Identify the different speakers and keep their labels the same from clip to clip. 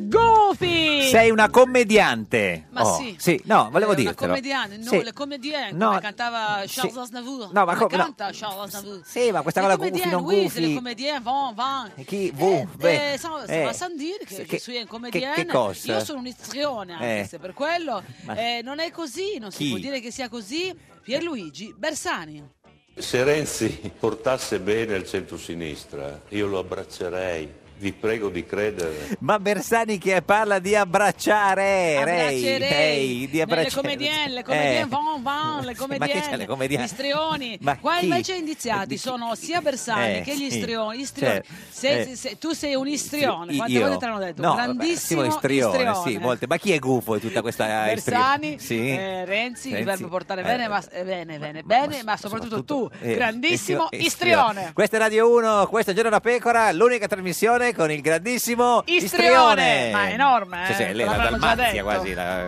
Speaker 1: Goofy!
Speaker 2: Sei una commediante.
Speaker 1: Ma
Speaker 2: Oh,
Speaker 1: sì.
Speaker 2: no, volevo
Speaker 1: È una
Speaker 2: dirtelo.
Speaker 1: commediante, no,
Speaker 2: Sì.
Speaker 1: la commedia
Speaker 2: No,
Speaker 1: come cantava Charles
Speaker 2: sì.
Speaker 1: Aznavour.
Speaker 2: No, ma
Speaker 1: come
Speaker 2: co- no.
Speaker 1: canta Charles Aznavour?
Speaker 2: Sì, ma questa
Speaker 1: Le
Speaker 2: cosa gufi,
Speaker 1: comédiens,
Speaker 2: non
Speaker 1: oui, c'est
Speaker 2: gufi.
Speaker 1: le comédien, van, van.
Speaker 2: E Chi? Vu, beh,
Speaker 1: Eh, sa-
Speaker 2: eh.
Speaker 1: va a dire che,
Speaker 2: Sì,
Speaker 1: io sono un
Speaker 2: che-
Speaker 1: commedienne,
Speaker 2: che cosa?
Speaker 1: io sono un istrione anche
Speaker 2: Eh.
Speaker 1: se per quello.
Speaker 2: Ma-
Speaker 1: Eh, non è così, non si
Speaker 3: Chi?
Speaker 1: può dire che sia così. Pierluigi Bersani.
Speaker 3: Se Renzi portasse bene il centro-sinistra, io lo abbraccerei. Vi prego di credere.
Speaker 2: Ma Bersani che parla di abbracciare, rei,
Speaker 1: Abbraccerei.
Speaker 2: rei, di
Speaker 1: le
Speaker 2: abbracciare.
Speaker 1: comédiennes, le
Speaker 2: Eh.
Speaker 1: comédiennes, van, van, le comédiennes,
Speaker 2: c'è le comédiennes?
Speaker 1: gli istrioni.
Speaker 2: Ma
Speaker 1: Qua
Speaker 2: chi?
Speaker 1: invece indiziati sono sia Bersani
Speaker 2: Eh,
Speaker 1: che gli
Speaker 2: sì,
Speaker 1: istrioni. Gli istrioni.
Speaker 2: certo.
Speaker 1: Se-
Speaker 2: Eh.
Speaker 1: se- se- tu sei un istrione, quante
Speaker 2: Io-
Speaker 1: volte te l'hanno detto?
Speaker 2: no, vabbè,
Speaker 1: Grandissimo
Speaker 2: Simo istrione,
Speaker 1: istrione.
Speaker 2: sì, molte. Ma chi è gufo di tutta questa
Speaker 1: Bersani,
Speaker 2: istri- Sì.
Speaker 1: eh, Renzi, il verbo portare
Speaker 2: eh,
Speaker 1: bene, ma, eh, bene, bene, bene, ma soprattutto, tu,
Speaker 2: eh,
Speaker 1: grandissimo
Speaker 2: istrio-
Speaker 1: istrione.
Speaker 2: Questa è Radio 1, questo è Giorno da Pecora, l'unica trasmissione con il grandissimo
Speaker 1: Istrione!
Speaker 2: istrione.
Speaker 1: Ma è enorme,
Speaker 2: Sì,
Speaker 1: eh,
Speaker 2: sì, lei è la
Speaker 1: l'avranno già
Speaker 2: Dalmazia
Speaker 1: detto.
Speaker 2: quasi, la,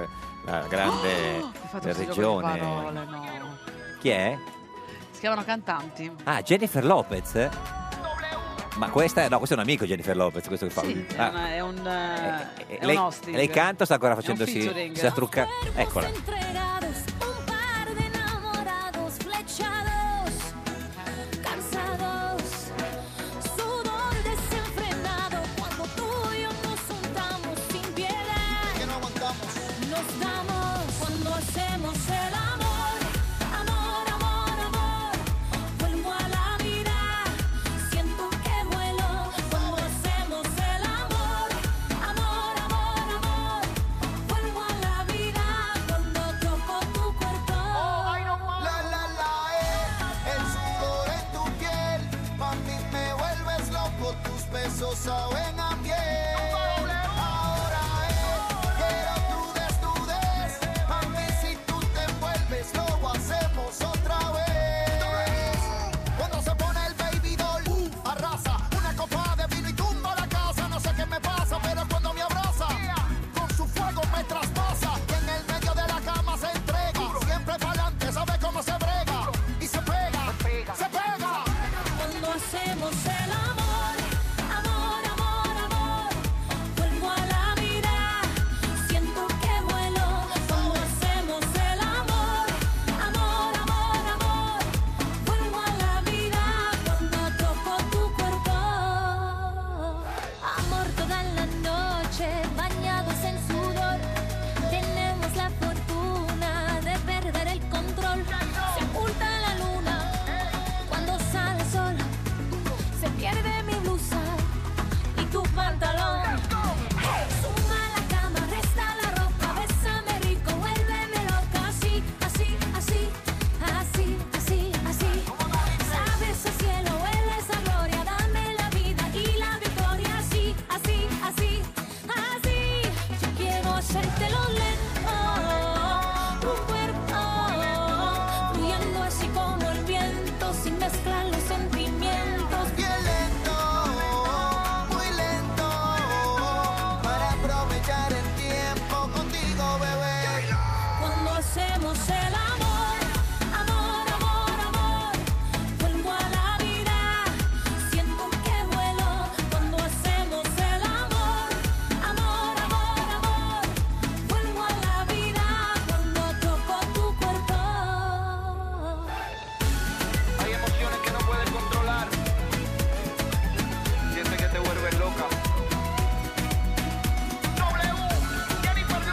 Speaker 2: la grande
Speaker 1: Oh, Hai fatto questo gioco di
Speaker 2: Eh, regione.
Speaker 1: parole, no.
Speaker 2: Chi è?
Speaker 1: Si chiamano cantanti.
Speaker 2: Ah, Jennifer Lopez? Ma questa, no, questo è un amico Jennifer Lopez, questo che fa.
Speaker 1: Sì, è,
Speaker 2: Ah,
Speaker 1: una- è un, eh,
Speaker 2: eh,
Speaker 1: è
Speaker 2: lei,
Speaker 1: un hosting.
Speaker 2: lei canta o sta ancora
Speaker 1: È un
Speaker 2: facendo sì?
Speaker 1: featuring.
Speaker 2: Si sta trucca- Eccola.
Speaker 4: entregados, un par de enamorados, flechados, cansados, sudor desenfrenado. Cuando tú y yo nos juntamos sin piedad, nos damos cuando hacemos el amor. Amor, amor, amor, vuelvo a la vida, siento que vuelo. Cuando hacemos el amor, amor, amor, amor, vuelvo a la vida. Cuando toco tu cuerpo,
Speaker 5: La la la eh, el sudor en tu piel, mami me vuelves loco, tus besos saben a miel. Ahora eh, quiero tu desnudez, mami si tú te envuelves lo hacemos otra vez. Cuando se pone el baby doll, uh, arrasa una copa de vino y tumba la casa, no sé qué me pasa, pero cuando me abraza con su fuego me traspasa y en el medio de la cama se entrega siempre pa'lante sabe cómo se brega y se pega se pega
Speaker 4: cuando hacemos el amor, amor, amor,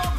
Speaker 5: Oh.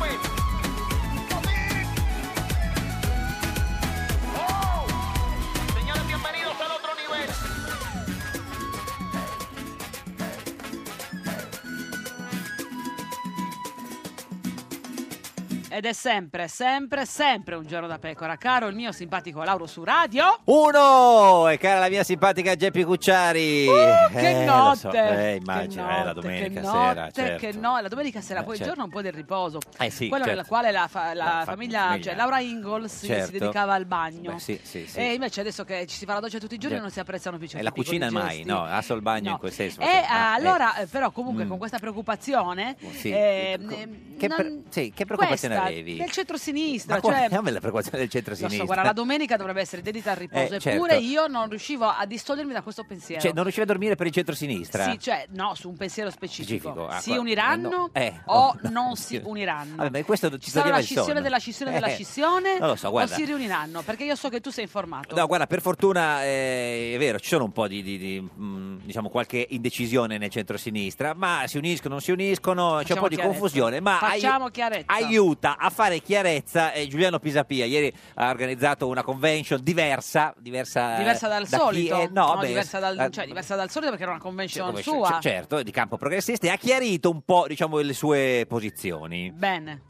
Speaker 1: Ed è sempre, sempre, sempre un giorno da pecora. Caro il mio simpatico Lauro su radio.
Speaker 2: Uno! E cara la mia simpatica Geppi Cucciari.
Speaker 1: Uh, Che
Speaker 2: Eh, lo
Speaker 1: notte!
Speaker 2: so,
Speaker 1: Che
Speaker 2: Eh, immagino, eh, la
Speaker 1: notte,
Speaker 2: domenica
Speaker 1: che
Speaker 2: sera,
Speaker 1: notte,
Speaker 2: certo.
Speaker 1: Che no, la domenica sera,
Speaker 2: Eh,
Speaker 1: poi il
Speaker 2: certo.
Speaker 1: giorno un po' del riposo.
Speaker 2: Eh, sì,
Speaker 1: Quello nella
Speaker 2: certo.
Speaker 1: quale la, fa- la
Speaker 2: fa-
Speaker 1: famiglia,
Speaker 2: famiglia.
Speaker 1: cioè Laura Ingalls si- si
Speaker 2: Certo.
Speaker 1: dedicava al bagno.
Speaker 2: Beh, sì, sì, sì.
Speaker 1: E invece adesso che ci si fa la doccia tutti i giorni
Speaker 2: Già.
Speaker 1: non si apprezzano più certi
Speaker 2: E la
Speaker 1: piccoli
Speaker 2: cucina mai,
Speaker 1: gesti.
Speaker 2: no, ha solo il bagno
Speaker 1: No.
Speaker 2: in quel senso.
Speaker 1: Eh,
Speaker 2: perché- ah,
Speaker 1: ah,
Speaker 2: eh.
Speaker 1: allora, eh, però comunque
Speaker 2: Mm.
Speaker 1: con questa preoccupazione...
Speaker 2: Sì.
Speaker 1: eh,
Speaker 2: Co-
Speaker 1: eh,
Speaker 2: che pre-
Speaker 1: non-
Speaker 2: sì, che preoccupazione
Speaker 1: questa,
Speaker 2: avevi?
Speaker 1: Del centro-sinistra,
Speaker 2: Ma qual
Speaker 1: cioè...
Speaker 2: è la preoccupazione del
Speaker 1: Lo so,
Speaker 2: centro-sinistra?
Speaker 1: guarda, la domenica dovrebbe essere dedita al riposo,
Speaker 2: Eh, certo.
Speaker 1: eppure io non riuscivo a distogliermi da questo pensiero.
Speaker 2: Cioè, non riuscivi a dormire per il centro-sinistra?
Speaker 1: Sì, cioè, no, su un pensiero specifico.
Speaker 2: Specifico, ah,
Speaker 1: si
Speaker 2: qua-
Speaker 1: uniranno
Speaker 2: eh, no. Eh,
Speaker 1: o
Speaker 2: no,
Speaker 1: non
Speaker 2: no,
Speaker 1: si
Speaker 2: sì.
Speaker 1: uniranno?
Speaker 2: Vabbè, ma questo ci
Speaker 1: Ci sarà
Speaker 2: toglieva
Speaker 1: la
Speaker 2: il
Speaker 1: scissione
Speaker 2: sonno.
Speaker 1: della scissione della
Speaker 2: Eh,
Speaker 1: scissione?
Speaker 2: non lo so,
Speaker 1: o
Speaker 2: guarda.
Speaker 1: si riuniranno? Perché io so che tu sei informato.
Speaker 2: Certo. No, guarda, per fortuna eh, è vero, ci sono un po' di, di- di, mh, diciamo qualche indecisione nel centro-sinistra, ma si uniscono, non si uniscono, c'è un
Speaker 1: Facciamo
Speaker 2: po' di
Speaker 1: chiarezza.
Speaker 2: confusione, ma ai-
Speaker 1: Facciamo chiarezza.
Speaker 2: aiuta a fare chiarezza eh, Giuliano Pisapia. Ieri ha organizzato una convention diversa, diversa,
Speaker 1: diversa dal
Speaker 2: eh, da chi
Speaker 1: solito.
Speaker 2: è-
Speaker 1: no,
Speaker 2: beh,
Speaker 1: diversa, dal,
Speaker 2: eh,
Speaker 1: cioè, diversa dal solito perché era una convention
Speaker 2: come-
Speaker 1: sua.
Speaker 2: c- certo, di campo progressista e ha chiarito un po' diciamo le sue posizioni.
Speaker 1: Bene.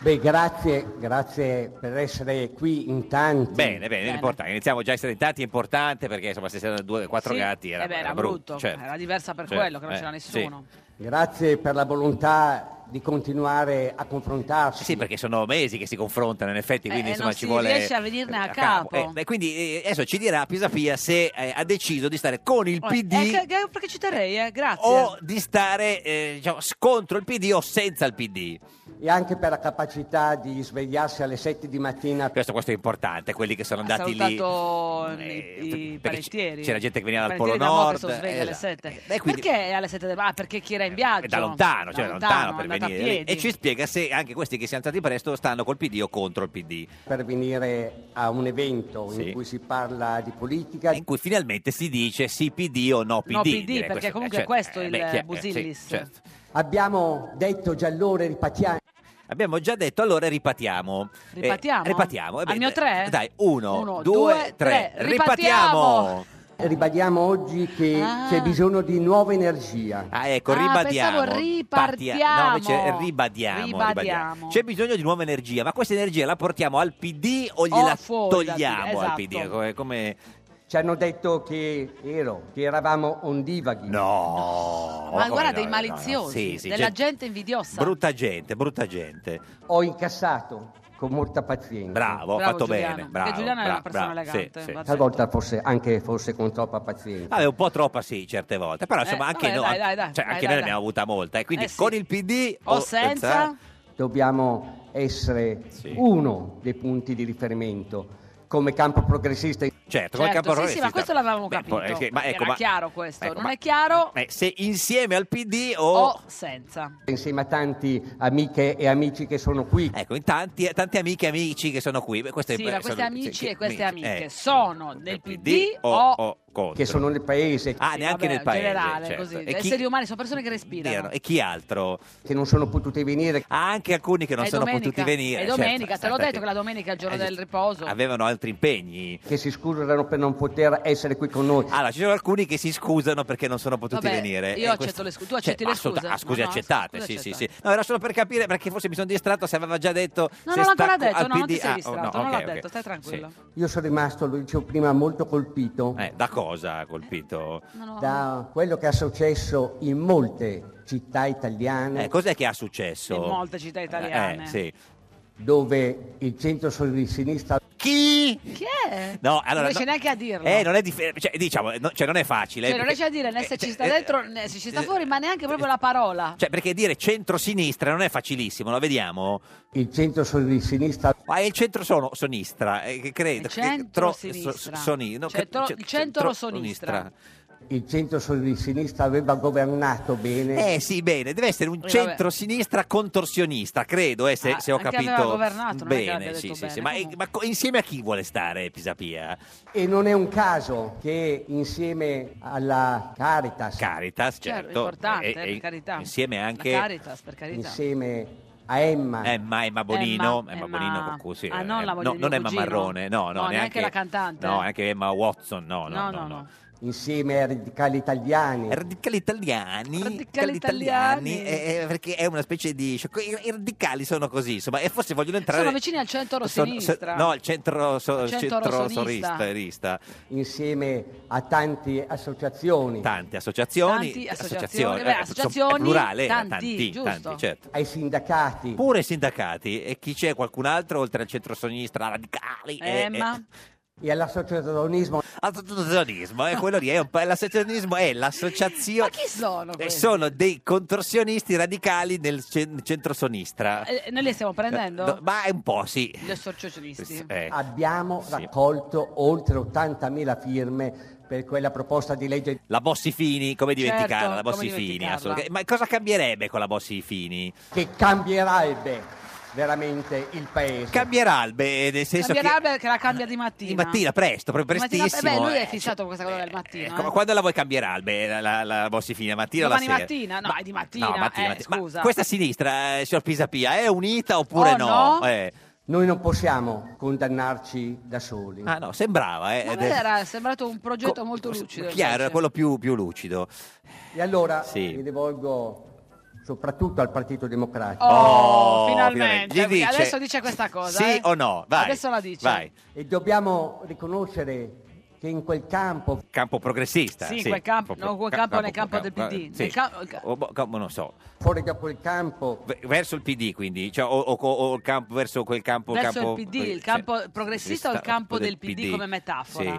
Speaker 6: Beh, grazie, grazie per essere qui in tanti.
Speaker 2: Bene, bene, importante. Iniziamo già a essere in tanti, è importante perché insomma se c'erano due, quattro
Speaker 1: Sì,
Speaker 2: gatti era,
Speaker 1: eh beh, era brutto,
Speaker 2: certo.
Speaker 1: era diversa per
Speaker 2: Certo,
Speaker 1: quello che non
Speaker 2: eh,
Speaker 1: c'era
Speaker 2: sì.
Speaker 1: nessuno.
Speaker 6: Grazie per la volontà di continuare a confrontarsi.
Speaker 2: Sì, perché sono mesi che si confrontano, in effetti, quindi
Speaker 1: Eh,
Speaker 2: insomma
Speaker 1: non
Speaker 2: ci
Speaker 1: si
Speaker 2: vuole.
Speaker 1: riesce a venirne a capo.
Speaker 2: Eh, e quindi eh, adesso ci dirà Pisapia se eh, ha deciso di stare con il
Speaker 1: Eh,
Speaker 2: PD
Speaker 1: che- che- perché ci terrei, eh, grazie.
Speaker 2: o di stare eh, diciamo, contro il PD o senza il PD.
Speaker 6: E anche per la capacità di svegliarsi alle 7 di mattina.
Speaker 2: Questo, questo è importante, quelli che sono
Speaker 1: ha
Speaker 2: andati lì.
Speaker 1: salutato i,
Speaker 2: perché
Speaker 1: i
Speaker 2: c-
Speaker 1: panettieri.
Speaker 2: c'era gente che veniva
Speaker 1: I
Speaker 2: dal
Speaker 1: panettieri
Speaker 2: Polo
Speaker 1: da mo'
Speaker 2: Nord,
Speaker 1: che sono svegli alle
Speaker 2: esatto.
Speaker 1: 7.
Speaker 2: Eh, quindi-
Speaker 1: perché alle 7 del Ah, perché chi era in viaggio?
Speaker 2: da lontano, cioè da lontano,
Speaker 1: è
Speaker 2: per
Speaker 1: andato a
Speaker 2: venire.
Speaker 1: piedi.
Speaker 2: E ci spiega se anche questi che siano stati presto stanno col PD o contro il PD,
Speaker 6: Per venire a un evento in
Speaker 2: Sì.
Speaker 6: cui si parla di politica.
Speaker 2: in cui finalmente si dice sì PD o no PD.
Speaker 1: No PD,
Speaker 2: direi
Speaker 1: perché
Speaker 2: questo-
Speaker 1: comunque
Speaker 2: eh,
Speaker 1: questo
Speaker 2: eh,
Speaker 1: il
Speaker 2: beh, chi- eh, sì,
Speaker 1: Busillis.
Speaker 2: certo.
Speaker 6: Abbiamo detto Giallore Ripatiani.
Speaker 2: Abbiamo già detto, allora ripatiamo. Eh,
Speaker 1: Ripatiamo?
Speaker 2: ripatiamo. eh,
Speaker 1: Al mio tre?
Speaker 2: Dai, uno,
Speaker 1: Uno,
Speaker 2: due,
Speaker 1: due,
Speaker 2: tre.
Speaker 1: tre. Ripatiamo!
Speaker 2: Ripatiamo!
Speaker 6: Ribadiamo oggi che
Speaker 1: Ah.
Speaker 6: c'è bisogno di nuova energia.
Speaker 2: Ah, ecco,
Speaker 1: Ah,
Speaker 2: ribadiamo.
Speaker 1: pensavo
Speaker 2: Partia-
Speaker 1: ripartiamo.
Speaker 2: No, invece ribadiamo,
Speaker 1: Ribadiamo.
Speaker 2: ribadiamo. C'è bisogno di nuova energia, ma questa energia la portiamo al PD o gliela
Speaker 1: O Oh, fuori dal
Speaker 2: togliamo
Speaker 1: PD,
Speaker 2: al
Speaker 1: esatto.
Speaker 2: PD? Come, come-
Speaker 6: Ci hanno detto che, ero, che eravamo ondivaghi.
Speaker 2: No!
Speaker 1: Ma
Speaker 2: come
Speaker 1: guarda
Speaker 2: no,
Speaker 1: dei
Speaker 2: no, no.
Speaker 1: maliziosi,
Speaker 2: Sì, sì,
Speaker 1: della
Speaker 2: c'è-
Speaker 1: gente invidiosa.
Speaker 2: Brutta gente, brutta gente.
Speaker 6: Ho incassato con molta pazienza.
Speaker 2: Bravo, ha
Speaker 1: Bravo
Speaker 2: fatto
Speaker 1: Giuliano,
Speaker 2: bene.
Speaker 1: perché
Speaker 2: Bravo,
Speaker 1: Giuliano è
Speaker 2: bravo,
Speaker 1: una persona
Speaker 2: bravo,
Speaker 1: elegante,
Speaker 2: sì, sì.
Speaker 1: va-
Speaker 6: Talvolta forse, anche forse con troppa pazienza.
Speaker 2: Vabbè, un po' troppa sì, certe volte, però insomma
Speaker 1: Eh,
Speaker 2: anche,
Speaker 1: vabbè,
Speaker 2: no-
Speaker 1: dai, dai, dai,
Speaker 2: cioè, anche
Speaker 1: dai, dai,
Speaker 2: noi ne
Speaker 1: dai.
Speaker 2: abbiamo avuta molta, eh, quindi
Speaker 1: Eh sì.
Speaker 2: con il PD
Speaker 1: o senza
Speaker 6: Dobbiamo essere
Speaker 2: eh, Sì.
Speaker 6: uno dei punti di riferimento come campo progressista.
Speaker 2: Certo, come campo
Speaker 1: Certo, sì, sì,
Speaker 2: progressista.
Speaker 1: ma questo l'avevamo
Speaker 2: Beh,
Speaker 1: capito,
Speaker 2: eh, sì,
Speaker 1: era chiaro questo, non è chiaro-
Speaker 2: eh, se insieme al PD o...
Speaker 1: o senza.
Speaker 6: Insieme a tanti amiche e amici che sono qui.
Speaker 2: Ecco, in tanti, tanti amiche e amici che sono qui. Beh, queste-
Speaker 1: Sì,
Speaker 2: eh,
Speaker 1: ma questi
Speaker 2: sono-
Speaker 1: amici
Speaker 2: sì,
Speaker 1: e queste
Speaker 2: amici,
Speaker 1: amiche
Speaker 2: eh.
Speaker 1: sono nel PD o-
Speaker 2: contro.
Speaker 6: Che sono nel paese,
Speaker 2: Ah, neanche
Speaker 1: Vabbè,
Speaker 2: nel paese.
Speaker 1: generale,
Speaker 2: certo.
Speaker 1: così.
Speaker 2: E chi-
Speaker 1: Esseri umani sono persone che respirano.
Speaker 2: E chi altro?
Speaker 6: che non sono potuti venire.
Speaker 2: Ah, anche alcuni che non
Speaker 1: È
Speaker 2: sono
Speaker 1: domenica,
Speaker 2: potuti venire.
Speaker 1: è domenica,
Speaker 2: certo,
Speaker 1: te l'ho
Speaker 2: stati-
Speaker 1: detto che la domenica è il giorno
Speaker 2: Eh,
Speaker 1: del riposo.
Speaker 2: Avevano altri impegni.
Speaker 6: Che si scusano per non poter essere qui con noi.
Speaker 2: Allora, ci sono alcuni che si scusano perché non sono potuti
Speaker 1: Vabbè,
Speaker 2: venire.
Speaker 1: io
Speaker 2: Eh,
Speaker 1: accetto le scu- tu accetti
Speaker 2: ma
Speaker 1: le
Speaker 2: assoluta-
Speaker 1: scuse?
Speaker 2: ah, scuse
Speaker 1: No, no,
Speaker 2: accettate, sì,
Speaker 1: scuse
Speaker 2: sì, sì.
Speaker 1: accettate.
Speaker 2: No, era solo per capire perché forse mi sono distratto se aveva già detto.
Speaker 1: No,
Speaker 2: se
Speaker 1: non l'ho
Speaker 2: sta
Speaker 1: ancora
Speaker 2: co-
Speaker 1: detto,
Speaker 2: al
Speaker 1: no, non ti
Speaker 2: PD.
Speaker 1: sei
Speaker 2: Ah, oh, no,
Speaker 1: distratto, non l'ho
Speaker 2: ok, ok.
Speaker 1: detto, stai tranquillo.
Speaker 2: Sì.
Speaker 6: Io sono rimasto, lo dicevo prima, molto colpito
Speaker 2: Eh, da cosa ha colpito?
Speaker 1: No, no,
Speaker 6: da quello che è successo in molte città italiane
Speaker 2: Eh, cos'è che ha successo?
Speaker 1: In molte città italiane.
Speaker 2: Eh, sì.
Speaker 6: dove il centro di sinistra
Speaker 2: Chi?
Speaker 1: Chi è?
Speaker 2: No, allora,
Speaker 1: non riesce
Speaker 2: no-
Speaker 1: neanche a dirlo.
Speaker 2: Eh, non è dif- cioè, diciamo, no- cioè, non è facile.
Speaker 1: Cioè, non
Speaker 2: perché-
Speaker 1: riesce a dire né
Speaker 2: eh,
Speaker 1: se ci
Speaker 2: cioè,
Speaker 1: sta
Speaker 2: eh,
Speaker 1: dentro né se ci sta
Speaker 2: eh,
Speaker 1: fuori, ma neanche proprio
Speaker 2: eh,
Speaker 1: la parola.
Speaker 2: Cioè, perché dire centrosinistra non è facilissimo, lo vediamo.
Speaker 6: il centro di sinistra
Speaker 2: Ma è il centro sono sonistra, eh, che credo.
Speaker 1: Il centro-sinistra. Centro- il centro-sonistra.
Speaker 6: il centro di sinistra aveva governato bene
Speaker 2: Eh sì, bene, deve essere un
Speaker 1: vabbè.
Speaker 2: centro-sinistra contorsionista, credo, eh, se,
Speaker 1: Ah,
Speaker 2: se ho
Speaker 1: anche
Speaker 2: capito.
Speaker 1: aveva governato, non è che
Speaker 2: bene,
Speaker 1: abbia
Speaker 2: sì,
Speaker 1: detto
Speaker 2: sì, sì.
Speaker 1: bene,
Speaker 2: Ma, eh,
Speaker 1: comunque.
Speaker 2: ma co- insieme a chi vuole stare Pisapia?
Speaker 6: e non è un caso che insieme alla Caritas,
Speaker 2: Caritas, certo.
Speaker 1: importante, eh,
Speaker 2: e-
Speaker 1: per
Speaker 2: e
Speaker 1: carità.
Speaker 2: Insieme anche
Speaker 1: La Caritas, per carità.
Speaker 6: insieme a Emma,
Speaker 2: Emma, Emma Bonino,
Speaker 1: Emma-
Speaker 2: Emma,
Speaker 1: Emma-
Speaker 2: Bonino con cui- sì,
Speaker 1: Ah, non la
Speaker 2: eh,
Speaker 1: moglie
Speaker 2: no,
Speaker 1: di
Speaker 2: non
Speaker 1: mio
Speaker 2: Emma
Speaker 1: cugino?
Speaker 2: Marrone, no, no,
Speaker 1: No, neanche la cantante.
Speaker 2: No, anche Emma Watson, no,
Speaker 1: No,
Speaker 2: no, no.
Speaker 1: no,
Speaker 2: no.
Speaker 1: no.
Speaker 6: insieme ai radicali italiani.
Speaker 2: Radicali italiani,
Speaker 1: Radicali italiani.
Speaker 2: eh, eh, perché è una specie di sciocco- i, i radicali sono così, insomma, e forse vogliono entrare
Speaker 1: Sono vicini al
Speaker 2: son-
Speaker 1: centro-sinistra.
Speaker 2: so- no, al centro, so,
Speaker 1: Al centro
Speaker 2: centro eh,
Speaker 1: sonista.
Speaker 2: sorista, rista.
Speaker 6: insieme a tante associazioni,
Speaker 2: tante associazioni,
Speaker 1: Tanti associazioni,
Speaker 2: associazioni,
Speaker 1: beh,
Speaker 2: eh, insomma,
Speaker 1: associazioni,
Speaker 2: è plurale, eh,
Speaker 1: tanti, giusto.
Speaker 2: tanti, certo.
Speaker 6: ai sindacati,
Speaker 2: Pure i sindacati e chi c'è qualcun altro oltre al centro-sinistra radicali eh, e-
Speaker 1: Emma,
Speaker 2: e-
Speaker 6: e all'associazionismo
Speaker 2: Associazionismo, eh, quello lì è un pa- l'associazionismo è
Speaker 1: ma
Speaker 2: l'associazione.
Speaker 1: chi sono
Speaker 2: eh,
Speaker 1: questi?
Speaker 2: sono dei contorsionisti radicali del cen- centro-sonistra.
Speaker 1: Eh, noi li stiamo prendendo?
Speaker 2: No, ma è un po' sì.
Speaker 1: Gli associazionisti.
Speaker 2: Eh,
Speaker 6: abbiamo
Speaker 2: Sì.
Speaker 6: raccolto oltre 80.000 firme per quella proposta di legge
Speaker 2: La Bossi Fini, come
Speaker 1: Certo,
Speaker 2: dimenticarla? la
Speaker 1: come
Speaker 2: Bossi Fini,
Speaker 1: dimenticarla.
Speaker 2: assolutamente. Eh, Ma cosa cambierebbe con la Bossi Fini?
Speaker 6: che cambierebbe veramente il paese.
Speaker 2: Cambierebbe, nel senso
Speaker 1: Cambierà
Speaker 2: che.
Speaker 1: perché la cambia di mattina.
Speaker 2: Di mattina, presto, proprio
Speaker 1: Di mattina-
Speaker 2: prestissimo.
Speaker 1: eh beh, lui è
Speaker 2: eh,
Speaker 1: fissato
Speaker 2: cioè,
Speaker 1: con questa cosa del
Speaker 2: eh,
Speaker 1: mattino,
Speaker 2: ecco, ma
Speaker 1: eh.
Speaker 2: quando la vuoi cambieralbe la, la, la Bossi Fini? La mattina o la
Speaker 1: Domani
Speaker 2: sera?
Speaker 1: mattina? No, è di mattina,
Speaker 2: No, mattina,
Speaker 1: eh,
Speaker 2: mattina. Ma
Speaker 1: scusa.
Speaker 2: questa sinistra, eh, signor Pisapia, è unita oppure
Speaker 1: Oh,
Speaker 2: no?
Speaker 1: no?
Speaker 2: Eh.
Speaker 6: Noi non possiamo condannarci da soli.
Speaker 2: Ah no, sembrava. Eh,
Speaker 1: Ma
Speaker 2: ed
Speaker 1: guarda,
Speaker 2: è-
Speaker 1: era cioè. sembrato un progetto
Speaker 2: co-
Speaker 1: molto
Speaker 2: s-
Speaker 1: lucido.
Speaker 2: Chiaro, era
Speaker 1: invece.
Speaker 2: quello più, più lucido.
Speaker 6: E allora
Speaker 2: Sì.
Speaker 6: mi rivolgo soprattutto al Partito Democratico
Speaker 1: Oh,
Speaker 2: Oh,
Speaker 1: finalmente.
Speaker 2: finalmente. Gli dice-
Speaker 1: Adesso dice questa cosa.
Speaker 2: Sì
Speaker 1: eh.
Speaker 2: o no? Vai.
Speaker 1: Adesso la dice.
Speaker 2: Vai.
Speaker 6: e dobbiamo riconoscere che in quel campo
Speaker 2: Campo progressista.
Speaker 1: Sì, quel campo-
Speaker 2: proprio-
Speaker 1: no, quel
Speaker 2: ca-
Speaker 1: campo nel campo del PD.
Speaker 2: Sì.
Speaker 1: Nel ca-
Speaker 2: O bo- campo, boh, non so.
Speaker 6: fuori da quel campo
Speaker 2: V- Verso il PD, quindi, cioè, o, o- o il campo verso quel campo.
Speaker 1: Verso
Speaker 2: campo-
Speaker 1: il PD, il
Speaker 2: quel-
Speaker 1: campo
Speaker 2: sì,
Speaker 1: progressista o il campo del PD come metafora?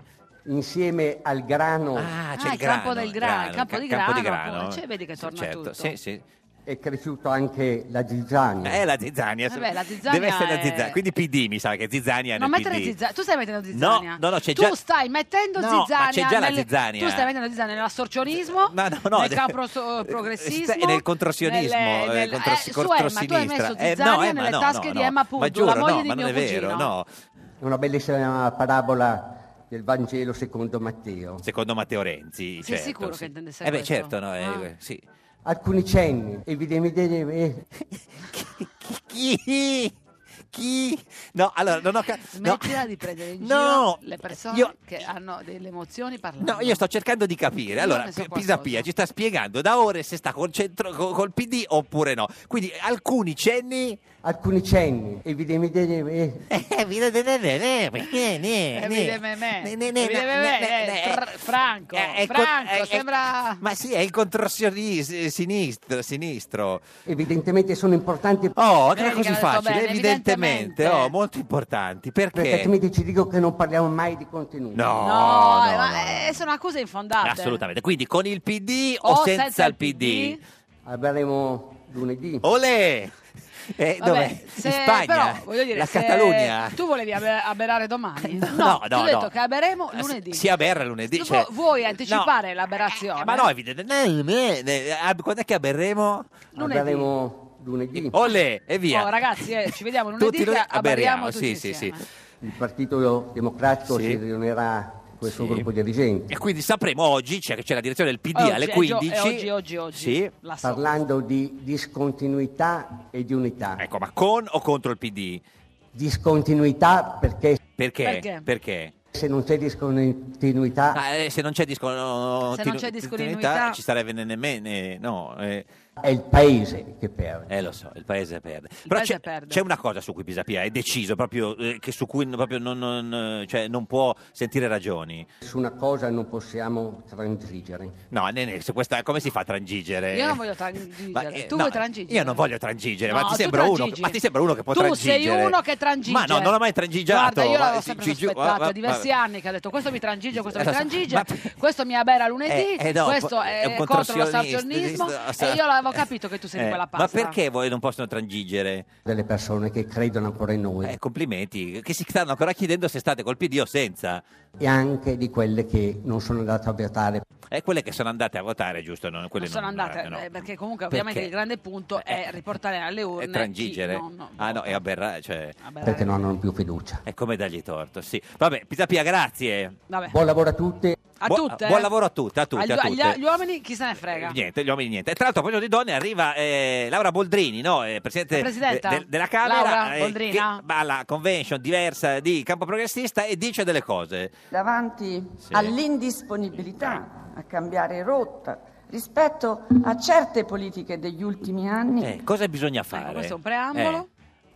Speaker 2: Sì.
Speaker 6: insieme al grano
Speaker 2: Ah, c'è il,
Speaker 1: Ah, il campo
Speaker 2: grano,
Speaker 1: del
Speaker 2: il
Speaker 1: grano, il campo
Speaker 2: ca-
Speaker 1: di grano, appunto. Cioè, vedi che
Speaker 2: Sì,
Speaker 1: torna
Speaker 2: certo.
Speaker 1: tutto.
Speaker 2: Sì, sì.
Speaker 6: è cresciuto anche la zizzania.
Speaker 2: Eh, la zizzania.
Speaker 1: Vabbè, la zizzania
Speaker 2: Deve essere la
Speaker 1: è-
Speaker 2: zizzania. Quindi PD mi sa che zizzania è
Speaker 1: Non
Speaker 2: nel
Speaker 1: mettere
Speaker 2: PD.
Speaker 1: zizzania. Tu stai mettendo zizzania.
Speaker 2: No, no, no, c'è
Speaker 1: tu
Speaker 2: già-
Speaker 1: stai mettendo
Speaker 2: No, ma
Speaker 1: zizzania.
Speaker 2: c'è già la
Speaker 1: nel-
Speaker 2: zizzania.
Speaker 1: Tu stai mettendo zizzania nell'assorcionismo,
Speaker 2: No, no, no.
Speaker 1: nel campo so- eh, progressismo
Speaker 2: E nel controsionismo.
Speaker 1: nelle-
Speaker 2: eh,
Speaker 1: nel-
Speaker 2: contro-
Speaker 1: eh, su Emma, tu hai messo
Speaker 2: controsinistra. Eh,
Speaker 1: zizzania
Speaker 2: Emma,
Speaker 1: nelle tasche di Emma Punto,
Speaker 2: Ma giuro,
Speaker 1: la moglie
Speaker 2: no,
Speaker 1: di
Speaker 2: ma
Speaker 1: mio
Speaker 2: non è vero,
Speaker 1: cugino.
Speaker 2: no.
Speaker 6: È una bellissima parabola del Vangelo secondo Matteo.
Speaker 2: Secondo Matteo Renzi.
Speaker 1: Sei
Speaker 2: certo,
Speaker 1: sicuro
Speaker 2: sì.
Speaker 1: che intendesse
Speaker 2: Eh beh,
Speaker 1: questo?
Speaker 2: certo, no. eh,
Speaker 1: Ah.
Speaker 2: sì.
Speaker 6: Alcuni cenni, evidentemente eh.
Speaker 2: Chi? Chi? No, allora, non ho ca- no.
Speaker 1: Smettila di prendere in
Speaker 2: No,
Speaker 1: giro le persone
Speaker 2: io-
Speaker 1: che hanno delle emozioni parlando.
Speaker 2: No, io sto cercando di capire.
Speaker 1: Io
Speaker 2: Allora,
Speaker 1: ne so
Speaker 2: P-
Speaker 1: qualcosa.
Speaker 2: Pisapia ci sta spiegando da ore se sta col, centro- co- col PD oppure no. Quindi alcuni cenni. Eh,
Speaker 6: alcuni cenni, evidentemente eh.
Speaker 1: Evidentemente.
Speaker 2: Evidentemente.
Speaker 1: Evidentemente.
Speaker 2: eh,
Speaker 1: Fr- Franco,
Speaker 2: ecco,
Speaker 1: Franco, sembra-
Speaker 2: Ma sì, è il contorsionista sinistro, sinistro.
Speaker 6: evidentemente sono importanti
Speaker 2: Oh, che
Speaker 1: Vedi
Speaker 2: era
Speaker 1: che
Speaker 2: così
Speaker 1: l'ha detto
Speaker 2: facile,
Speaker 1: bene,
Speaker 2: evidentemente.
Speaker 1: evidentemente.
Speaker 2: Oh, molto importanti.
Speaker 6: perché
Speaker 2: Perché?
Speaker 6: altrimenti ci dico che non parliamo mai di contenuti.
Speaker 2: No,
Speaker 1: No,
Speaker 2: no,
Speaker 1: eh, ma,
Speaker 2: no, no.
Speaker 1: eh, sono accuse infondate.
Speaker 2: Ah, Assolutamente. Quindi con il PD o, senza, il PD?
Speaker 6: Avremo lunedì.
Speaker 2: Olè! Eh,
Speaker 1: Vabbè,
Speaker 2: dove?
Speaker 1: se-
Speaker 2: In Spagna,
Speaker 1: però, voglio dire,
Speaker 2: la
Speaker 1: se-
Speaker 2: Catalogna.
Speaker 1: Tu volevi abe- aberare domani?
Speaker 2: No, no,
Speaker 1: ti ho
Speaker 2: no,
Speaker 1: detto
Speaker 2: no.
Speaker 1: che aberemo
Speaker 2: Eh,
Speaker 1: lunedì.
Speaker 2: Si aberra lunedì.
Speaker 1: Tu
Speaker 2: cioè-
Speaker 1: vu- vuoi anticipare l'aberazione?
Speaker 2: Eh, ma no, evidentemente. Quando è che aberremo?
Speaker 1: lunedì.
Speaker 6: Avremo lunedì.
Speaker 2: Olè, e via.
Speaker 1: Oh, ragazzi, eh, ci vediamo lunedì
Speaker 2: Tutti
Speaker 1: che
Speaker 2: noi
Speaker 1: aberriamo
Speaker 2: aberriamo, sì,
Speaker 1: tutti
Speaker 2: sì,
Speaker 1: insieme.
Speaker 2: sì.
Speaker 6: Il Partito Democratico
Speaker 2: Sì.
Speaker 6: si riunirà questo
Speaker 2: Sì.
Speaker 6: gruppo dirigente
Speaker 2: E quindi sapremo oggi, c'è, c'è la direzione del PD
Speaker 1: Oggi,
Speaker 2: alle
Speaker 1: eh, gio-
Speaker 2: 15.
Speaker 1: eh, oggi, oggi, oggi.
Speaker 2: Sì.
Speaker 1: La so.
Speaker 6: parlando di discontinuità e di unità.
Speaker 2: Ecco, ma con o contro il PD?
Speaker 6: Discontinuità perché
Speaker 2: Perché?
Speaker 1: Perché?
Speaker 6: se non c'è discontinuità
Speaker 2: Ah, eh, se non c'è discontinuità,
Speaker 1: Se non c'è discontinuità-
Speaker 2: ci sarebbe nemmeno. No, eh,
Speaker 6: è il paese che perde.
Speaker 2: Eh lo so, il paese perde.
Speaker 1: Il
Speaker 2: Però
Speaker 1: paese
Speaker 2: c'è,
Speaker 1: perde.
Speaker 2: c'è una cosa su cui Pisapia è deciso, proprio, eh, che su cui proprio non, non, eh, cioè, non può sentire ragioni.
Speaker 6: Su una cosa non possiamo transigere.
Speaker 2: No, Nene, su questa, come si fa a trangigere?
Speaker 1: Io non voglio trangigere. Tu
Speaker 2: eh, no,
Speaker 1: vuoi trangigere?
Speaker 2: Io non voglio trangigere,
Speaker 1: No,
Speaker 2: ma, ti
Speaker 1: tu
Speaker 2: sembra uno,
Speaker 1: trangigi.
Speaker 2: ma ti sembra uno che può
Speaker 1: Tu
Speaker 2: trangigere?
Speaker 1: sei uno che trangige.
Speaker 2: Ma no, non l'ho mai trangigiato.
Speaker 1: Guarda, io
Speaker 2: ma-
Speaker 1: l'ho
Speaker 2: Eh, sì,
Speaker 1: sempre
Speaker 2: ci giu-
Speaker 1: sospettato.
Speaker 2: ma- ma-
Speaker 1: È diversi anni che ha detto questo mi trangige, questo mi
Speaker 2: Eh, lo so,
Speaker 1: trangige,
Speaker 2: ma-
Speaker 1: questo mi abera lunedì,
Speaker 2: Eh, eh, no,
Speaker 1: questo
Speaker 2: po-
Speaker 1: è,
Speaker 2: un
Speaker 1: contro lo
Speaker 2: contorsionista,
Speaker 1: sarcionismo.
Speaker 2: sa-
Speaker 1: E io l'avevo capito che tu sei di
Speaker 2: Eh,
Speaker 1: quella pasta.
Speaker 2: Ma perché voi non possono trangigere?
Speaker 6: Delle persone che credono ancora in noi
Speaker 2: Eh, complimenti, che si stanno ancora chiedendo se state col PD o senza.
Speaker 6: e anche di quelle che non sono andate a votare.
Speaker 2: Eh, quelle che sono andate a votare, giusto? No, quelle
Speaker 1: Non sono andate,
Speaker 2: no. Eh,
Speaker 1: eh, perché comunque ovviamente il grande punto è riportare alle urne
Speaker 2: È trangigere.
Speaker 1: chi non-
Speaker 2: ah no, è aberrare, cioè...
Speaker 1: Vabbè,
Speaker 6: Perché non hanno più fiducia.
Speaker 2: È come dargli torto, sì. Vabbè, Pisapia, grazie.
Speaker 1: Vabbè.
Speaker 6: Buon lavoro a tutti.
Speaker 1: A
Speaker 2: Buo-
Speaker 1: tutte? eh?
Speaker 2: Buon lavoro a tutte, a tutte,
Speaker 1: Agli-
Speaker 2: a
Speaker 1: agli-
Speaker 2: tutte. Eh,
Speaker 1: Agli uomini chi se ne frega.
Speaker 2: Niente, gli uomini niente. E tra l'altro a proposito di donne arriva eh, Laura Boldrini, no? Eh, presidente
Speaker 1: La presidenta?
Speaker 2: de- della Camera.
Speaker 1: Laura
Speaker 2: eh,
Speaker 1: Boldrina?
Speaker 2: Che va alla convention diversa di Campo Progressista e dice delle cose.
Speaker 7: davanti
Speaker 2: Sì.
Speaker 7: all'indisponibilità a cambiare rotta rispetto a certe politiche degli ultimi anni.
Speaker 2: Eh, cosa bisogna fare?
Speaker 1: Ecco, questo è un preambolo.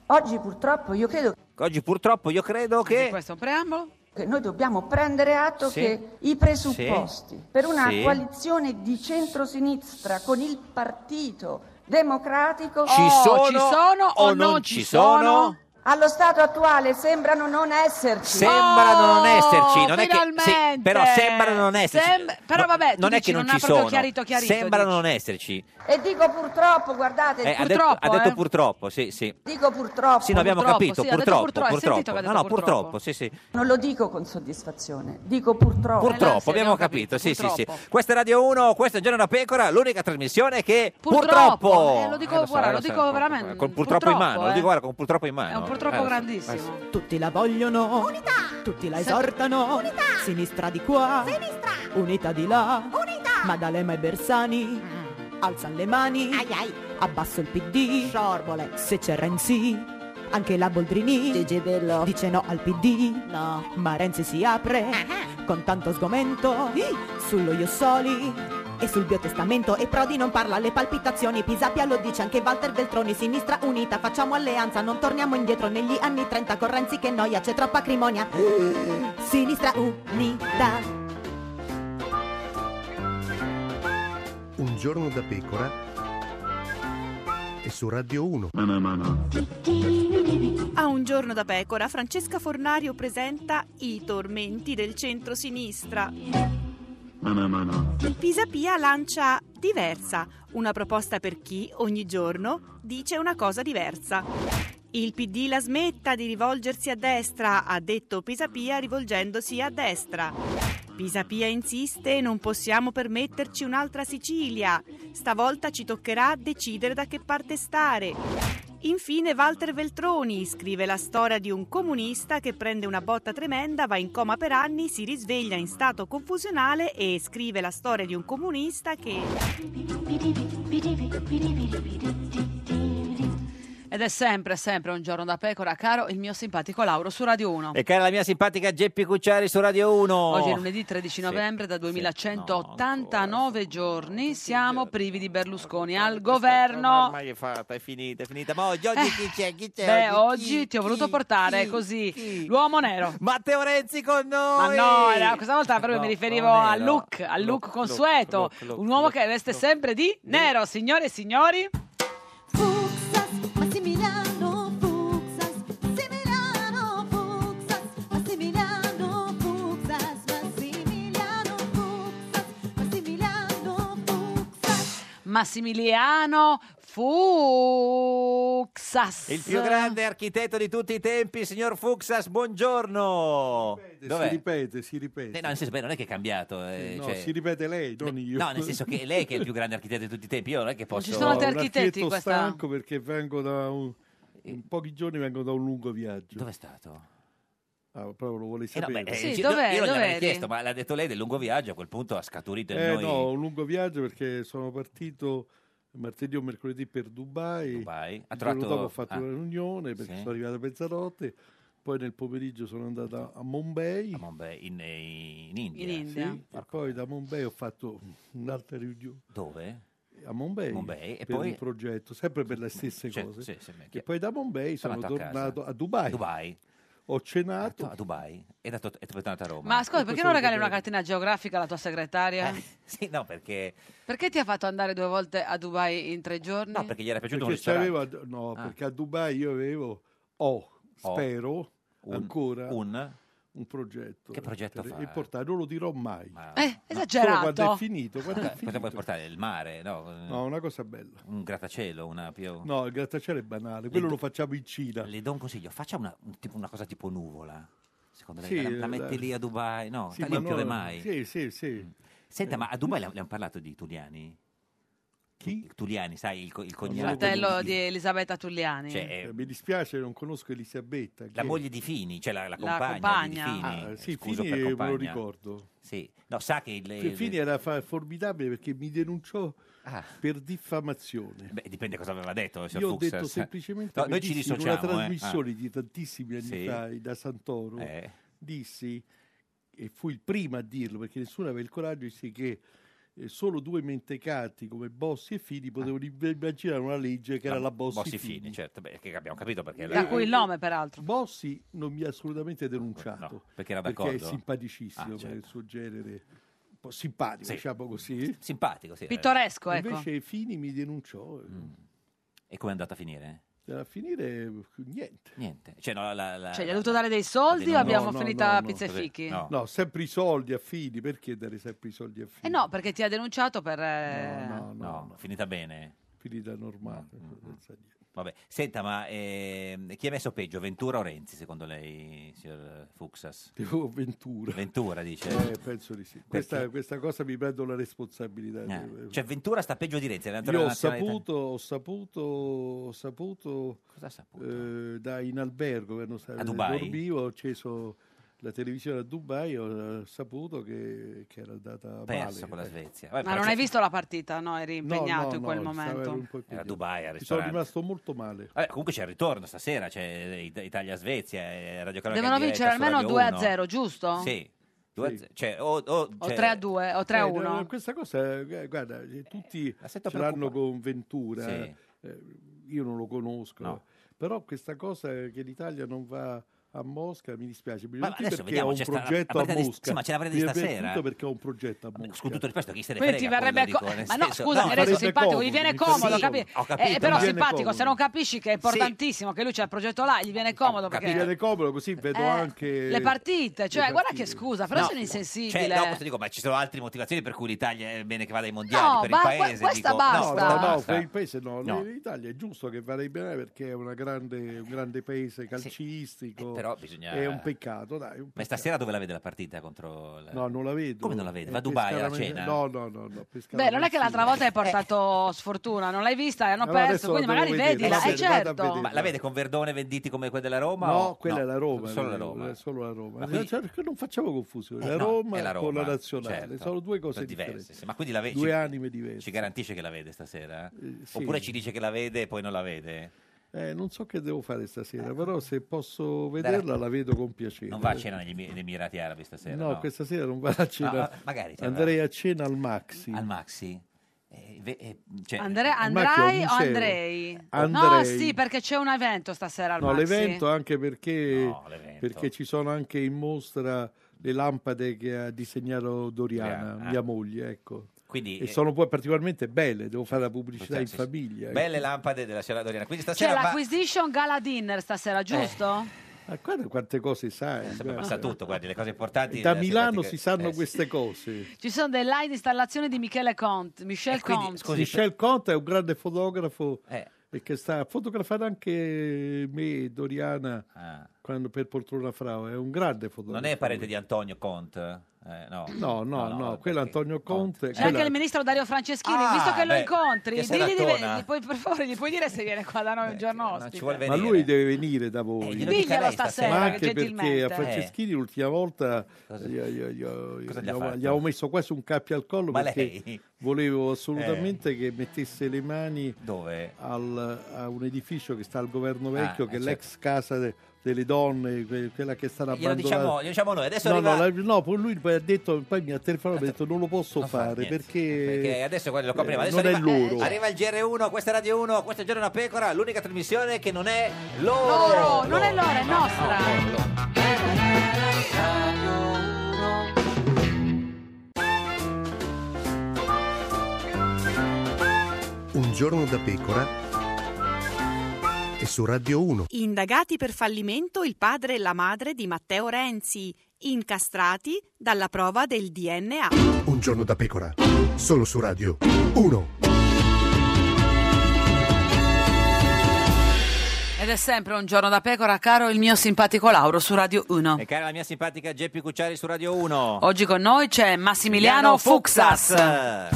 Speaker 7: Oggi purtroppo io credo
Speaker 2: Eh, oggi purtroppo io credo che...
Speaker 1: Questo è un preambolo.
Speaker 7: che noi dobbiamo prendere atto
Speaker 2: Sì.
Speaker 7: che i presupposti
Speaker 2: Sì.
Speaker 7: per una
Speaker 2: Sì.
Speaker 7: coalizione di centrosinistra con il Partito Democratico
Speaker 2: Ci
Speaker 1: Oh,
Speaker 2: sono,
Speaker 1: ci sono o non ci sono?
Speaker 7: allo stato attuale sembrano non esserci.
Speaker 2: Sembrano non esserci, non è che
Speaker 1: Oh, finalmente!
Speaker 2: sì, però sembrano non esserci.
Speaker 1: Sem- però
Speaker 2: No,
Speaker 1: vabbè, tu
Speaker 2: non è
Speaker 1: dici,
Speaker 2: che non,
Speaker 1: non ha
Speaker 2: ci
Speaker 1: proprio
Speaker 2: sono.
Speaker 1: chiarito, chiarito,
Speaker 2: sembrano
Speaker 1: dici.
Speaker 2: non esserci.
Speaker 7: E dico purtroppo, guardate,
Speaker 2: Eh, ha detto-
Speaker 1: Purtroppo,
Speaker 2: ha detto
Speaker 1: eh.
Speaker 2: purtroppo, sì, sì.
Speaker 7: dico purtroppo.
Speaker 2: Sì, no, abbiamo
Speaker 1: Purtroppo,
Speaker 2: capito,
Speaker 1: sì, ha detto
Speaker 2: purtroppo,
Speaker 1: purtroppo, hai sentito che ha
Speaker 2: No, no,
Speaker 1: detto purtroppo? Eh,
Speaker 2: purtroppo, sì, sì.
Speaker 7: Non lo dico con soddisfazione, dico purtroppo.
Speaker 2: Purtroppo,
Speaker 1: l'ansia,
Speaker 2: abbiamo
Speaker 1: abbiamo
Speaker 2: capito,
Speaker 1: capito,
Speaker 2: sì, sì, sì.
Speaker 1: purtroppo.
Speaker 2: Questa è Radio 1, questa è Giorno da Pecora, l'unica trasmissione che
Speaker 1: Purtroppo,
Speaker 2: purtroppo...
Speaker 1: eh, lo dico,
Speaker 2: so,
Speaker 1: guarda, lo
Speaker 2: so,
Speaker 1: dico
Speaker 2: con-
Speaker 1: veramente,
Speaker 2: Con purtroppo in
Speaker 1: purtroppo,
Speaker 2: mano, lo
Speaker 1: eh.
Speaker 2: dico guarda, con purtroppo in mano.
Speaker 1: È un purtroppo
Speaker 2: Eh,
Speaker 1: grandissimo.
Speaker 8: Tutti la vogliono, unità! Tutti la esortano, unità! Sinistra di qua, sinistra! Unità di là, unità! Maddalema e Bersani, alzano le mani, ai ai! Abbasso il PD, sciorvole! Se c'è Renzi, anche la Boldrini, Gigi Bello, dice no al PD, no! Ah, Ma Renzi si apre, con tanto sgomento, sullo io soli! E sul biotestamento e Prodi non parla alle palpitazioni Pisapia lo dice anche Walter Veltroni Sinistra unita, facciamo alleanza Non torniamo indietro negli anni 30 Con Renzi che noia, c'è troppa acrimonia Sinistra unita
Speaker 9: Un giorno da pecora e su Radio 1.
Speaker 10: A un giorno da pecora, Francesca Fornario presenta I tormenti del centro-sinistra. Pisapia lancia Diversa, una proposta per chi ogni giorno dice una cosa diversa. Il PD la smetta di rivolgersi a destra, ha detto Pisapia rivolgendosi a destra. Pisapia insiste, non possiamo permetterci un'altra Sicilia. Stavolta ci toccherà decidere da che parte stare. Infine Walter Veltroni scrive la storia di un comunista che prende una botta tremenda, va in coma per anni, si risveglia in stato confusionale e scrive la storia di un comunista che...
Speaker 1: Ed è sempre, sempre un giorno da pecora, caro il mio simpatico Lauro su Radio 1.
Speaker 2: E cara la mia simpatica Geppi Cucciari su Radio 1.
Speaker 1: Oggi è lunedì 13 novembre, da
Speaker 2: Sì,
Speaker 1: 2189 giorni siamo privi di Berlusconi al
Speaker 2: No,
Speaker 1: governo.
Speaker 2: ormai è fatta, è finita, è finita. Ma oggi, oggi
Speaker 1: Eh,
Speaker 2: chi c'è? Chi c'è?
Speaker 1: Beh,
Speaker 2: Chi?
Speaker 1: oggi ti ho voluto
Speaker 2: Chi?
Speaker 1: portare
Speaker 2: Chi?
Speaker 1: così
Speaker 2: Chi?
Speaker 1: l'uomo nero.
Speaker 2: Matteo Renzi con
Speaker 1: Ma
Speaker 2: noi!
Speaker 1: no, era- questa volta proprio
Speaker 2: No,
Speaker 1: mi riferivo
Speaker 2: non
Speaker 1: al
Speaker 2: nero.
Speaker 1: look, al look,
Speaker 2: Look,
Speaker 1: consueto.
Speaker 2: look, look,
Speaker 1: un uomo
Speaker 2: look,
Speaker 1: che veste
Speaker 2: look.
Speaker 1: sempre di nero, signore e signori.
Speaker 4: Fuxas, Massimiliano, Fuxas, Massimiliano, Fuxas, Massimiliano, Fuxas, Massimiliano, Fuxas, Massimiliano, Fuxas.
Speaker 1: Massimiliano Fuxas.
Speaker 2: Il
Speaker 11: Ah.
Speaker 2: più grande architetto di tutti i tempi, signor Fuxas, buongiorno! Dov'è?
Speaker 11: Si ripete, si ripete.
Speaker 2: Eh, no, nel senso, beh, non è che è cambiato. eh,
Speaker 11: No,
Speaker 2: cioè-
Speaker 11: si ripete lei, non io.
Speaker 2: No, nel senso che è lei che è il più grande architetto di tutti i tempi, io non è che posso...
Speaker 1: ci sono altri
Speaker 11: un
Speaker 1: architetti
Speaker 11: architetto
Speaker 1: in questa-
Speaker 11: stanco perché vengo da un... In pochi giorni vengo da un lungo viaggio.
Speaker 2: Dove è stato?
Speaker 11: Ah, proprio lo vuole
Speaker 2: Eh, no,
Speaker 11: sapere.
Speaker 2: beh,
Speaker 1: Sì,
Speaker 2: ci- no, Io
Speaker 1: dov'è?
Speaker 2: non gliel'avrei
Speaker 1: Dov'eri?
Speaker 2: chiesto, ma l'ha detto lei del lungo viaggio, a quel punto ha scaturito in
Speaker 11: Eh,
Speaker 2: noi
Speaker 11: no, un lungo viaggio perché sono partito martedì o mercoledì per Dubai.
Speaker 2: Dubai. Ha
Speaker 11: Il giorno
Speaker 2: trovato-
Speaker 11: dopo ho fatto
Speaker 2: ah.
Speaker 11: una riunione perché
Speaker 2: Sì.
Speaker 11: sono arrivato a Pezzarotte. Poi nel pomeriggio sono andato a Mumbai.
Speaker 2: a Mumbai, in, in India.
Speaker 1: In India.
Speaker 11: sì, e poi da Mumbai ho fatto un'altra riunione.
Speaker 2: Dove?
Speaker 11: a Mumbai,
Speaker 2: Mumbai, e
Speaker 11: per
Speaker 2: poi-
Speaker 11: un progetto, sempre per le stesse
Speaker 2: Cioè,
Speaker 11: cose.
Speaker 2: sì, sì, beh,
Speaker 11: e
Speaker 2: chiaro.
Speaker 11: poi da Mumbai sono
Speaker 2: Tornato a casa.
Speaker 11: tornato a, Dubai.
Speaker 2: Dubai.
Speaker 11: Ho
Speaker 2: Ah,
Speaker 11: cenato.
Speaker 2: tu- A Dubai. E dato- e poi è tornato a Roma.
Speaker 1: Ma scusa, perché
Speaker 11: questo
Speaker 1: non
Speaker 11: lo
Speaker 1: regali una
Speaker 11: sapevo.
Speaker 1: cartina geografica alla tua segretaria?
Speaker 2: Eh, sì, no, perché...
Speaker 1: Perché ti ha fatto andare due volte a Dubai in tre giorni?
Speaker 2: No, perché gli era piaciuto
Speaker 11: Eh. perché,
Speaker 2: un ristorante.
Speaker 11: c'avevo a- no,
Speaker 2: Ah.
Speaker 11: perché a Dubai io avevo, ho, spero,
Speaker 2: Un-
Speaker 11: ancora un,
Speaker 2: Un...
Speaker 11: progetto.
Speaker 2: Che progetto
Speaker 11: per-
Speaker 2: fa?
Speaker 11: importante, non lo dirò mai.
Speaker 2: Ma...
Speaker 1: Eh,
Speaker 11: Solo quando
Speaker 1: esagerato.
Speaker 11: è finito, quando è
Speaker 2: Cosa- Cosa puoi
Speaker 11: finito.
Speaker 2: portare? Il mare? No,
Speaker 11: No, una cosa bella.
Speaker 2: un grattacielo, una più...
Speaker 11: No, il grattacielo è banale, quello
Speaker 2: do-
Speaker 11: lo facciamo in Cina.
Speaker 2: Le do un consiglio, faccia una, un tipo- una cosa tipo nuvola. Secondo lei
Speaker 11: Sì,
Speaker 2: la, la
Speaker 11: eh,
Speaker 2: metti
Speaker 11: dai.
Speaker 2: lì a Dubai? No,
Speaker 11: Sì,
Speaker 2: da lì
Speaker 11: ma
Speaker 2: non piove
Speaker 11: no,
Speaker 2: mai. Mm.
Speaker 11: Sì, Eh. sì, sì.
Speaker 2: Senta, ma a Dubai le, le hanno parlato di Tuliani? Chi? Tuliani, sai, il, co- il
Speaker 1: Il
Speaker 2: cognato.
Speaker 1: fratello di Elisabetta Tulliani.
Speaker 2: Cioè,
Speaker 11: Eh, mi dispiace, non conosco Elisabetta.
Speaker 2: La
Speaker 11: che-
Speaker 2: moglie di Fini, cioè la, la
Speaker 11: La
Speaker 2: compagna,
Speaker 11: compagna.
Speaker 2: di Fini. Eh,
Speaker 11: Ah, sì,
Speaker 2: scuso
Speaker 11: Fini
Speaker 2: per
Speaker 11: me lo
Speaker 2: compagna.
Speaker 11: ricordo.
Speaker 2: Sì, no, sa che il,
Speaker 11: Fe- Fini era fa- formidabile perché mi denunciò per diffamazione.
Speaker 2: Ah. Beh, dipende cosa aveva detto. signor
Speaker 11: Io ho
Speaker 2: Fuchs.
Speaker 11: detto semplicemente
Speaker 2: No,
Speaker 11: che
Speaker 2: noi ci
Speaker 11: dissi in
Speaker 2: dissociamo.
Speaker 11: una
Speaker 2: eh. Ah.
Speaker 11: trasmissione di tantissimi anni
Speaker 2: Sì.
Speaker 11: fa da Santoro
Speaker 2: Eh.
Speaker 11: dissi e fui il primo a dirlo perché nessuno aveva il coraggio dissi che eh, solo due mentecati come Bossi e Fini potevano immaginare una legge che era la Bossi,
Speaker 2: Ah. Bossi
Speaker 11: Fini.
Speaker 2: Fini, certo, beh, che abbiamo capito perché
Speaker 11: Eh,
Speaker 2: la-
Speaker 1: Da cui il nome, peraltro.
Speaker 11: Bossi non mi ha assolutamente denunciato
Speaker 2: perché era
Speaker 11: è
Speaker 2: d'accordo?
Speaker 11: simpaticissimo
Speaker 2: Ah, certo.
Speaker 11: per il suo genere un po' simpatico
Speaker 2: Sì.
Speaker 11: diciamo così
Speaker 2: Simpatico, sì. Mm.
Speaker 1: Pittoresco, ecco.
Speaker 11: invece Fini mi denunciò eh,
Speaker 2: E come è andata a finire?
Speaker 11: a finire eh, niente
Speaker 2: Niente. Cioè, no, la- la-
Speaker 1: Cioè, gli ha dovuto dare dei soldi o abbiamo finito a pizza e fichi?
Speaker 11: No. No, sempre i soldi a Fini, perché dare sempre i soldi a Fini?
Speaker 1: Eh no, perché ti ha denunciato per... eh,
Speaker 2: no, finita bene.
Speaker 11: Finita normale. senza Esatto, niente.
Speaker 2: Mm, Vabbè, senta, ma ehm, chi ha messo peggio, Ventura o Renzi, secondo lei, signor Fuxas?
Speaker 11: Oh, Ventura.
Speaker 2: Ventura, dice.
Speaker 11: Eh, penso di sì. Questa,
Speaker 2: Perché?
Speaker 11: questa cosa mi prendo la responsabilità. eh,
Speaker 2: Eh, Cioè, Ventura sta peggio di Renzi. è l'allenatore
Speaker 11: Io ho
Speaker 2: della nazionale
Speaker 11: saputo, ho saputo, ho saputo, eh, da, in albergo, che non sa-
Speaker 2: A Dubai?
Speaker 11: dormivo, ho acceso la televisione a Dubai, ho eh, saputo che, che era andata
Speaker 2: italiana. Perso
Speaker 11: male. ecco.
Speaker 2: con la Svezia.
Speaker 1: Ma non hai visto la partita? No, eri impegnato
Speaker 11: no,
Speaker 1: in quel
Speaker 11: no,
Speaker 1: momento.
Speaker 11: stavo- un po'
Speaker 2: Era Eh, a Dubai, al
Speaker 11: Ci sono
Speaker 2: ristorante.
Speaker 11: rimasto molto male.
Speaker 2: Vabbè, comunque c'è il ritorno stasera, c'è It- Italia-Svezia, eh, Radio Cronaca
Speaker 1: Devono
Speaker 2: in diretta su
Speaker 1: vincere almeno
Speaker 2: Radio
Speaker 1: 2 a
Speaker 2: 1.
Speaker 1: 0, giusto?
Speaker 2: Sì. Due a ze- cioè, o, o-
Speaker 1: O
Speaker 2: cioè-
Speaker 1: 3 a 2, o 3 a
Speaker 11: Eh,
Speaker 1: 1.
Speaker 11: eh, questa cosa, eh, guarda, eh, tutti ce
Speaker 2: sento
Speaker 11: l'hanno con Ventura,
Speaker 2: Sì.
Speaker 11: eh, io non lo conosco, però questa cosa che l'Italia non va a Mosca mi dispiace, mi
Speaker 2: Ma
Speaker 11: perché
Speaker 2: adesso vediamo,
Speaker 11: ha un
Speaker 2: c'è sta la-
Speaker 11: progetto
Speaker 2: la
Speaker 11: a
Speaker 2: partita di-
Speaker 11: Mosca.
Speaker 2: sì, ma c'è la partita
Speaker 11: Mi
Speaker 2: di
Speaker 11: è piaciuto
Speaker 2: stasera.
Speaker 11: perché ho un progetto a Mosca.
Speaker 2: Con tutto il rispetto, chi se ne
Speaker 1: Quindi
Speaker 2: eh, frega?
Speaker 1: ti verrebbe
Speaker 2: quello
Speaker 1: co-
Speaker 2: dico, nel
Speaker 1: ma no,
Speaker 2: senso-
Speaker 1: scusa,
Speaker 2: no,
Speaker 1: era
Speaker 2: farebbe
Speaker 1: simpatico, gli viene comodo,
Speaker 2: Sì,
Speaker 1: capi-
Speaker 2: ho capito,
Speaker 1: eh, però
Speaker 2: ma-
Speaker 1: simpatico,
Speaker 11: comodo.
Speaker 1: se non capisci che è importantissimo che lui c'è il progetto là, gli viene comodo perché
Speaker 11: Mi viene comodo così vedo
Speaker 1: Eh,
Speaker 11: anche
Speaker 1: le partite, cioè
Speaker 11: le
Speaker 1: guarda
Speaker 11: partite.
Speaker 1: che scusa, però
Speaker 2: No,
Speaker 1: sono
Speaker 2: Cioè,
Speaker 1: insensibile.
Speaker 2: no, questo dico, ma ci sono altre motivazioni per cui l'Italia è bene che vada ai mondiali,
Speaker 1: No,
Speaker 2: per
Speaker 1: ba-
Speaker 2: il
Speaker 1: que-
Speaker 2: paese.
Speaker 1: questa
Speaker 2: dico,
Speaker 1: basta.
Speaker 2: No,
Speaker 11: No,
Speaker 2: basta.
Speaker 11: per il paese no,
Speaker 2: No.
Speaker 11: l'Italia è giusto che vada bene perché è una grande- un grande paese calcistico,
Speaker 2: Eh, però bisogna-
Speaker 11: è un peccato, dai, è un
Speaker 2: Ma stasera dove la vede la partita contro la...
Speaker 11: No, non la vedo.
Speaker 2: Come non la vede? Va a
Speaker 11: Eh,
Speaker 2: Dubai alla
Speaker 11: pescara-
Speaker 2: cena?
Speaker 11: No, no, no. no
Speaker 1: Beh, non è che l'altra
Speaker 2: Eh.
Speaker 1: volta hai portato sfortuna, non l'hai vista e hanno
Speaker 11: Allora
Speaker 1: perso,
Speaker 11: adesso
Speaker 1: quindi
Speaker 11: la devo
Speaker 1: magari
Speaker 11: vedere,
Speaker 1: vedila,
Speaker 11: vado a
Speaker 1: eh
Speaker 11: vedere, vado a
Speaker 1: certo.
Speaker 2: Ma la vede con Verdone venditi come quella della Roma?
Speaker 11: No,
Speaker 2: o-
Speaker 11: quella è la Roma.
Speaker 2: Solo la
Speaker 11: eh,
Speaker 2: Roma.
Speaker 11: Solo la Roma.
Speaker 2: Ma quindi-
Speaker 11: Cioè, perché non facciamo confusione.
Speaker 2: Eh,
Speaker 11: La,
Speaker 2: no,
Speaker 11: Roma
Speaker 2: è la
Speaker 11: con la
Speaker 2: Roma,
Speaker 11: nazionale.
Speaker 2: certo.
Speaker 11: Sono due cose
Speaker 2: Sono
Speaker 11: diverse.
Speaker 2: sì, Ma quindi la vede?
Speaker 11: Due anime diverse. Eh,
Speaker 2: Ci garantisce che la vede stasera?
Speaker 11: sì.
Speaker 2: Oppure ci dice che la vede e poi non la vede?
Speaker 11: Eh, non so che devo fare stasera, però se posso vederla la vedo con piacere.
Speaker 2: Ecco. Non va a cena negli Emi- negli Emirati Arabi stasera?
Speaker 11: No,
Speaker 2: No,
Speaker 11: questa sera non vado a cena.
Speaker 2: Ah, ah, magari ci andrà.
Speaker 11: Andrei a cena al Maxi. Al
Speaker 2: Maxi? cioè-
Speaker 1: Andre-
Speaker 11: Il Macchio è un
Speaker 1: andrai o
Speaker 11: museo.
Speaker 1: Andrei? No,
Speaker 11: Andrei.
Speaker 1: sì, perché c'è un evento stasera al
Speaker 11: No,
Speaker 1: Maxi.
Speaker 11: l'evento anche perché, perché ci sono anche in mostra le lampade che ha disegnato Doriana,
Speaker 2: Doriana,
Speaker 11: mia
Speaker 2: ah.
Speaker 11: moglie, ecco.
Speaker 2: Quindi,
Speaker 11: e
Speaker 2: eh,
Speaker 11: sono poi particolarmente belle, devo fare la pubblicità
Speaker 2: sì,
Speaker 11: in
Speaker 2: sì.
Speaker 11: famiglia.
Speaker 2: Belle
Speaker 11: ecco.
Speaker 2: lampade della signora Doriana. Quindi
Speaker 1: C'è
Speaker 2: stasera va... Eh.
Speaker 1: l'acquisition gala dinner stasera, giusto?
Speaker 11: Ma Ah, guarda quante cose sai.
Speaker 2: Ma
Speaker 11: guarda.
Speaker 2: sa tutto, guardi, le cose importanti...
Speaker 11: Da
Speaker 2: eh,
Speaker 11: Milano
Speaker 2: pratica-
Speaker 11: si sanno
Speaker 2: eh, sì.
Speaker 11: queste cose.
Speaker 1: Ci sono delle live installazioni di Michele Conte, Michel Conte.
Speaker 11: Michel Conte è un grande fotografo
Speaker 2: eh,
Speaker 11: e che sta a fotografare anche me e Doriana quando, per Poltrona Frau. È un grande fotografo.
Speaker 2: Ah. Non è parente di Antonio Conte? Eh, no.
Speaker 11: No, no, no, quello è Antonio Conte.
Speaker 1: C'è anche il ministro Dario Franceschini,
Speaker 2: Ah,
Speaker 1: visto che lo
Speaker 2: beh,
Speaker 1: incontri,
Speaker 2: che
Speaker 1: digli di ve-
Speaker 2: seratona.
Speaker 1: gli puoi- per favore gli puoi dire se viene qua da noi un giorno ospite.
Speaker 11: Ma lui deve venire da
Speaker 2: Eh,
Speaker 11: voi.
Speaker 1: glielo dica Diglielo lei stasera,
Speaker 11: Ma anche
Speaker 1: gentilmente.
Speaker 11: perché a
Speaker 1: Eh.
Speaker 11: Franceschini l'ultima volta gli, gli- gli ho-
Speaker 2: Cosa gli
Speaker 11: gli
Speaker 2: ha
Speaker 11: ho-
Speaker 2: fatto?
Speaker 11: gli avevo messo quasi un cappio al collo
Speaker 2: Ma
Speaker 11: perché
Speaker 2: lei? Eh.
Speaker 11: volevo assolutamente che mettesse le mani
Speaker 2: Dove?
Speaker 11: al- a un edificio che sta al governo vecchio,
Speaker 2: Ah,
Speaker 11: che
Speaker 2: eh,
Speaker 11: è l'ex casa de- delle donne, que- quella che è stata
Speaker 2: Glielo
Speaker 11: abbandonata.
Speaker 2: diciamo- glielo diciamo noi, adesso
Speaker 11: no, no,
Speaker 2: arriva-
Speaker 11: la- no, poi lui poi ha detto, poi mi ha telefonato e mi ha detto non lo posso
Speaker 2: niente,
Speaker 11: fare
Speaker 2: eh,
Speaker 11: perché,
Speaker 2: Perché adesso guarda, lo copriamo.
Speaker 11: eh,
Speaker 2: Adesso
Speaker 11: non
Speaker 2: arriva,
Speaker 11: è loro.
Speaker 2: arriva il GR1, questa è Radio 1, questo è Giorno una Pecora, l'unica trasmissione che non è loro.
Speaker 1: Loro, non è loro, è nostra.
Speaker 9: Un giorno da pecora e su Radio 1.
Speaker 10: Indagati per fallimento il padre e la madre di Matteo Renzi, incastrati dalla prova del DNA.
Speaker 9: Un giorno da pecora, solo su Radio 1.
Speaker 1: Ed è sempre un giorno da pecora, caro il mio simpatico Lauro su Radio 1.
Speaker 2: E cara la mia simpatica Geppi Cucciari su Radio 1.
Speaker 1: Oggi con noi c'è Massimiliano Fuxas.
Speaker 4: Massimiliano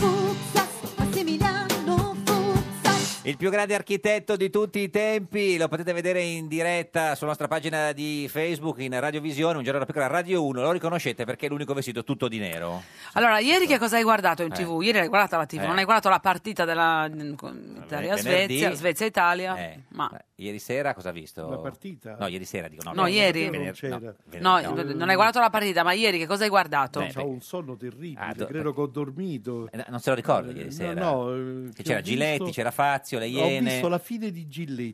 Speaker 2: Il più grande architetto di tutti i tempi, lo potete vedere in diretta sulla nostra pagina di Facebook in Radiovisione, un giorno da piccola Radio 1, lo riconoscete perché è l'unico vestito tutto di nero.
Speaker 1: Allora, ieri che cosa hai guardato in
Speaker 2: Eh.
Speaker 1: tv? Ieri hai guardato la tv,
Speaker 2: Eh.
Speaker 1: non hai guardato la partita della Italia-Svezia,
Speaker 2: venerdì.
Speaker 1: Svezia-Italia,
Speaker 2: Eh.
Speaker 1: ma...
Speaker 2: Ieri sera cosa ha visto?
Speaker 11: La partita?
Speaker 2: No, ieri sera dico no.
Speaker 1: No,
Speaker 2: venerdì.
Speaker 1: ieri.
Speaker 2: Vener- no,
Speaker 1: No,
Speaker 2: venerdì,
Speaker 1: n- non hai guardato la partita, ma ieri che cosa hai guardato?
Speaker 2: Beh,
Speaker 11: Ho un sonno terribile,
Speaker 2: Ah,
Speaker 11: credo che ho dormito.
Speaker 2: Eh, non se lo ricordo ieri sera.
Speaker 11: No, no, eh,
Speaker 2: Che c'era
Speaker 11: ho
Speaker 2: Giletti,
Speaker 11: visto-
Speaker 2: c'era Fazio, le Iene. Ah,
Speaker 11: Ho visto la fine di Giletti.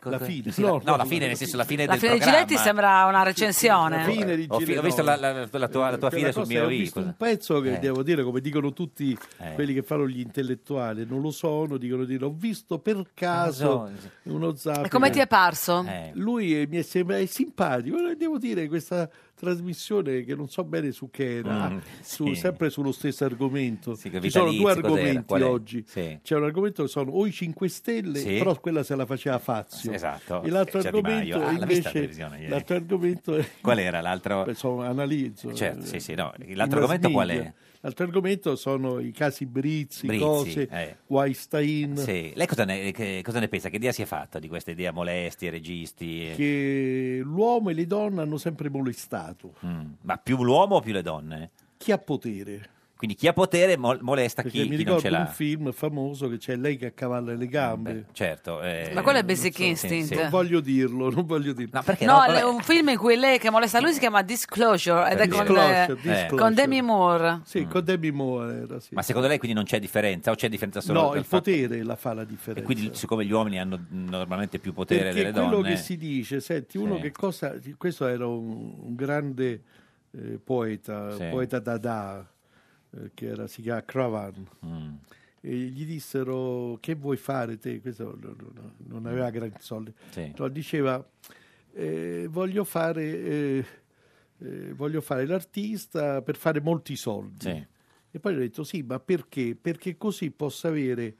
Speaker 11: La fine,
Speaker 2: Sì, la- no, la fine, nel senso la fine
Speaker 1: la
Speaker 2: del
Speaker 1: fine di
Speaker 2: programma.
Speaker 1: Giletti sembra una recensione.
Speaker 11: La fine di
Speaker 2: Ho, fi- ho
Speaker 11: Giletti.
Speaker 2: visto la, la- la tua, la tua
Speaker 11: Quella
Speaker 2: fine sul
Speaker 11: cosa,
Speaker 2: mio
Speaker 11: Ho visto
Speaker 2: ricco.
Speaker 11: un pezzo che
Speaker 2: Eh.
Speaker 11: devo dire, come dicono tutti
Speaker 2: Eh.
Speaker 11: quelli che fanno gli intellettuali, non lo sono, dicono di ho visto per caso
Speaker 2: Non so,
Speaker 11: uno zapping.
Speaker 1: E come ti è parso?
Speaker 11: Lui eh, mi è sembra è simpatico, eh, devo dire questa trasmissione che non so bene su che era,
Speaker 2: Mm,
Speaker 11: su-
Speaker 2: sì.
Speaker 11: sempre sullo stesso argomento.
Speaker 2: che
Speaker 11: Ci sono due
Speaker 2: vitalizio, cos'era? Qual
Speaker 11: argomenti
Speaker 2: è?
Speaker 11: oggi.
Speaker 2: Sì.
Speaker 11: C'è un argomento che sono o i 5 Stelle,
Speaker 2: Sì.
Speaker 11: però quella se la faceva Fazio.
Speaker 2: Esatto.
Speaker 11: E l'altro
Speaker 2: C'è Di Maio.
Speaker 11: argomento
Speaker 2: Ah, l'ha vista la
Speaker 11: invece
Speaker 2: televisione ieri?
Speaker 11: l'altro argomento è
Speaker 2: Qual era l'altro?
Speaker 11: Insomma, analizzo. eh,
Speaker 2: Certo, sì, sì, no.
Speaker 11: i
Speaker 2: L'altro
Speaker 11: mass
Speaker 2: argomento qual
Speaker 11: media.
Speaker 2: è?
Speaker 11: L'altro argomento sono i casi Brizzi,
Speaker 2: Brizzi,
Speaker 11: cose,
Speaker 2: eh.
Speaker 11: Weinstein.
Speaker 2: Sì. Lei cosa ne, che- cosa ne pensa? Che idea si è fatta di questa idea molestie, registi?
Speaker 11: Che l'uomo e le donne hanno sempre molestato.
Speaker 2: Mm. Ma più l'uomo o più le donne?
Speaker 11: Chi ha potere?
Speaker 2: Quindi chi ha potere mol- molesta
Speaker 11: Perché
Speaker 2: chi,
Speaker 11: Cioè, mi
Speaker 2: chi non ce
Speaker 11: ricordo
Speaker 2: l'ha.
Speaker 11: un film famoso che c'è lei che accavalla le gambe.
Speaker 2: certo. eh,
Speaker 1: Ma quello è Basic
Speaker 2: sì,
Speaker 1: Instinct.
Speaker 2: sì.
Speaker 11: Non voglio dirlo, non voglio dirlo.
Speaker 2: No, perché
Speaker 1: No,
Speaker 2: no?
Speaker 1: è un film in cui lei che molesta lui si chiama Disclosure ed è con,
Speaker 11: Disclosure,
Speaker 1: eh,
Speaker 11: Disclosure.
Speaker 1: con Demi Moore.
Speaker 11: Sì,
Speaker 2: Mm.
Speaker 11: con Demi Moore era, sì.
Speaker 2: Ma secondo lei quindi non c'è differenza? O c'è differenza solo
Speaker 11: No,
Speaker 2: dal
Speaker 11: il
Speaker 2: fatto-
Speaker 11: potere la fa la
Speaker 2: E
Speaker 11: differenza.
Speaker 2: quindi siccome gli uomini hanno normalmente più potere
Speaker 11: Perché
Speaker 2: delle
Speaker 11: quello
Speaker 2: donne...
Speaker 11: che si dice, senti, uno
Speaker 2: Sì.
Speaker 11: che cosa... Questo era un, un grande eh, poeta,
Speaker 2: Sì.
Speaker 11: poeta Dada, eh, che era, si chiama Cravan.
Speaker 2: Mm.
Speaker 11: E gli dissero, che vuoi fare te? Questo no, no, no, non aveva grandi soldi.
Speaker 2: Sì.
Speaker 11: No, diceva, eh, voglio fare... eh, eh, voglio fare l'artista per fare molti soldi.
Speaker 2: Sì.
Speaker 11: E poi ho detto sì, ma perché? Perché così possa avere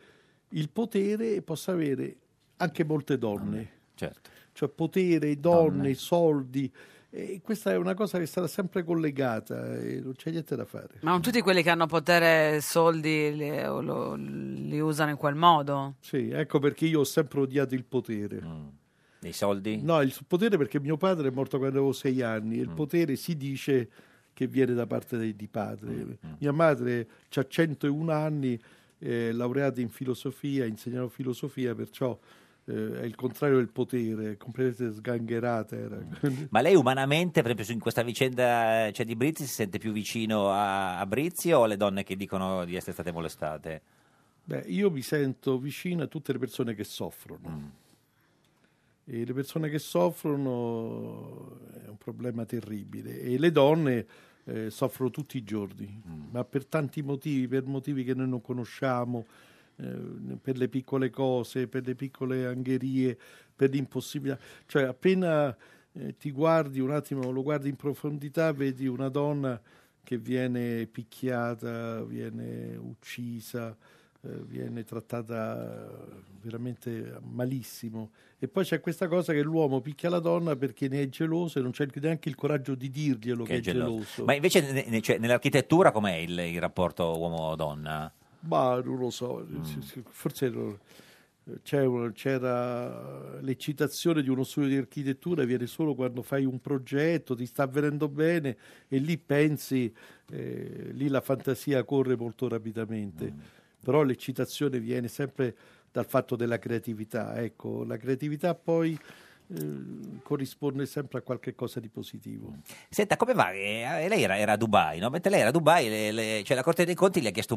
Speaker 11: il potere e possa avere anche molte donne.
Speaker 2: Certo.
Speaker 11: Cioè potere, donne, soldi. E questa è una cosa che sarà sempre collegata e non c'è niente da fare.
Speaker 1: Ma non tutti quelli che hanno potere e soldi li, o lo- li usano in quel modo?
Speaker 11: Sì, ecco perché io ho sempre odiato il potere.
Speaker 2: Dei soldi?
Speaker 11: No, il potere perché mio padre è morto quando avevo sei anni e il potere si dice che viene da parte dei- di padre. Mia madre ha 101 anni, è laureata in filosofia, insegnava filosofia, perciò eh, è il contrario del potere, è completamente sgangherata. Era.
Speaker 2: Ma lei umanamente, per esempio, su- in questa vicenda eh, cioè, di Brizzi, si sente più vicino a, a Brizzi o alle donne che dicono di essere state molestate?
Speaker 11: Beh, io mi sento vicino a tutte le persone che soffrono. E le persone che soffrono eh, è un problema terribile e le donne eh, soffrono tutti i giorni, ma per tanti motivi, per motivi che noi non conosciamo, eh, per le piccole cose, per le piccole angherie, per l'impossibilità. Cioè, appena eh, ti guardi un attimo, lo guardi in profondità, vedi una donna che viene picchiata, viene uccisa, eh, viene trattata eh, veramente malissimo. E poi c'è questa cosa che l'uomo picchia la donna perché ne è geloso e non c'è neanche il coraggio di dirglielo che, è geloso.
Speaker 2: Ma invece ne- ne- cioè, nell'architettura com'è il, il rapporto uomo-donna?
Speaker 11: Ma non lo so, si- si- forse non- c'è un- c'era l'eccitazione di uno studio di architettura viene solo quando fai un progetto, ti sta avvenendo bene e lì pensi, eh, lì la fantasia corre molto rapidamente, però l'eccitazione viene sempre dal fatto della creatività, ecco, la creatività poi eh, corrisponde sempre a qualche cosa di positivo.
Speaker 2: Senta, come va? Eh, eh, lei era, era a Dubai, no? Mentre lei era a Dubai, le- le- cioè, la Corte dei Conti le ha chiesto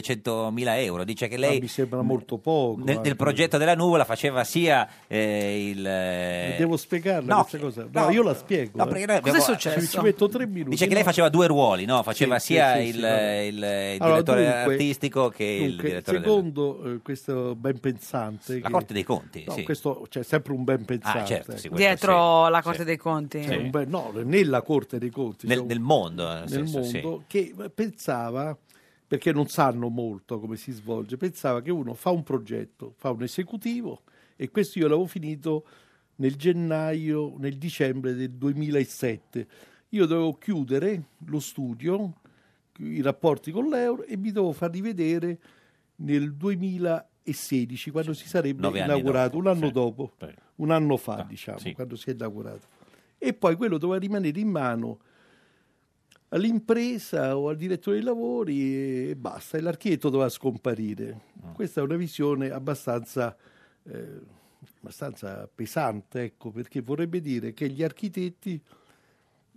Speaker 2: 1.700.000 euro. Dice che
Speaker 11: Ma
Speaker 2: lei
Speaker 11: Ah, mi sembra molto poco.
Speaker 2: nel, nel
Speaker 11: anche.
Speaker 2: progetto della nuvola faceva sia eh, il... eh,
Speaker 11: Devo spiegarla
Speaker 2: No,
Speaker 11: questa cosa? No,
Speaker 2: no.
Speaker 11: io la spiego.
Speaker 2: No, perché noi
Speaker 11: eh.
Speaker 2: abbiamo- Cos'è successo?
Speaker 11: Ci, ci metto tre minuti.
Speaker 2: Dice che
Speaker 11: no?
Speaker 2: lei faceva due ruoli, no? Faceva
Speaker 11: Sì,
Speaker 2: sia
Speaker 11: sì, sì,
Speaker 2: il,
Speaker 11: sì, vabbè.
Speaker 2: il- il
Speaker 11: Allora,
Speaker 2: direttore
Speaker 11: dunque-
Speaker 2: artistico che il
Speaker 11: dunque,
Speaker 2: direttore del-
Speaker 11: secondo eh, questo ben pensante
Speaker 2: La Corte dei Conti,
Speaker 11: No,
Speaker 2: sì.
Speaker 11: questo c'è sempre un ben pensante
Speaker 2: Ah, certo, sì,
Speaker 11: ecco.
Speaker 2: questo
Speaker 1: Dietro
Speaker 2: sì.
Speaker 1: la Corte
Speaker 2: Sì.
Speaker 1: dei Conti?
Speaker 11: C'è un ben- no nella Corte dei Conti
Speaker 2: Nel,
Speaker 11: cioè,
Speaker 2: nel mondo, nel,
Speaker 11: nel
Speaker 2: senso, sì.
Speaker 11: mondo che pensava perché non sanno molto come si svolge pensava che uno fa un progetto fa un esecutivo e questo io l'avevo finito nel gennaio nel dicembre del 2007 io dovevo chiudere lo studio i rapporti con l'euro e mi dovevo far rivedere nel 2008 2016, quando si sarebbe
Speaker 12: Nove anni
Speaker 11: inaugurato,
Speaker 12: dopo,
Speaker 11: un anno
Speaker 12: sì.
Speaker 11: dopo,
Speaker 12: Sì. Ah,
Speaker 11: un anno fa, diciamo, quando si è inaugurato. E poi quello doveva rimanere in mano all'impresa o al direttore dei lavori e basta, e l'architetto doveva scomparire.
Speaker 12: Ah.
Speaker 11: Questa è una visione abbastanza, eh, abbastanza pesante, ecco, perché vorrebbe dire che gli architetti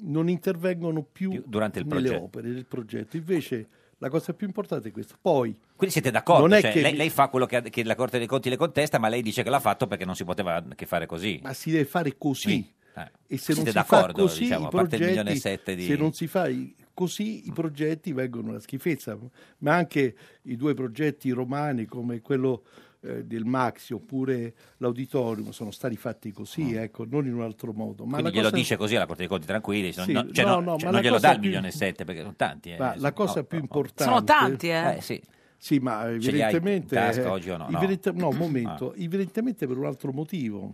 Speaker 11: non intervengono più,
Speaker 2: durante il
Speaker 11: nelle
Speaker 2: progetto.
Speaker 11: opere del progetto. Invece la cosa più importante è questa. Poi,
Speaker 2: Quindi siete d'accordo?
Speaker 11: Non è
Speaker 2: Cioè,
Speaker 11: che
Speaker 2: lei,
Speaker 11: mi-
Speaker 2: lei fa quello che, che la Corte dei Conti le contesta, ma lei dice che l'ha fatto perché non si poteva che fare così.
Speaker 11: ma si deve fare così.
Speaker 2: Eh.
Speaker 11: E se non
Speaker 2: siete
Speaker 11: si fa
Speaker 2: d'accordo,
Speaker 11: così,
Speaker 2: diciamo,
Speaker 11: i
Speaker 2: a parte il milione e
Speaker 11: progetti,
Speaker 2: sette di- Mm.
Speaker 11: se non si fa i- così, i progetti vengono una schifezza. Ma anche i due progetti romani, come quello eh, del Maxi oppure l'Auditorium, sono stati fatti così, ecco, non in un altro modo. Ecco, Ma
Speaker 2: Mm. Quindi
Speaker 11: la
Speaker 2: glielo
Speaker 11: cosa-
Speaker 2: dice così alla Corte dei Conti, tranquilli, se
Speaker 11: Sì,
Speaker 2: no, cioè,
Speaker 11: no,
Speaker 2: no, cioè,
Speaker 11: no, ma
Speaker 2: non
Speaker 11: la
Speaker 2: glielo
Speaker 11: cosa
Speaker 2: dà il
Speaker 11: più-
Speaker 2: milione e sette perché sono tanti. eh,
Speaker 11: Ma la
Speaker 2: insomma,
Speaker 11: cosa
Speaker 2: no,
Speaker 11: più
Speaker 2: no.
Speaker 11: importante...
Speaker 1: Sono tanti, eh? Eh,
Speaker 2: sì.
Speaker 11: Sì, ma
Speaker 2: Ce li hai in
Speaker 11: evidentemente... eh,
Speaker 2: tasca oggi o no? Ah. No.
Speaker 11: evidente- no, un momento. Evidentemente per un altro motivo.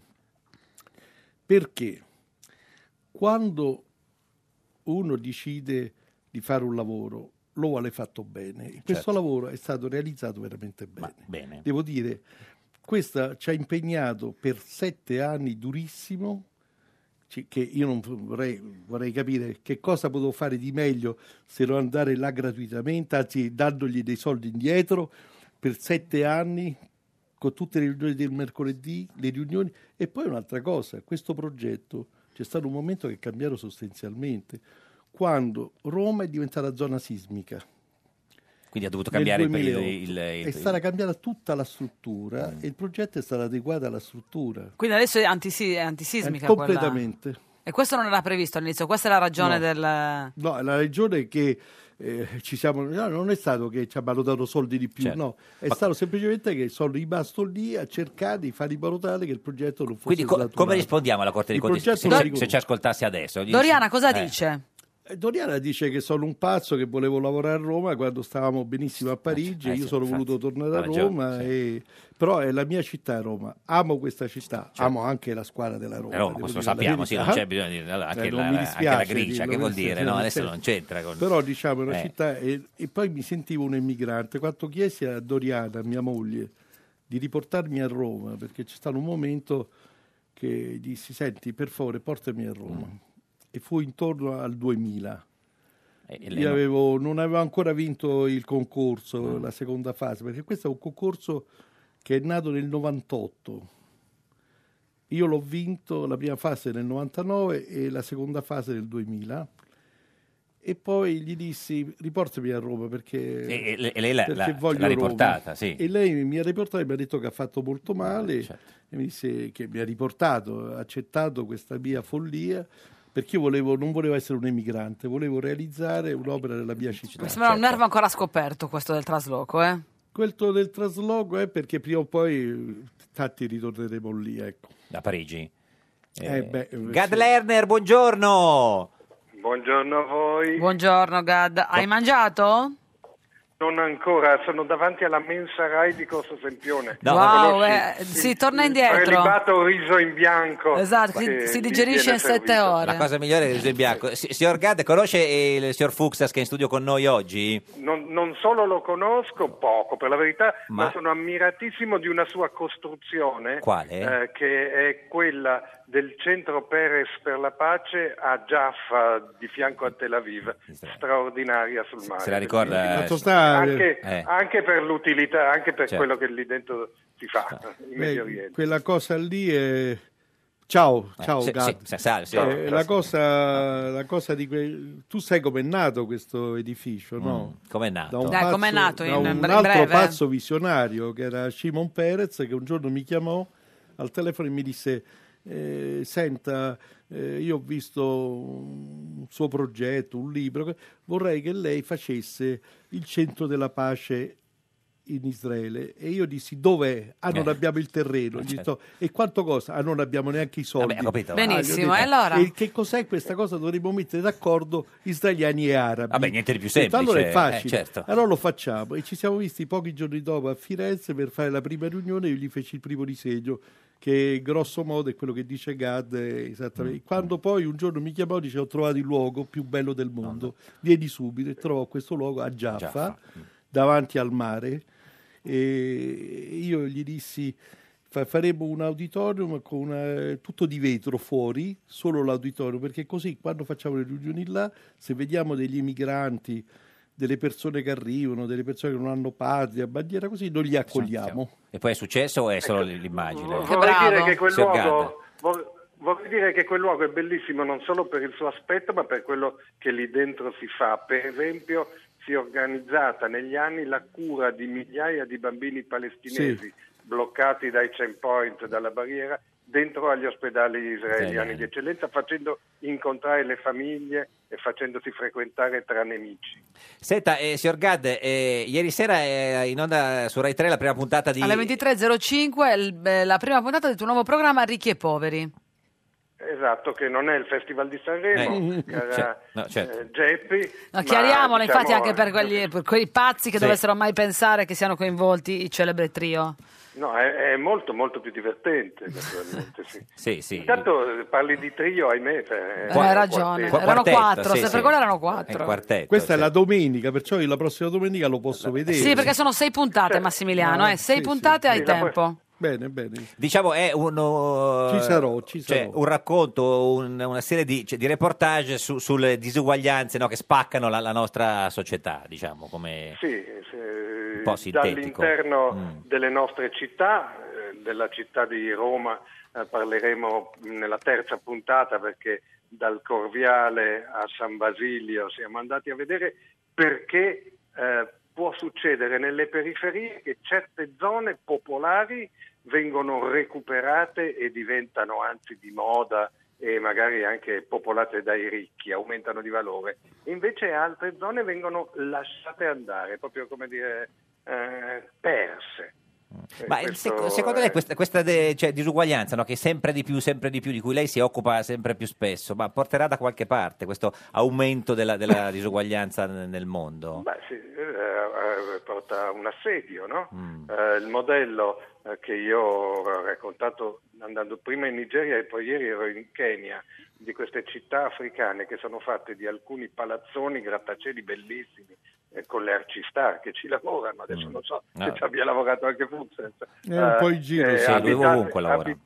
Speaker 11: Perché quando uno decide di fare un lavoro, lo vuole fatto bene. E Questo
Speaker 12: Certo.
Speaker 11: lavoro è stato realizzato veramente bene.
Speaker 12: bene.
Speaker 11: Devo dire, questa ci ha impegnato per sette anni durissimo ci- che io non vorrei, vorrei capire che cosa potevo fare di meglio se non andare là gratuitamente, anzi dandogli dei soldi indietro per sette anni con tutte le riunioni del mercoledì, le riunioni e poi un'altra cosa, questo progetto c'è stato un momento che è cambiato sostanzialmente quando Roma è diventata zona sismica.
Speaker 2: Quindi ha dovuto
Speaker 11: Nel
Speaker 2: cambiare il,
Speaker 11: 2008.
Speaker 2: il, il-
Speaker 11: è stata cambiata tutta la struttura e il progetto è stato adeguato alla struttura.
Speaker 1: Quindi adesso è, antisi- è antisismica
Speaker 11: Eh,
Speaker 1: quella.
Speaker 11: completamente.
Speaker 1: E questo non era previsto all'inizio, questa è la ragione
Speaker 11: No.
Speaker 2: Eh.
Speaker 1: del...
Speaker 11: No, la regione che eh, ci siamo. no, non è stato che ci hanno dato soldi di più,
Speaker 2: Certo.
Speaker 11: no, è stato semplicemente che sono rimasto lì a cercare di fargli valutare che il progetto non fosse
Speaker 2: Quindi co-
Speaker 11: snaturale.
Speaker 2: come rispondiamo alla Corte dei
Speaker 11: Il
Speaker 2: Conti se,
Speaker 11: progetto
Speaker 2: se-
Speaker 11: lo
Speaker 2: se
Speaker 11: riconosco.
Speaker 2: ci ascoltasse adesso? Gli dici-
Speaker 1: Doriana cosa
Speaker 2: Eh.
Speaker 1: dice?
Speaker 11: Eh, Doriana dice che sono un pazzo che volevo lavorare a Roma quando stavamo benissimo a Parigi,
Speaker 2: eh,
Speaker 11: io
Speaker 2: sì,
Speaker 11: sono
Speaker 2: infatti,
Speaker 11: voluto tornare
Speaker 2: ha
Speaker 11: a
Speaker 2: ragione,
Speaker 11: Roma, e- però è la mia città Roma, amo questa città, amo anche la squadra della Roma.
Speaker 2: Eh, Certo. Roma,
Speaker 11: devo
Speaker 2: questo lo
Speaker 11: dire la
Speaker 2: sappiamo, sì, non
Speaker 11: verità.
Speaker 2: c'è bisogno di allora, anche,
Speaker 11: Eh, non
Speaker 2: la,
Speaker 11: mi
Speaker 2: anche la
Speaker 11: dispiace
Speaker 2: gricia,
Speaker 11: dirlo,
Speaker 2: che vuol
Speaker 11: questo,
Speaker 2: dire?
Speaker 11: sì,
Speaker 2: No,
Speaker 11: nel
Speaker 2: adesso
Speaker 11: senso-
Speaker 2: non c'entra con...
Speaker 11: Però diciamo è una
Speaker 2: Eh.
Speaker 11: città e, e poi mi sentivo un emigrante. Quando chiesi a Doriana, mia moglie, di riportarmi a Roma, perché c'è stato un momento che dissi, senti, per favore, portami a Roma.
Speaker 2: Mm.
Speaker 11: E fu intorno al 2000.
Speaker 2: e lei
Speaker 11: Io
Speaker 2: no? Mm.
Speaker 11: avevo- non avevo ancora vinto il concorso, la seconda fase, perché questo è un concorso che è nato nel 98. Io l'ho vinto la prima fase nel 99 e la seconda fase nel 2000 e poi gli dissi riportami a Roma perché,
Speaker 2: E- e- e lei l'ha-
Speaker 11: perché
Speaker 2: l'ha-
Speaker 11: voglio
Speaker 2: l'ha
Speaker 11: Roma."
Speaker 2: riportata, sì.
Speaker 11: E lei mi ha riportato e mi ha detto che ha fatto molto male
Speaker 2: Eh, certo.
Speaker 11: e mi disse che mi ha riportato, ha accettato questa mia follia perché io volevo, non volevo essere un emigrante, volevo realizzare un'opera della mia città.
Speaker 1: Mi sembra
Speaker 2: certo.
Speaker 1: un nervo ancora scoperto questo del trasloco, eh?
Speaker 11: Quello del trasloco è perché prima o poi eh, tanti ritorneremo lì, ecco.
Speaker 2: Da Parigi?
Speaker 11: Eh, beh, eh,
Speaker 2: Gad
Speaker 11: sì.
Speaker 2: Lerner, buongiorno!
Speaker 13: Buongiorno a voi.
Speaker 1: Buongiorno Gad, hai mangiato?
Speaker 13: Non ancora, sono davanti alla mensa Rai di Corso Sempione.
Speaker 1: No. Wow, eh, si torna indietro.
Speaker 13: Prelibato riso in bianco.
Speaker 1: Esatto, si-
Speaker 13: che
Speaker 1: si
Speaker 13: vi
Speaker 1: digerisce
Speaker 13: viene
Speaker 1: in sette
Speaker 13: servito.
Speaker 1: ore.
Speaker 2: La cosa migliore è il bianco. Si- Signor Gad, conosce eh, il signor Fuxas che è in studio con noi oggi?
Speaker 13: Non, non solo lo conosco poco, per la verità, ma,
Speaker 2: Ma-
Speaker 13: sono ammiratissimo di una sua costruzione,
Speaker 2: Quale?
Speaker 13: eh, che è quella del centro Perez per la pace a Jaffa, di fianco a Tel Aviv, straordinaria sul mare.
Speaker 2: se la ricorda, Quanto eh, sta-
Speaker 13: Anche,
Speaker 2: eh.
Speaker 13: anche per l'utilità, anche per
Speaker 11: Certo.
Speaker 13: quello che lì dentro si fa,
Speaker 2: Certo.
Speaker 13: in
Speaker 11: Beh,
Speaker 13: Medio Oriente.
Speaker 11: quella cosa lì è... Ciao,
Speaker 2: Eh,
Speaker 11: ciao
Speaker 2: sì,
Speaker 11: Gad.
Speaker 2: sì, sì, salve, sì.
Speaker 11: Eh, la, cosa, la cosa di que- Tu sai com'è nato questo edificio, no?
Speaker 2: Mm, Com'è nato?
Speaker 11: Da un,
Speaker 1: Dai,
Speaker 11: pazzo-
Speaker 1: com'è nato,
Speaker 11: da
Speaker 1: in-
Speaker 11: un
Speaker 1: in
Speaker 11: altro
Speaker 1: breve.
Speaker 11: pazzo visionario che era Shimon Perez che un giorno mi chiamò al telefono e mi disse eh, senta eh, io ho visto un suo progetto, un libro vorrei che lei facesse il centro della pace in Israele e io dissi dov'è? Ah non
Speaker 12: Eh.
Speaker 11: abbiamo il terreno
Speaker 12: Eh,
Speaker 11: Gli
Speaker 12: certo.
Speaker 11: sto, e quanto costa? Ah non abbiamo neanche i soldi
Speaker 12: Vabbè, ho capito.
Speaker 11: Ah, gli ho
Speaker 1: Benissimo,
Speaker 11: detto,
Speaker 1: e allora?
Speaker 11: "E che cos'è questa cosa? Dovremmo mettere d'accordo israeliani e arabi
Speaker 2: Vabbè, niente di più
Speaker 11: Ho detto, allora è
Speaker 2: semplice,
Speaker 11: facile
Speaker 2: eh, certo.
Speaker 11: allora lo facciamo e ci siamo visti pochi giorni dopo a Firenze per fare la prima riunione io gli feci il primo disegno che grosso modo è quello che dice Gad eh, esattamente. Quando poi un giorno mi chiamò dice ho trovato il luogo più bello del mondo. Vieni subito e trovò questo luogo a Jaffa,
Speaker 12: Jaffa.
Speaker 11: davanti al mare E io gli dissi, "Fa- faremo un auditorium con una- tutto di vetro fuori, solo l'auditorium, perché così quando facciamo le riunioni là, se vediamo degli immigranti, delle persone che arrivano, delle persone che non hanno patria, bandiera, così non li accogliamo.
Speaker 2: E poi è successo o è solo l'immagine?
Speaker 13: Ecco. Vorrei dire, che quel
Speaker 2: Signor Gadda.
Speaker 13: luogo, vor- vorrei dire che quel luogo è bellissimo non solo per il suo aspetto, ma per quello che lì dentro si fa. Per esempio, si è organizzata negli anni la cura di migliaia di bambini palestinesi
Speaker 11: Sì.
Speaker 13: bloccati dai checkpoint, dalla barriera, dentro agli ospedali israeliani di eccellenza, facendo incontrare le famiglie e facendosi frequentare tra nemici.
Speaker 2: Senta, eh, signor Gad, eh, ieri sera è in onda su Rai 3 la prima puntata di...
Speaker 1: Alle 23.05 il- beh, la prima puntata del tuo nuovo programma Ricchi e Poveri.
Speaker 13: Esatto, che non è il Festival di Sanremo,
Speaker 2: Eh,
Speaker 13: cara,
Speaker 2: cer- no, certo.
Speaker 13: eh, Geppi.
Speaker 1: No,
Speaker 13: ma,
Speaker 1: chiariamolo,
Speaker 13: diciamo,
Speaker 1: infatti, anche per quelli, per quei pazzi che
Speaker 13: Sì.
Speaker 1: dovessero mai pensare che siano coinvolti il celebre trio.
Speaker 13: No, è, è molto, molto più divertente, naturalmente, sì.
Speaker 2: Sì, sì.
Speaker 13: Intanto eh, parli di trio, ahimè. eh,
Speaker 1: Hai
Speaker 13: eh,
Speaker 1: ragione,
Speaker 13: quartetto.
Speaker 1: erano quattro,
Speaker 11: sì,
Speaker 1: se
Speaker 11: sì. Eh,
Speaker 1: per quello erano quattro.
Speaker 11: Questa è la domenica, perciò io la prossima domenica lo posso vedere.
Speaker 1: Sì, perché sono sei
Speaker 13: Cioè,
Speaker 1: puntate, Massimiliano, eh, sei puntate hai tempo.
Speaker 11: Bene, bene.
Speaker 2: Diciamo è uno,
Speaker 11: Ci sarò, ci
Speaker 2: cioè,
Speaker 11: sarò.
Speaker 2: un racconto, un- una serie di, cioè, di reportage su- sulle disuguaglianze no, che spaccano la, la nostra società, diciamo, come...
Speaker 13: Sì, se-
Speaker 2: Un po' sintetico. Mm.
Speaker 13: dall'interno delle nostre città, eh, della città di Roma eh, parleremo nella terza puntata perché dal Corviale a San Basilio siamo andati a vedere perché eh, può succedere nelle periferie che certe zone popolari vengono recuperate e diventano anzi di moda e magari anche popolate dai ricchi, aumentano di valore. Invece altre zone vengono lasciate andare, proprio come dire eh, perse. E
Speaker 2: Ma
Speaker 13: Eh, questo
Speaker 2: sec- secondo lei
Speaker 13: è-
Speaker 2: questa, questa de- cioè, disuguaglianza no, che sempre di più, sempre di più, di cui lei si occupa sempre più spesso, ma porterà da qualche parte questo aumento della, della disuguaglianza n- nel mondo?
Speaker 13: Beh, sì, eh, eh, porta un assedio, no? Eh, il modello eh, che io ho raccontato andando prima in Nigeria e poi ieri ero in Kenya, di queste città africane che sono fatte di alcuni palazzoni, grattacieli bellissimi, eh, con le arcistar che ci lavorano, adesso non so
Speaker 2: No.
Speaker 13: se ci abbia lavorato anche Fuxens.
Speaker 11: È Eh,
Speaker 13: Eh,
Speaker 11: un po' in giro, sì, dove ovunque lavorano.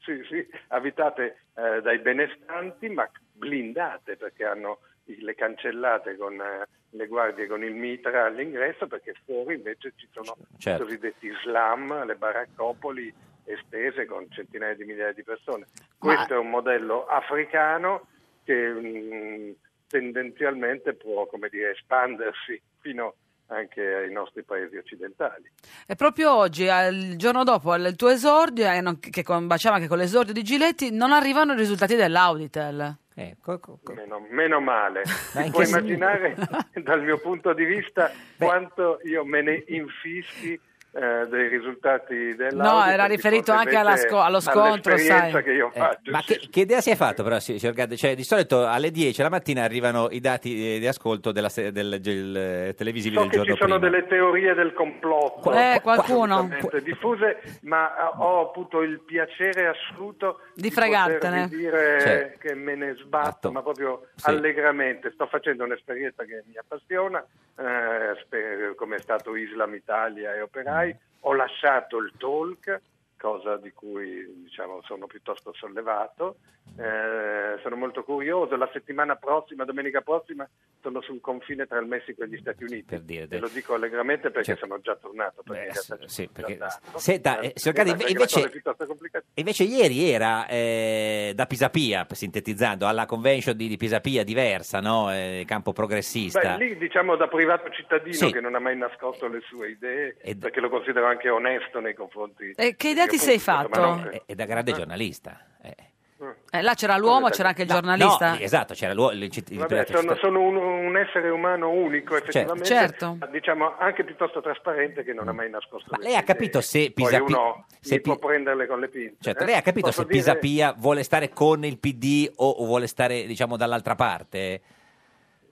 Speaker 13: Sì, sì, abitate eh, dai benestanti ma blindate perché hanno i- le cancellate con eh, le guardie con il mitra all'ingresso perché fuori invece ci sono
Speaker 2: Certo.
Speaker 13: i cosiddetti slam, le baraccopoli estese con centinaia di migliaia di persone.
Speaker 1: Ma-
Speaker 13: Questo è un modello africano che mm, tendenzialmente può come dire, espandersi fino anche ai nostri paesi occidentali.
Speaker 1: E proprio oggi, al- il giorno dopo al- il tuo esordio, eh, non- che combaciava anche con l'esordio di Giletti, non arrivano i risultati dell'Auditel.
Speaker 13: Meno, meno male.
Speaker 1: Ecco, Ma in
Speaker 13: Ti puoi
Speaker 1: che senso?
Speaker 13: immaginare dal mio punto di vista quanto io me ne infischi eh, dei risultati della
Speaker 1: No, era riferito anche alla sco- allo scontro, sai.
Speaker 13: che io
Speaker 2: Eh,
Speaker 13: faccio.
Speaker 2: ma che, che idea si è fatto però, si- signor Gadde? Cioè, di solito alle 10 la mattina arrivano i dati eh, di ascolto della se- del, del, eh, televisivi
Speaker 13: So
Speaker 2: del
Speaker 13: che
Speaker 2: giorno
Speaker 13: ci sono
Speaker 2: prima.
Speaker 13: delle teorie del complotto
Speaker 1: Eh, qualcuno.
Speaker 13: assolutamente diffuse, ma eh, ho avuto il piacere assoluto potervi
Speaker 1: Di fregartene.
Speaker 13: dire
Speaker 1: Certo.
Speaker 13: che me ne sbatto, ma proprio
Speaker 2: Sì.
Speaker 13: allegramente. Sto facendo un'esperienza che mi appassiona, eh, spe- come è stato Islam Italia e Operai. Ho lasciato il talk, cosa di cui diciamo, sono piuttosto sollevato. Eh, sono molto curioso. La settimana prossima, domenica prossima, sono sul confine tra il Messico e gli Stati Uniti.
Speaker 2: Per dire,
Speaker 13: Te lo dico allegramente perché
Speaker 2: Cioè-
Speaker 13: sono già tornato. Perché in
Speaker 2: Beh,
Speaker 13: realtà
Speaker 2: s-
Speaker 13: ci
Speaker 2: sì,
Speaker 13: sono
Speaker 2: perché-
Speaker 13: già andato.
Speaker 2: Senta, eh, signor
Speaker 13: Eh,
Speaker 2: Gaddi,
Speaker 13: perché la
Speaker 2: invece-
Speaker 13: cosa è piuttosto complicata.
Speaker 2: E Invece ieri era eh, da Pisapia, sintetizzando, alla convention di, di Pisapia diversa, no? Eh, campo progressista.
Speaker 13: Beh, lì diciamo da privato cittadino
Speaker 2: Sì.
Speaker 13: che non ha mai nascosto le sue idee perché lo considero anche onesto nei confronti.
Speaker 1: E Eh, che idea ti
Speaker 13: appunto, insomma,
Speaker 1: sei
Speaker 2: Eh,
Speaker 1: fatto?
Speaker 13: non-
Speaker 2: E, e da grande giornalista.
Speaker 1: Eh, là c'era l'uomo, c'era anche il giornalista.
Speaker 2: No, esatto, c'era l'uo- il, citt- il
Speaker 13: Vabbè,
Speaker 2: privato
Speaker 13: sono,
Speaker 2: cittadino.
Speaker 13: sono un, un essere umano unico effettivamente,
Speaker 1: Certo.
Speaker 13: ma diciamo anche piuttosto trasparente che non ha mai nascosto le
Speaker 2: Mm. lei
Speaker 13: sue
Speaker 2: ha capito
Speaker 13: idee.
Speaker 2: se
Speaker 13: Poi
Speaker 2: Pisapi-
Speaker 13: uno
Speaker 2: se
Speaker 13: si
Speaker 2: Pi-
Speaker 13: può prenderle con le pinze.
Speaker 2: Certo,
Speaker 13: eh?
Speaker 2: lei ha capito
Speaker 13: Posso
Speaker 2: se
Speaker 13: dire-
Speaker 2: Pisapia vuole stare con il PD o, o vuole stare, diciamo, dall'altra parte?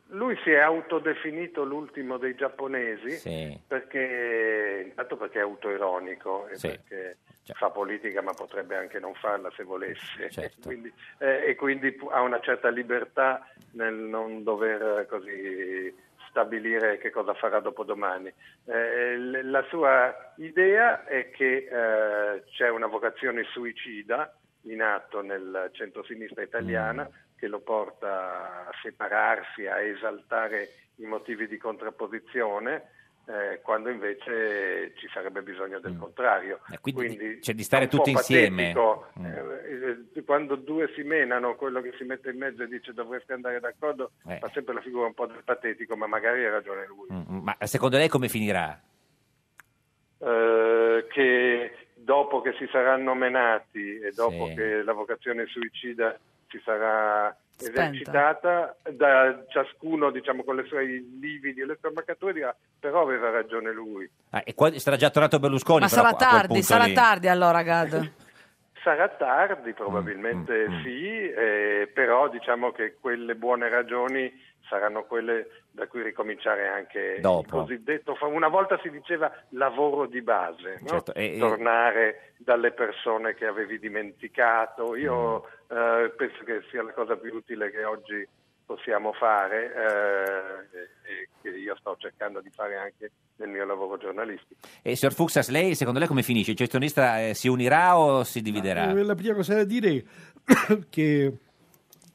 Speaker 13: Lui si è autodefinito l'ultimo dei giapponesi
Speaker 2: Sì.
Speaker 13: perché, intanto perché è autoironico e
Speaker 2: Sì. Cioè.
Speaker 13: perché fa politica ma potrebbe anche non farla se volesse
Speaker 2: Certo.
Speaker 13: Quindi, eh, e quindi pu- ha una certa libertà nel non dover eh, così stabilire che cosa farà dopodomani. Eh, l- la sua idea è che eh, c'è una vocazione suicida in atto nel centrosinistra italiana
Speaker 2: Mm.
Speaker 13: che lo porta a separarsi, a esaltare i motivi di contrapposizione, eh, quando invece ci sarebbe bisogno del contrario.
Speaker 2: Mm. quindi di- cioè di
Speaker 13: è
Speaker 2: stare
Speaker 13: un po'
Speaker 2: tutti insieme.
Speaker 13: patetico,
Speaker 2: Mm.
Speaker 13: eh, eh, quando due si menano, quello che si mette in mezzo e dice dovreste andare d'accordo
Speaker 2: Eh.
Speaker 13: fa sempre la figura un po' del patetico, ma magari ha ragione lui.
Speaker 2: Mm, Ma secondo lei come finirà?
Speaker 13: Eh, che dopo che si saranno menati e dopo
Speaker 2: Sì.
Speaker 13: che la vocazione suicida si sarà
Speaker 1: Spenta.
Speaker 13: esercitata, da ciascuno diciamo con le sue i lividi e le sue ammaccature dirà però aveva ragione lui.
Speaker 2: Ah, e qua- sarà già tornato Berlusconi.
Speaker 1: Ma
Speaker 2: però,
Speaker 1: sarà
Speaker 2: a quel
Speaker 1: tardi,
Speaker 2: punto
Speaker 1: sarà
Speaker 2: lì.
Speaker 1: tardi allora, Gad.
Speaker 13: Sarà
Speaker 2: Mm,
Speaker 13: tardi, probabilmente sì, eh, però diciamo che quelle buone ragioni saranno quelle da cui ricominciare anche il
Speaker 2: Dopo.
Speaker 13: cosiddetto. fa- Una volta si diceva lavoro di base, no?
Speaker 2: Certo, e- e-
Speaker 13: tornare dalle persone che avevi dimenticato. Io
Speaker 2: Mm.
Speaker 13: eh, penso che sia la cosa più utile che oggi possiamo fare eh, e e che io sto cercando di fare anche nel mio lavoro giornalistico.
Speaker 2: E signor Fuxas, lei secondo lei come finisce? Il gestionista eh, si unirà o si dividerà?
Speaker 11: Eh, La prima cosa da dire che,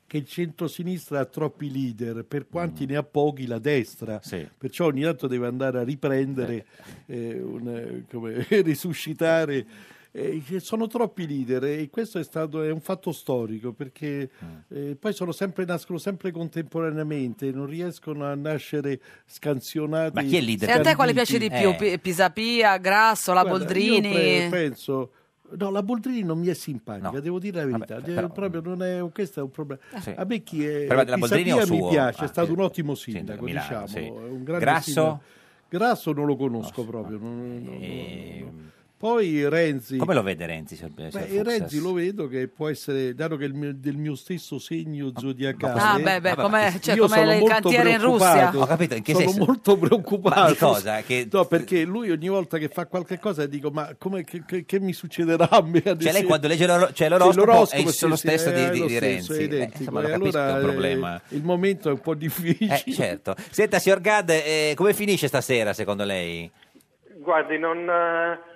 Speaker 11: che il centrosinistra ha troppi leader, per
Speaker 2: Mm.
Speaker 11: quanti ne ha pochi la destra, perciò ogni tanto deve andare a riprendere, eh, un, eh, come, risuscitare. Eh, che sono troppi leader eh, e questo è stato è un fatto storico perché
Speaker 2: Mm.
Speaker 11: eh, poi sono sempre, nascono sempre contemporaneamente, non riescono a nascere scansionati.
Speaker 2: Ma chi è il
Speaker 1: E a te quale piace di
Speaker 2: Eh.
Speaker 1: più?
Speaker 11: scanditi.
Speaker 1: Pi- Pisapia, Grasso, la
Speaker 11: Guarda,
Speaker 1: Boldrini?
Speaker 11: Io pre- penso. No, la Boldrini non mi è simpatica, devo dire la verità.
Speaker 2: Vabbè,
Speaker 11: De-
Speaker 2: però- Eh,
Speaker 11: proprio non è, questo è un problema.
Speaker 2: Sì.
Speaker 11: A me chi è.
Speaker 2: Però della Boldrini è un
Speaker 11: Pisapia mi
Speaker 2: suo-
Speaker 11: piace,
Speaker 2: ah,
Speaker 11: è stato
Speaker 2: sì.
Speaker 11: un ottimo sindaco,
Speaker 2: Sindaco, Milano,
Speaker 11: diciamo.
Speaker 2: sì.
Speaker 11: è un grande
Speaker 2: Grasso?
Speaker 11: sindaco. Grasso non lo conosco proprio. non- non-
Speaker 2: Eh,
Speaker 11: non- Poi Renzi.
Speaker 2: Come lo vede Renzi? signor- signor
Speaker 11: Beh,
Speaker 2: Fuxas?
Speaker 11: Renzi lo vedo che può essere, dato che è il mio- del mio stesso segno zodiacale,
Speaker 1: Ah, beh, beh,
Speaker 11: Vabbè,
Speaker 1: come- cioè,
Speaker 11: io
Speaker 1: come
Speaker 11: sono
Speaker 1: il
Speaker 11: molto
Speaker 1: cantiere in
Speaker 11: preoccupato.
Speaker 1: Russia. Ho capito, in che
Speaker 11: sono
Speaker 1: senso?
Speaker 11: molto preoccupato.
Speaker 2: Ma di cosa? Che-
Speaker 11: No, perché lui ogni volta che fa qualche cosa dico, ma come, che, che- che mi succederà a me? ad
Speaker 2: Cioè, lei
Speaker 11: esempio?"
Speaker 2: quando legge l'oro- cioè,
Speaker 11: Sì,
Speaker 2: l'oroscopo è il-
Speaker 11: sì,
Speaker 2: lo
Speaker 11: sì,
Speaker 2: stesso
Speaker 11: è
Speaker 2: di- di-
Speaker 11: lo
Speaker 2: di Renzi.
Speaker 11: stesso, è
Speaker 2: Eh,
Speaker 11: identico.
Speaker 2: insomma, lo
Speaker 11: E
Speaker 2: capisco,
Speaker 11: allora,
Speaker 2: è un
Speaker 11: eh,
Speaker 2: problema.
Speaker 11: il momento è un po' difficile.
Speaker 2: Eh, certo. Senta, signor Gad, eh, come finisce stasera secondo lei?
Speaker 13: Guardi, non, eh,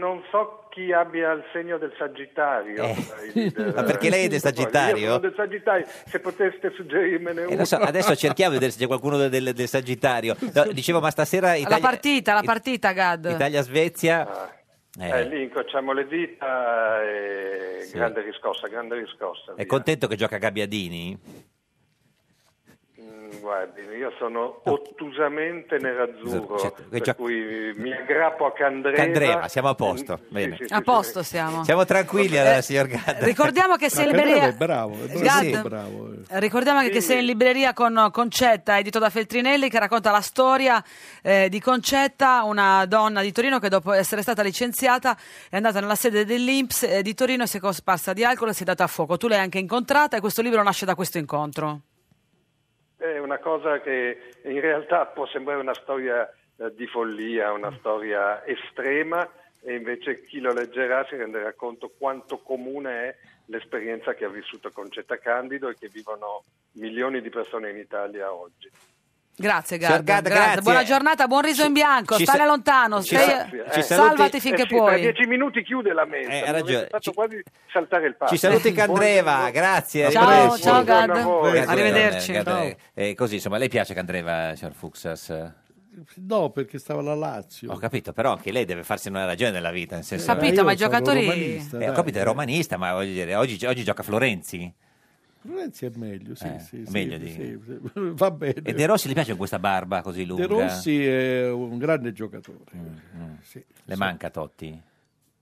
Speaker 13: non so chi abbia il segno del Sagittario. tra i leader.
Speaker 2: Eh. Ma perché lei è del Sagittario?
Speaker 13: Io sono del Sagittario, se poteste suggerirmene
Speaker 2: E
Speaker 13: uno.
Speaker 2: adesso, adesso cerchiamo di vedere se c'è qualcuno del, del- del Sagittario. No, dicevo, ma stasera
Speaker 1: La
Speaker 2: Italia-
Speaker 1: partita, la partita, Gad.
Speaker 2: Italia-Svezia.
Speaker 13: Eh, lì incrociamo le dita, e grande riscossa, grande riscossa.
Speaker 2: È
Speaker 13: via.
Speaker 2: contento che gioca Gabbiadini?
Speaker 13: Mm, Guardi, io sono ottusamente nerazzurro,
Speaker 2: Certo, che
Speaker 13: per
Speaker 2: gioca-
Speaker 13: cui mi aggrappo a Candreva.
Speaker 2: Candreva, siamo a posto.
Speaker 13: Mm, sì,
Speaker 2: Bene.
Speaker 13: sì, sì,
Speaker 1: A
Speaker 13: sì.
Speaker 1: posto siamo.
Speaker 2: Siamo tranquilli allora,
Speaker 1: Eh,
Speaker 2: signor Gad.
Speaker 1: ricordiamo che se il Berea- Gad,
Speaker 11: bravo.
Speaker 1: Ricordiamo anche che sei in libreria con Concetta, edito da Feltrinelli, che racconta la storia eh, di Concetta, una donna di Torino che dopo essere stata licenziata è andata nella sede dell'Inps eh, di Torino e si è cosparsa di alcol e si è data a fuoco. Tu l'hai anche incontrata e questo libro nasce da questo incontro.
Speaker 13: È una cosa che in realtà può sembrare una storia eh, di follia,
Speaker 2: Mm.
Speaker 13: una storia estrema e invece chi lo leggerà si renderà conto quanto comune è l'esperienza che ha vissuto Concetta Candido e che vivono milioni di persone in Italia oggi.
Speaker 1: Grazie,
Speaker 2: Signor
Speaker 1: Gad.
Speaker 2: Gad, grazie.
Speaker 1: Buona giornata, buon riso in bianco.
Speaker 2: ci
Speaker 1: Stare
Speaker 2: sa-
Speaker 1: lontano,
Speaker 2: ci
Speaker 1: stai-
Speaker 2: sa- ci saluti-
Speaker 1: salvati finché
Speaker 13: Eh sì, Tra
Speaker 1: puoi.
Speaker 13: dieci minuti chiude la mente.
Speaker 2: Eh, ha
Speaker 13: mi avete
Speaker 2: ragione.
Speaker 13: fatto quasi saltare il passo.
Speaker 2: Ci saluti Candreva,
Speaker 13: Buongiorno.
Speaker 2: grazie.
Speaker 1: Ciao,
Speaker 2: arrivederci.
Speaker 1: ciao, Gad.
Speaker 13: Buongiorno a voi.
Speaker 2: Grazie,
Speaker 1: Arrivederci.
Speaker 2: Gad.
Speaker 1: Ciao.
Speaker 2: Eh, così, insomma, lei piace Candreva, signor Fuxas?
Speaker 11: No, perché stava la Lazio.
Speaker 2: Eh. Ho capito, però anche lei deve farsi una ragione della vita. Nel senso,
Speaker 1: Ho capito,
Speaker 11: Eh,
Speaker 1: ma i
Speaker 11: io sono
Speaker 1: giocatori-
Speaker 11: romanista,
Speaker 2: Eh, ho
Speaker 11: dai.
Speaker 2: capito, è romanista, ma voglio dire, oggi, oggi gioca Florenzi.
Speaker 11: Florenzi è meglio, sì,
Speaker 2: Eh,
Speaker 11: sì,
Speaker 2: è
Speaker 11: sì,
Speaker 2: meglio
Speaker 11: sì,
Speaker 2: di-
Speaker 11: sì, va bene.
Speaker 2: E De Rossi le piace con questa barba così lunga? Mm,
Speaker 11: De Rossi è un grande giocatore. Sì.
Speaker 2: Le manca Totti?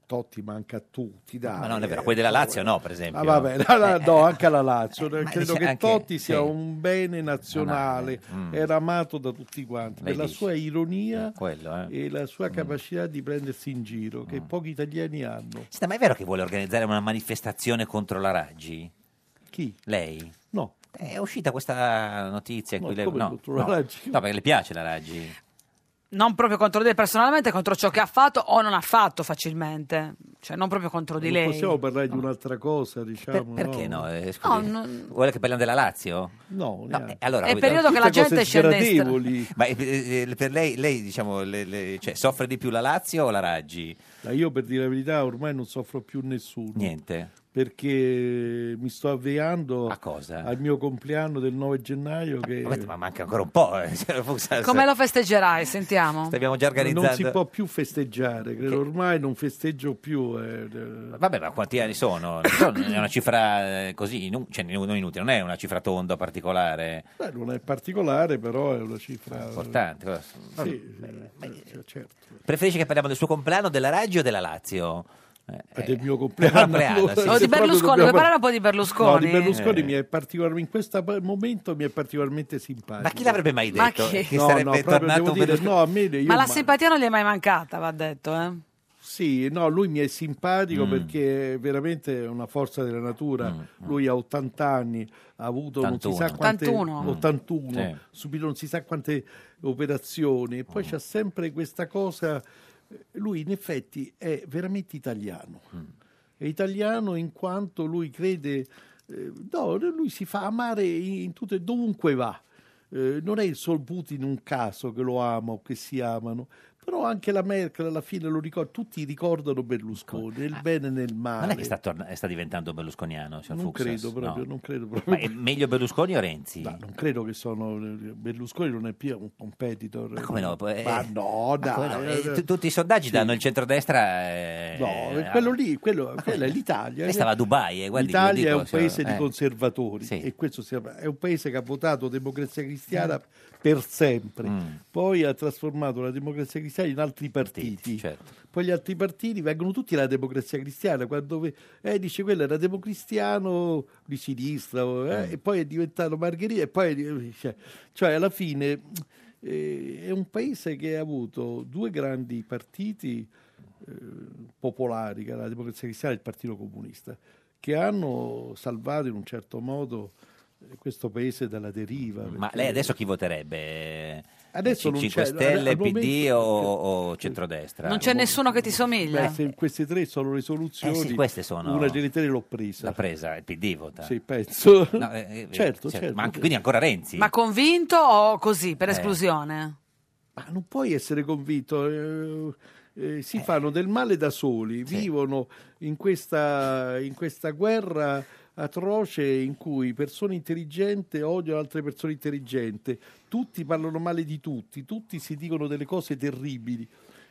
Speaker 11: Totti manca a tutti, dai.
Speaker 2: Ma non è vero, quelli della Lazio no, per esempio.
Speaker 11: Ah, eh, vabbè, la- la-
Speaker 2: Eh,
Speaker 11: no, anche alla Lazio.
Speaker 2: dice
Speaker 11: Credo che
Speaker 2: anche-
Speaker 11: Totti sia
Speaker 2: sì.
Speaker 11: un bene nazionale,
Speaker 2: Mm.
Speaker 11: era amato da tutti quanti
Speaker 2: Lei
Speaker 11: per la
Speaker 2: dice.
Speaker 11: sua ironia
Speaker 2: Quello, eh. Mm.
Speaker 11: e la sua capacità di prendersi in giro, che pochi italiani hanno.
Speaker 2: Senta, ma è vero che vuole organizzare una manifestazione contro la Raggi?
Speaker 11: Chi?
Speaker 2: Lei?
Speaker 11: No.
Speaker 2: È uscita questa notizia qui. le-
Speaker 11: come
Speaker 2: no,
Speaker 11: contro la
Speaker 2: no. No, perché le piace la Raggi.
Speaker 1: Non proprio contro di lei personalmente, contro ciò che ha fatto o non ha fatto facilmente. Cioè, non proprio contro di
Speaker 11: Non
Speaker 1: lei.
Speaker 11: possiamo parlare di un'altra cosa, diciamo.
Speaker 2: perché no? Eh, scusi,
Speaker 1: No, non-
Speaker 2: Vuole che parliamo della Lazio?
Speaker 11: No,
Speaker 2: eh, allora,
Speaker 1: È
Speaker 2: capito.
Speaker 1: il periodo che la Tutte gente cose scende in stra- sgradevoli.
Speaker 2: Ma eh, eh, per lei, lei diciamo, le- le- cioè, soffre di più la Lazio o la Raggi?
Speaker 11: Ma io per dire la verità ormai non soffro più nessuno.
Speaker 2: Niente.
Speaker 11: Perché mi sto avviando
Speaker 2: cosa?
Speaker 11: al mio compleanno del 9 gennaio. Che...
Speaker 2: vabbè, ma manca ancora un po'. eh, se lo fosse-
Speaker 1: Come lo festeggerai? Sentiamo.
Speaker 2: Abbiamo già organizzato.
Speaker 11: Non si può più festeggiare, credo ormai non festeggio più. eh, eh.
Speaker 2: Vabbè, ma quanti anni sono? Non È una cifra eh, così, inu- cioè, inu- non inutile, non è una cifra tonda particolare.
Speaker 11: Beh, non è particolare, però è una cifra
Speaker 2: Importante, cosa-
Speaker 11: Sì, eh, cioè, certo.
Speaker 2: Preferisci che parliamo del suo compleanno, della Raggi o della Lazio? Eh,
Speaker 11: del mio
Speaker 2: del
Speaker 11: compleanno.
Speaker 2: compleanno, sì.
Speaker 1: O di Berlusconi, vuoi parlare un po' di Berlusconi?
Speaker 11: No, di Berlusconi
Speaker 2: Eh.
Speaker 11: mi è particolar- in questo pa- momento mi è particolarmente simpatico.
Speaker 2: Ma chi l'avrebbe mai
Speaker 1: Ma detto chi? che
Speaker 11: no,
Speaker 2: sarebbe
Speaker 11: no, proprio
Speaker 2: tornato
Speaker 11: devo
Speaker 2: un
Speaker 11: dire,
Speaker 2: Berlusconi?
Speaker 11: no, a me io
Speaker 1: Ma la
Speaker 11: ma-
Speaker 1: simpatia non gli è mai mancata, va detto, eh?
Speaker 11: Sì, no, lui mi è simpatico perché è veramente una forza della natura. Lui ha 80 anni, ha avuto non si sa
Speaker 1: 81.
Speaker 11: quante
Speaker 1: 81.
Speaker 11: 81,
Speaker 1: Sì.
Speaker 11: subito non si sa quante operazioni e poi c'è sempre questa cosa lui in effetti è veramente italiano. È italiano in quanto lui crede eh, no, lui si fa amare in tutto e dovunque va. Eh, non è il sol Putin un caso che lo ama o che si amano, però anche la Merkel alla fine lo ricorda, tutti ricordano Berlusconi, nel bene e nel male.
Speaker 2: Ah. Non è che sta, torna- sta diventando berlusconiano, signor
Speaker 11: Non
Speaker 2: Fuchs?
Speaker 11: credo proprio,
Speaker 2: No.
Speaker 11: non credo
Speaker 2: Ma
Speaker 11: proprio.
Speaker 2: è meglio Berlusconi o Renzi?
Speaker 11: Non credo che sono Berlusconi non è più un competitor. Ma
Speaker 2: come no? Eh,
Speaker 11: no,
Speaker 2: ma come no?
Speaker 11: dai.
Speaker 2: Eh, tu- tutti i sondaggi danno il centrodestra. eh,
Speaker 11: No,
Speaker 2: eh,
Speaker 11: quello lì, quello, quella è l'Italia.
Speaker 2: Lei stava a Dubai, eh, guardi,
Speaker 11: L'Italia
Speaker 2: glielo dico,
Speaker 11: è un paese
Speaker 2: signora,
Speaker 11: di
Speaker 2: eh.
Speaker 11: conservatori
Speaker 2: Sì.
Speaker 11: e questo si- è un paese che ha votato democrazia cristiana
Speaker 2: Eh.
Speaker 11: per sempre.
Speaker 2: Mm.
Speaker 11: Poi ha trasformato la democrazia cristiana in altri partiti.
Speaker 2: certo.
Speaker 11: Poi gli altri partiti vengono tutti alla democrazia cristiana. Quando ve- eh, dice quello era democristiano di sinistra, o- eh, e poi è diventato Margherita, e poi eh, cioè, cioè, alla fine eh, è un paese che ha avuto due grandi partiti eh, popolari, che era la democrazia cristiana e il Partito Comunista, che hanno salvato in un certo modo eh, questo paese dalla deriva.
Speaker 2: Ma
Speaker 11: perché-
Speaker 2: lei adesso chi voterebbe?
Speaker 11: Adesso
Speaker 2: C-
Speaker 11: non
Speaker 2: 5
Speaker 11: c'è,
Speaker 2: Stelle,
Speaker 11: al momento-
Speaker 2: PD o, o centrodestra?
Speaker 1: Non c'è nessuno che ti
Speaker 11: Beh,
Speaker 1: somiglia.
Speaker 11: se queste tre sono le soluzioni.
Speaker 2: Eh sì, queste sono-
Speaker 11: Una delle tre l'ho presa.
Speaker 2: L'ha presa, il PD vota.
Speaker 11: Sì, penso.
Speaker 2: No, eh, eh,
Speaker 11: certo, certo,
Speaker 2: Ma anche, quindi ancora Renzi?
Speaker 1: Ma convinto o così, per
Speaker 11: Eh.
Speaker 1: esclusione?
Speaker 11: Ma non puoi essere convinto. eh, eh, si fanno del male da soli, vivono in questa, in questa guerra atroce in cui persone intelligenti odiano altre persone intelligenti, tutti parlano male di tutti, tutti si dicono delle cose terribili.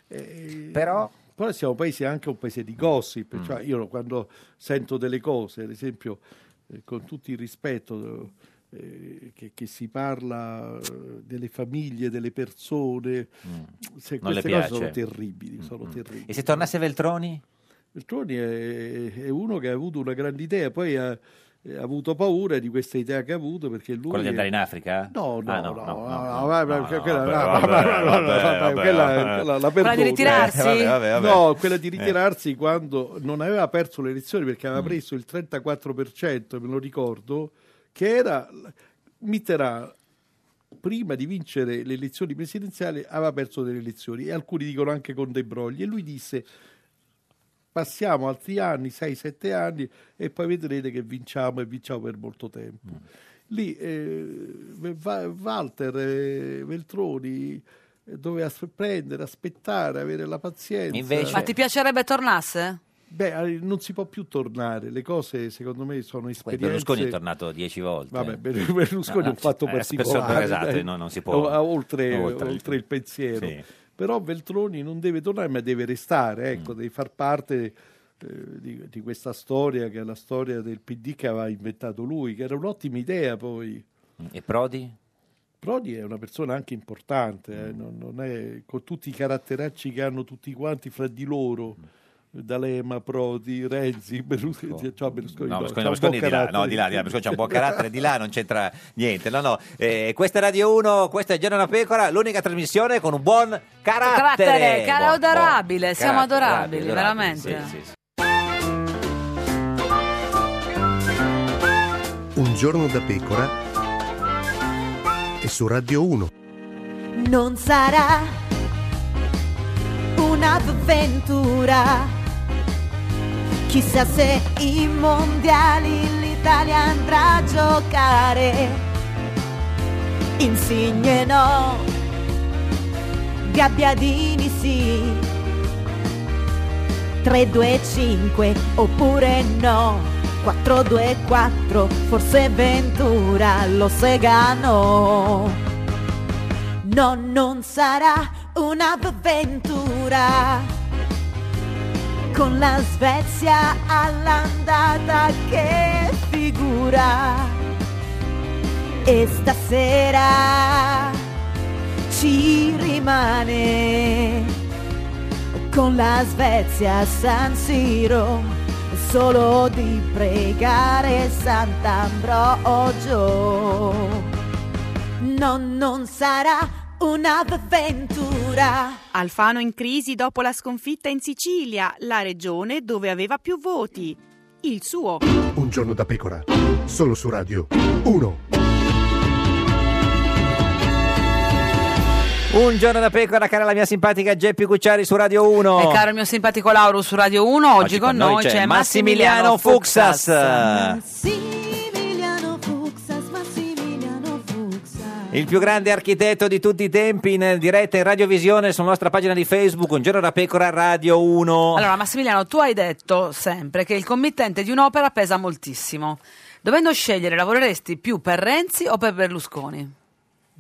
Speaker 11: Eh,
Speaker 2: Però- Mm.
Speaker 11: però siamo paesi anche un paese di gossip, cioè io quando sento delle cose, ad esempio eh, con tutto il rispetto eh, che, che si parla eh, delle famiglie, delle persone, se
Speaker 2: Mm. Non le
Speaker 11: queste cose sono
Speaker 2: piace.
Speaker 11: terribili, sono terribili.
Speaker 2: Mm, E se tornasse Veltroni?
Speaker 11: Veltroni è, è uno che ha avuto una grande idea, poi ha, ha avuto paura di questa idea che ha avuto perché lui...
Speaker 2: Quello di andare in Africa?
Speaker 11: No, no,
Speaker 2: Ah,
Speaker 11: no, no, no,
Speaker 2: vabbè, vabbè,
Speaker 11: quella
Speaker 2: vabbè, vabbè.
Speaker 11: quella la
Speaker 2: Quella di
Speaker 11: perdono.
Speaker 2: ritirarsi? Eh, vabbè, vabbè, vabbè.
Speaker 11: No, quella di
Speaker 2: Eh. Mm.
Speaker 11: ritirarsi quando non aveva perso le elezioni perché aveva preso il 34%, me lo ricordo, che era Mitterrand prima di vincere le elezioni presidenziali aveva perso delle elezioni e alcuni dicono anche con dei brogli e lui disse passiamo altri anni, 6-7 anni e poi vedrete che vinciamo e vinciamo per molto tempo.
Speaker 2: Mm.
Speaker 11: Lì eh, Va- Walter eh, Veltroni eh, doveva as- prendere, aspettare, avere la pazienza.
Speaker 1: Ma ti piacerebbe tornasse?
Speaker 11: Beh, eh, non si può più tornare, le cose secondo me sono
Speaker 2: Poi
Speaker 11: esperienze.
Speaker 2: Berlusconi è tornato dieci volte.
Speaker 11: Vabbè, Ber- Berlusconi
Speaker 2: No, no,
Speaker 11: è un fatto
Speaker 2: eh,
Speaker 11: particolare.
Speaker 2: esatto,
Speaker 11: dai.
Speaker 2: no, non si può.
Speaker 11: O- Oltre,
Speaker 2: Oltre il-
Speaker 11: oltre il pensiero.
Speaker 2: Sì.
Speaker 11: Però Veltroni non deve tornare, ma deve restare,
Speaker 2: Mm.
Speaker 11: ecco, deve far parte eh, di, di questa storia che è la storia del PD che aveva inventato lui, che era un'ottima idea poi.
Speaker 2: Mm, E Prodi? Mm.
Speaker 11: Prodi è una persona anche importante, eh, non, non è, con tutti i caratteracci che hanno tutti quanti fra di loro, D'Alema, Prodi, Renzi, Berlusconi, ciao Berlusconi,
Speaker 2: Ecco. No,
Speaker 11: no,
Speaker 2: Berlusconi, Berlusconi
Speaker 11: c'ha un buon
Speaker 2: di là, no,
Speaker 11: carattere.
Speaker 2: di là, di là, Berlusconi c'ha un buon carattere, di là non c'entra niente. No, no, eh, questa è Radio 1, questa è Giorno da Pecora, l'unica trasmissione con un buon carattere.
Speaker 1: Carattere, cara-
Speaker 2: Buon-
Speaker 1: adorabile,
Speaker 2: buon
Speaker 1: siamo
Speaker 2: carattere,
Speaker 1: adorabili, veramente.
Speaker 2: sì, sì, sì.
Speaker 9: Un giorno da pecora e su Radio 1.
Speaker 12: Non sarà un'avventura. Chissà se i mondiali l'Italia andrà a giocare. Insigne no, Gabbiadini sì. 325 oppure no. 424, forse Ventura lo segano. No, non sarà un'avventura. Con la Svezia all'andata che figura. E stasera ci rimane con la Svezia a San Siro solo di pregare Sant'Ambrogio. No, non sarà un'avventura.
Speaker 10: Alfano in crisi dopo la sconfitta in Sicilia, la regione dove aveva più voti. Il suo.
Speaker 9: Un giorno da pecora. Solo su Radio 1.
Speaker 2: Un giorno da pecora, cara la mia simpatica Geppi Cucciari su Radio 1.
Speaker 1: E Eh, caro il mio simpatico Lauro su Radio 1, oggi,
Speaker 2: Oggi
Speaker 1: con noi c'è Massimiliano
Speaker 2: Fuxas.
Speaker 12: Massimiliano Fuxas, Massimiliano Fuxas.
Speaker 2: Il più grande architetto di tutti i tempi in diretta in radiovisione sulla nostra pagina di Facebook, Un giorno da pecora Radio 1.
Speaker 1: Allora, Massimiliano, tu hai detto sempre che il committente di un'opera pesa moltissimo. Dovendo scegliere, lavoreresti più per Renzi o per Berlusconi?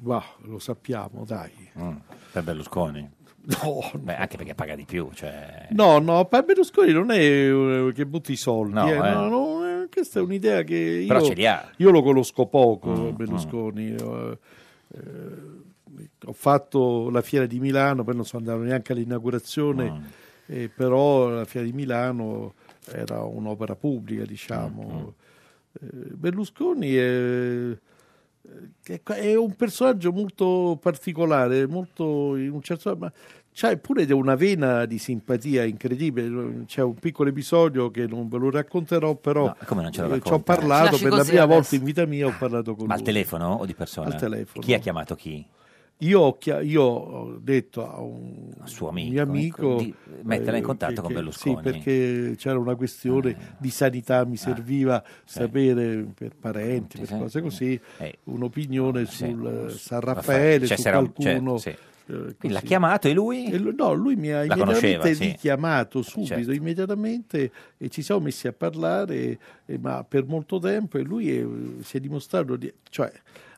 Speaker 11: Bah, lo sappiamo, dai.
Speaker 2: Eh. Mm, per Berlusconi.
Speaker 11: No,
Speaker 2: Beh, anche perché paga di più, cioè...
Speaker 11: No, no, per Berlusconi non è eh, che butti i soldi.
Speaker 2: No,
Speaker 11: eh,
Speaker 2: eh.
Speaker 11: no, no, eh, questa è un'idea che io,
Speaker 2: Però ce li ha. Mm,
Speaker 11: io lo conosco poco, Berlusconi. eh, eh, ho fatto la fiera di Milano, poi non sono andato neanche all'inaugurazione,
Speaker 2: Mm.
Speaker 11: eh, però la fiera di Milano era un'opera pubblica,
Speaker 2: Mm,
Speaker 11: diciamo. Eh, Berlusconi è, che è un personaggio molto particolare, molto in un certo ma c'è pure de- una vena di simpatia incredibile. C'è un piccolo episodio che non ve lo racconterò, però
Speaker 2: come non ce lo
Speaker 11: eh, ci ho
Speaker 2: racconta?
Speaker 11: parlato
Speaker 2: Lasci
Speaker 11: per la
Speaker 2: così
Speaker 11: prima
Speaker 2: adesso.
Speaker 11: volta in vita mia. Ho parlato con
Speaker 2: Ma al
Speaker 11: lui.
Speaker 2: telefono o di persona?
Speaker 11: Al telefono.
Speaker 2: Chi ha chiamato chi?
Speaker 11: Io ho, chia- io ho detto a un
Speaker 2: suo amico, ecco,
Speaker 11: mio amico eh,
Speaker 2: di metterla in contatto con Berlusconi. Eh. Ah,
Speaker 11: Sì, perché c'era una questione di sanità, mi serviva sapere per parenti, per cose così,
Speaker 2: Eh.
Speaker 11: un'opinione sul eh, San Raffaele,
Speaker 2: Cioè,
Speaker 11: su
Speaker 2: c'era un- cioè,
Speaker 11: qualcuno.
Speaker 2: sì.
Speaker 11: eh,
Speaker 2: Quindi l'ha
Speaker 11: così.
Speaker 2: chiamato e lui?
Speaker 11: E lui- no, lui mi ha
Speaker 2: La conosceva,
Speaker 11: immediatamente
Speaker 2: sì.
Speaker 11: richiamato subito,
Speaker 2: Certo.
Speaker 11: immediatamente, e ci siamo messi a parlare, eh, ma per molto tempo, e lui è- si è dimostrato, di- cioè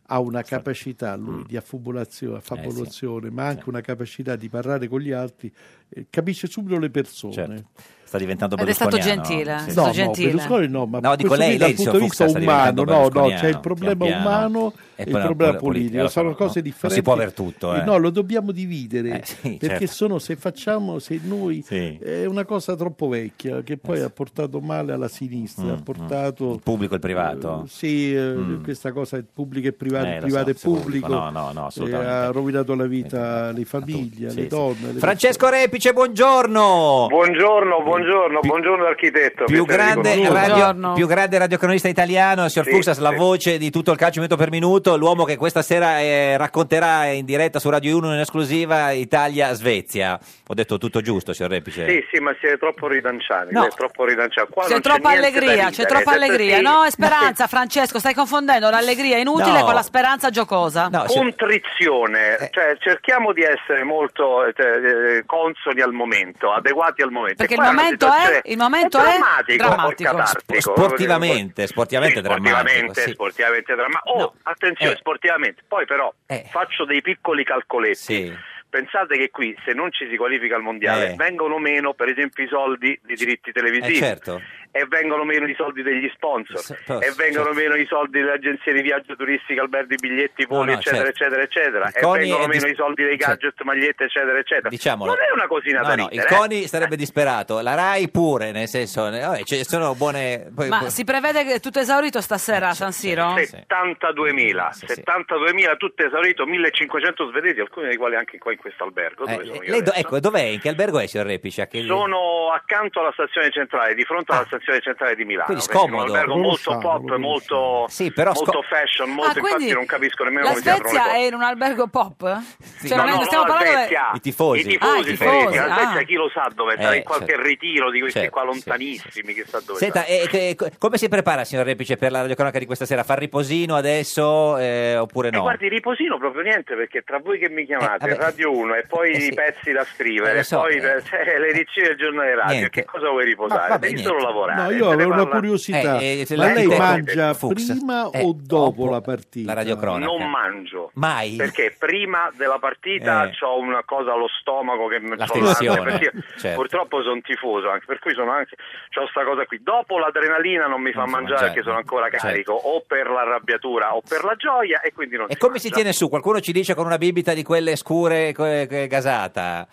Speaker 11: ha una capacità
Speaker 2: Mm.
Speaker 11: lui di affabulazione,
Speaker 2: Eh
Speaker 11: affabulazione, ma
Speaker 2: Certo.
Speaker 11: anche una capacità di parlare con gli altri, eh, capisce subito le persone.
Speaker 2: Sta diventando
Speaker 1: Ed è stato
Speaker 2: berlusconiano.
Speaker 1: gentile,
Speaker 2: Sì.
Speaker 1: è
Speaker 11: No,
Speaker 1: stato
Speaker 11: no,
Speaker 1: gentile.
Speaker 11: Berlusconi no, ma
Speaker 2: No, dico
Speaker 11: questo
Speaker 2: lei,
Speaker 11: qui
Speaker 2: lei,
Speaker 11: dal punto
Speaker 2: signor
Speaker 11: di vista
Speaker 2: Fuchs, sta
Speaker 11: umano,
Speaker 2: diventando
Speaker 11: no, no,
Speaker 2: berlusconiano,
Speaker 11: c'è il problema
Speaker 2: pian piano.
Speaker 11: umano
Speaker 2: E
Speaker 11: e
Speaker 2: poi
Speaker 11: il
Speaker 2: la
Speaker 11: problema
Speaker 2: politica,
Speaker 11: politico,
Speaker 2: lo so,
Speaker 11: sono
Speaker 2: no,
Speaker 11: cose
Speaker 2: non si
Speaker 11: differenti.
Speaker 2: può aver tutto, eh.
Speaker 11: No, lo dobbiamo dividere,
Speaker 2: Eh, sì,
Speaker 11: perché
Speaker 2: certo.
Speaker 11: sono, se facciamo, se noi,
Speaker 2: Sì. Eh,
Speaker 11: è una cosa troppo vecchia, che poi ha portato male alla sinistra, ha portato... eh,
Speaker 2: Il pubblico e il privato?
Speaker 11: Sì, eh,
Speaker 2: Certo. Mm.
Speaker 11: questa cosa è pubblico e privato,
Speaker 2: Eh, lo
Speaker 11: privato
Speaker 2: so,
Speaker 11: e
Speaker 2: se pubblico,
Speaker 11: pubblico, eh,
Speaker 2: no, no, no, assolutamente.
Speaker 11: ha rovinato la vita alle famiglie,
Speaker 2: Sì,
Speaker 11: alle
Speaker 2: sì.
Speaker 11: donne. alle
Speaker 2: Francesco Repice, buongiorno!
Speaker 14: Buongiorno, buongiorno, buongiorno architetto.
Speaker 2: Più
Speaker 14: piacere
Speaker 2: grande,
Speaker 14: di
Speaker 2: radio,
Speaker 14: conoscerlo.
Speaker 2: più grande radiocronista italiano, signor
Speaker 14: Sì,
Speaker 2: Fuxas, la
Speaker 14: sì.
Speaker 2: voce di tutto il calcio minuto per minuto, l'uomo che questa sera eh, racconterà in diretta su Radio 1 in esclusiva Italia-Svezia. Ho detto tutto giusto, signor Repice?
Speaker 14: Sì, sì, ma siete troppo ridanciani,
Speaker 2: No.
Speaker 14: siete troppo ridanciani. Qua
Speaker 1: C'è
Speaker 14: non
Speaker 1: troppa
Speaker 14: niente da
Speaker 1: allegria,
Speaker 14: ridere,
Speaker 1: c'è troppa
Speaker 14: siete-
Speaker 1: allegria.
Speaker 14: sì,
Speaker 1: No, è speranza, Francesco, stai confondendo l'allegria inutile
Speaker 14: No.
Speaker 1: con la speranza giocosa.
Speaker 14: contrizione,
Speaker 2: Eh.
Speaker 14: cioè cerchiamo di essere molto eh, eh, consoni al momento, adeguati al momento.
Speaker 1: Perché
Speaker 14: E
Speaker 1: il
Speaker 14: qua una
Speaker 1: momento
Speaker 14: situazione-
Speaker 1: è- il momento è
Speaker 14: drammatico,
Speaker 1: drammatico.
Speaker 14: porca
Speaker 2: Sp-
Speaker 14: d'artico.
Speaker 2: sportivamente, sportivamente
Speaker 14: Sì,
Speaker 2: drammatico.
Speaker 14: sportivamente,
Speaker 2: sì. eh.
Speaker 14: sportivamente dramma- Oh, attenzione, sportivamente. Poi però faccio dei piccoli calcoletti. Pensate che qui, se non ci si qualifica al mondiale,
Speaker 2: Eh.
Speaker 14: vengono meno, per esempio, i soldi di diritti televisivi.
Speaker 2: Eh, certo.
Speaker 14: E vengono meno i soldi degli sponsor,
Speaker 2: però-
Speaker 14: e vengono
Speaker 2: certo.
Speaker 14: meno i soldi delle agenzie di viaggio turistico, alberghi, biglietti, voli,
Speaker 2: no,
Speaker 14: eccetera,
Speaker 2: certo.
Speaker 14: eccetera, eccetera,
Speaker 2: Il
Speaker 14: e
Speaker 2: CONI
Speaker 14: vengono
Speaker 2: è
Speaker 14: meno
Speaker 2: dis- cioè,
Speaker 14: i soldi dei gadget, magliette, eccetera, eccetera.
Speaker 2: Diciamolo.
Speaker 14: Non è una cosina
Speaker 2: No,
Speaker 14: da
Speaker 2: no, il
Speaker 14: ridere, eh.
Speaker 2: Coni sarebbe disperato, la Rai pure, nel senso, eh, vabbè, ci sono buone... eh, poi-
Speaker 1: Ma
Speaker 2: poi-
Speaker 1: si prevede che è tutto esaurito stasera a San Siro?
Speaker 2: Mm,
Speaker 14: 72.000, 72.000 tutto esaurito, 1.500 svedesi, alcuni dei quali anche qua in questo albergo. Dove
Speaker 2: eh,
Speaker 14: sono io
Speaker 2: lei do-
Speaker 14: adesso.
Speaker 2: ecco, dov'è? In che albergo è, signor Repice? A che-
Speaker 14: Sono accanto alla stazione centrale, di fronte alla stazione centrale di Milano.
Speaker 2: Ah. Quindi
Speaker 14: perché è
Speaker 2: scomodo.
Speaker 14: Un albergo
Speaker 2: Lo
Speaker 14: molto
Speaker 2: sa,
Speaker 14: pop,
Speaker 2: lo
Speaker 14: molto,
Speaker 2: Sì, però sco-
Speaker 14: molto fashion, molto infatti
Speaker 1: Ah, quindi
Speaker 14: non capisco nemmeno
Speaker 1: La
Speaker 14: come si chiamano le
Speaker 1: Svezia
Speaker 14: cose.
Speaker 1: è in un albergo pop? Cioè,
Speaker 14: No,
Speaker 1: non è-
Speaker 14: no,
Speaker 1: stiamo
Speaker 14: no,
Speaker 1: parlando
Speaker 14: la
Speaker 1: di-
Speaker 14: Svezia, i tifosi,
Speaker 1: Ah, i tifosi,
Speaker 14: tedeschi, la
Speaker 1: ah.
Speaker 14: Svezia chi lo sa dove sarà
Speaker 2: Eh,
Speaker 14: in qualche
Speaker 2: certo.
Speaker 14: ritiro di questi
Speaker 2: Certo,
Speaker 14: qua
Speaker 2: sì,
Speaker 14: lontanissimi che sa dove
Speaker 2: Senta, eh,
Speaker 14: sarà.
Speaker 2: e te- co- come si prepara, signor Repice, per la radiocronaca di questa sera? Fa riposino adesso eh, oppure
Speaker 14: E
Speaker 2: no? Eh,
Speaker 14: guardi, riposino proprio niente perché tra voi che mi chiamate,
Speaker 2: vabbè.
Speaker 14: Radio 1 e poi
Speaker 2: Eh sì.
Speaker 14: i pezzi da
Speaker 2: Eh,
Speaker 14: scrivere,
Speaker 2: lo
Speaker 14: e
Speaker 2: so,
Speaker 14: poi
Speaker 2: eh.
Speaker 14: eh, cioè, le edizioni del giornale radio,
Speaker 2: Niente.
Speaker 14: che cosa vuoi riposare?
Speaker 2: Ah, vabbè,
Speaker 14: Devi solo
Speaker 2: niente.
Speaker 14: lavorare.
Speaker 11: No,
Speaker 14: Se
Speaker 11: io
Speaker 14: ne
Speaker 11: avevo una
Speaker 14: parla-
Speaker 11: curiosità.
Speaker 2: Eh, eh, se
Speaker 11: ma
Speaker 2: la-
Speaker 11: lei
Speaker 2: ecco,
Speaker 11: mangia
Speaker 2: Fuchs.
Speaker 11: prima
Speaker 2: Eh,
Speaker 11: o dopo la partita?
Speaker 2: la radiocronaca.
Speaker 14: Non mangio.
Speaker 2: Mai?
Speaker 14: Perché prima della partita
Speaker 2: Eh.
Speaker 14: ho una cosa allo stomaco che mi
Speaker 2: La
Speaker 14: c'ho l'ansia,
Speaker 2: tensione,
Speaker 14: perché
Speaker 2: certo.
Speaker 14: Purtroppo sono tifoso, anche, per cui sono anche ho sta cosa qui. Dopo l'adrenalina non mi fa
Speaker 2: Non si
Speaker 14: mangiare
Speaker 2: mangia,
Speaker 14: perché sono ancora
Speaker 2: certo.
Speaker 14: carico o per l'arrabbiatura o per la gioia e quindi non
Speaker 2: E
Speaker 14: si
Speaker 2: come si
Speaker 14: mangia.
Speaker 2: tiene su? Qualcuno ci dice con una bibita di quelle scure que- que- gasata.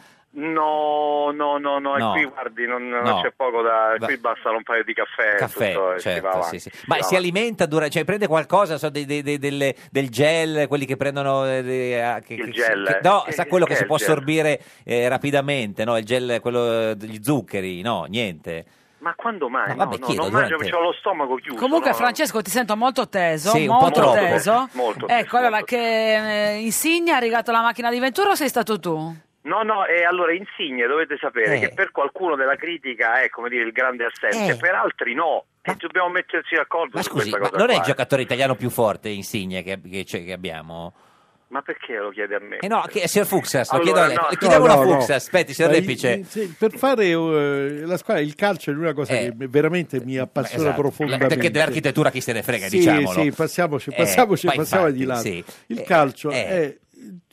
Speaker 14: No, no, no, no,
Speaker 2: No.
Speaker 14: e qui guardi, non, non
Speaker 2: No.
Speaker 14: c'è poco da.
Speaker 2: Va-
Speaker 14: Qui bastano un paio di caffè,
Speaker 2: Caffè,
Speaker 14: tutto, e si va
Speaker 2: certo,
Speaker 14: avanti,
Speaker 2: sì, sì.
Speaker 14: si
Speaker 2: Ma
Speaker 14: va
Speaker 2: si
Speaker 14: avanti.
Speaker 2: alimenta durante, cioè prende qualcosa, so, dei- dei- dei- delle- del gel, quelli che prendono eh, de- ah, che-
Speaker 14: Il
Speaker 2: che-
Speaker 14: gel,
Speaker 2: che- no,
Speaker 14: eh,
Speaker 2: sa quello che
Speaker 14: che è
Speaker 2: si
Speaker 14: il
Speaker 2: può
Speaker 14: gel?
Speaker 2: assorbire eh, rapidamente, no? Il gel, quello eh, degli zuccheri, no, niente.
Speaker 14: Ma quando mai?
Speaker 2: No, vabbè,
Speaker 14: no, no,
Speaker 2: chiedo,
Speaker 14: non mangio,
Speaker 2: durante-
Speaker 14: ho lo stomaco chiuso.
Speaker 1: Comunque,
Speaker 14: no, no.
Speaker 1: Francesco, ti sento molto teso.
Speaker 2: Sì, un po'
Speaker 1: molto
Speaker 2: troppo.
Speaker 1: teso.
Speaker 14: Molto teso,
Speaker 1: Ecco, allora, che eh, Insigne ha rigato la macchina di Ventura o sei stato tu?
Speaker 14: No, no, e allora Insigne dovete sapere
Speaker 2: Eh.
Speaker 14: che per qualcuno della critica è come dire il grande assente,
Speaker 2: Eh.
Speaker 14: per altri no. E dobbiamo metterci d'accordo
Speaker 2: Ma
Speaker 14: su
Speaker 2: scusi,
Speaker 14: questa
Speaker 2: ma
Speaker 14: cosa.
Speaker 2: non è il
Speaker 14: qua. eh.
Speaker 2: giocatore italiano più forte Insigne che, che c'è- che abbiamo?
Speaker 14: Ma perché lo chiede a me?
Speaker 2: Eh no, che, signor Fuxas, lo
Speaker 14: Allora,
Speaker 2: chiedo a lei.
Speaker 14: no,
Speaker 2: Le
Speaker 14: no,
Speaker 2: chiediamo
Speaker 11: no,
Speaker 2: a
Speaker 11: no.
Speaker 2: Fuxas, aspetti, signor
Speaker 11: Ma i-
Speaker 2: Repice.
Speaker 11: i- sì, per fare eh, la squadra, il calcio è l'unica cosa
Speaker 2: Eh.
Speaker 11: che mi- veramente mi
Speaker 2: Esatto.
Speaker 11: appassiona profondamente.
Speaker 2: Perché dell'architettura chi se ne frega,
Speaker 11: sì,
Speaker 2: diciamolo.
Speaker 11: Sì, passiamoci,
Speaker 2: Eh,
Speaker 11: passiamoci,
Speaker 2: ma
Speaker 11: passiamo
Speaker 2: infatti,
Speaker 11: di là.
Speaker 2: sì.
Speaker 11: Il
Speaker 2: Eh,
Speaker 11: calcio
Speaker 2: eh.
Speaker 11: è-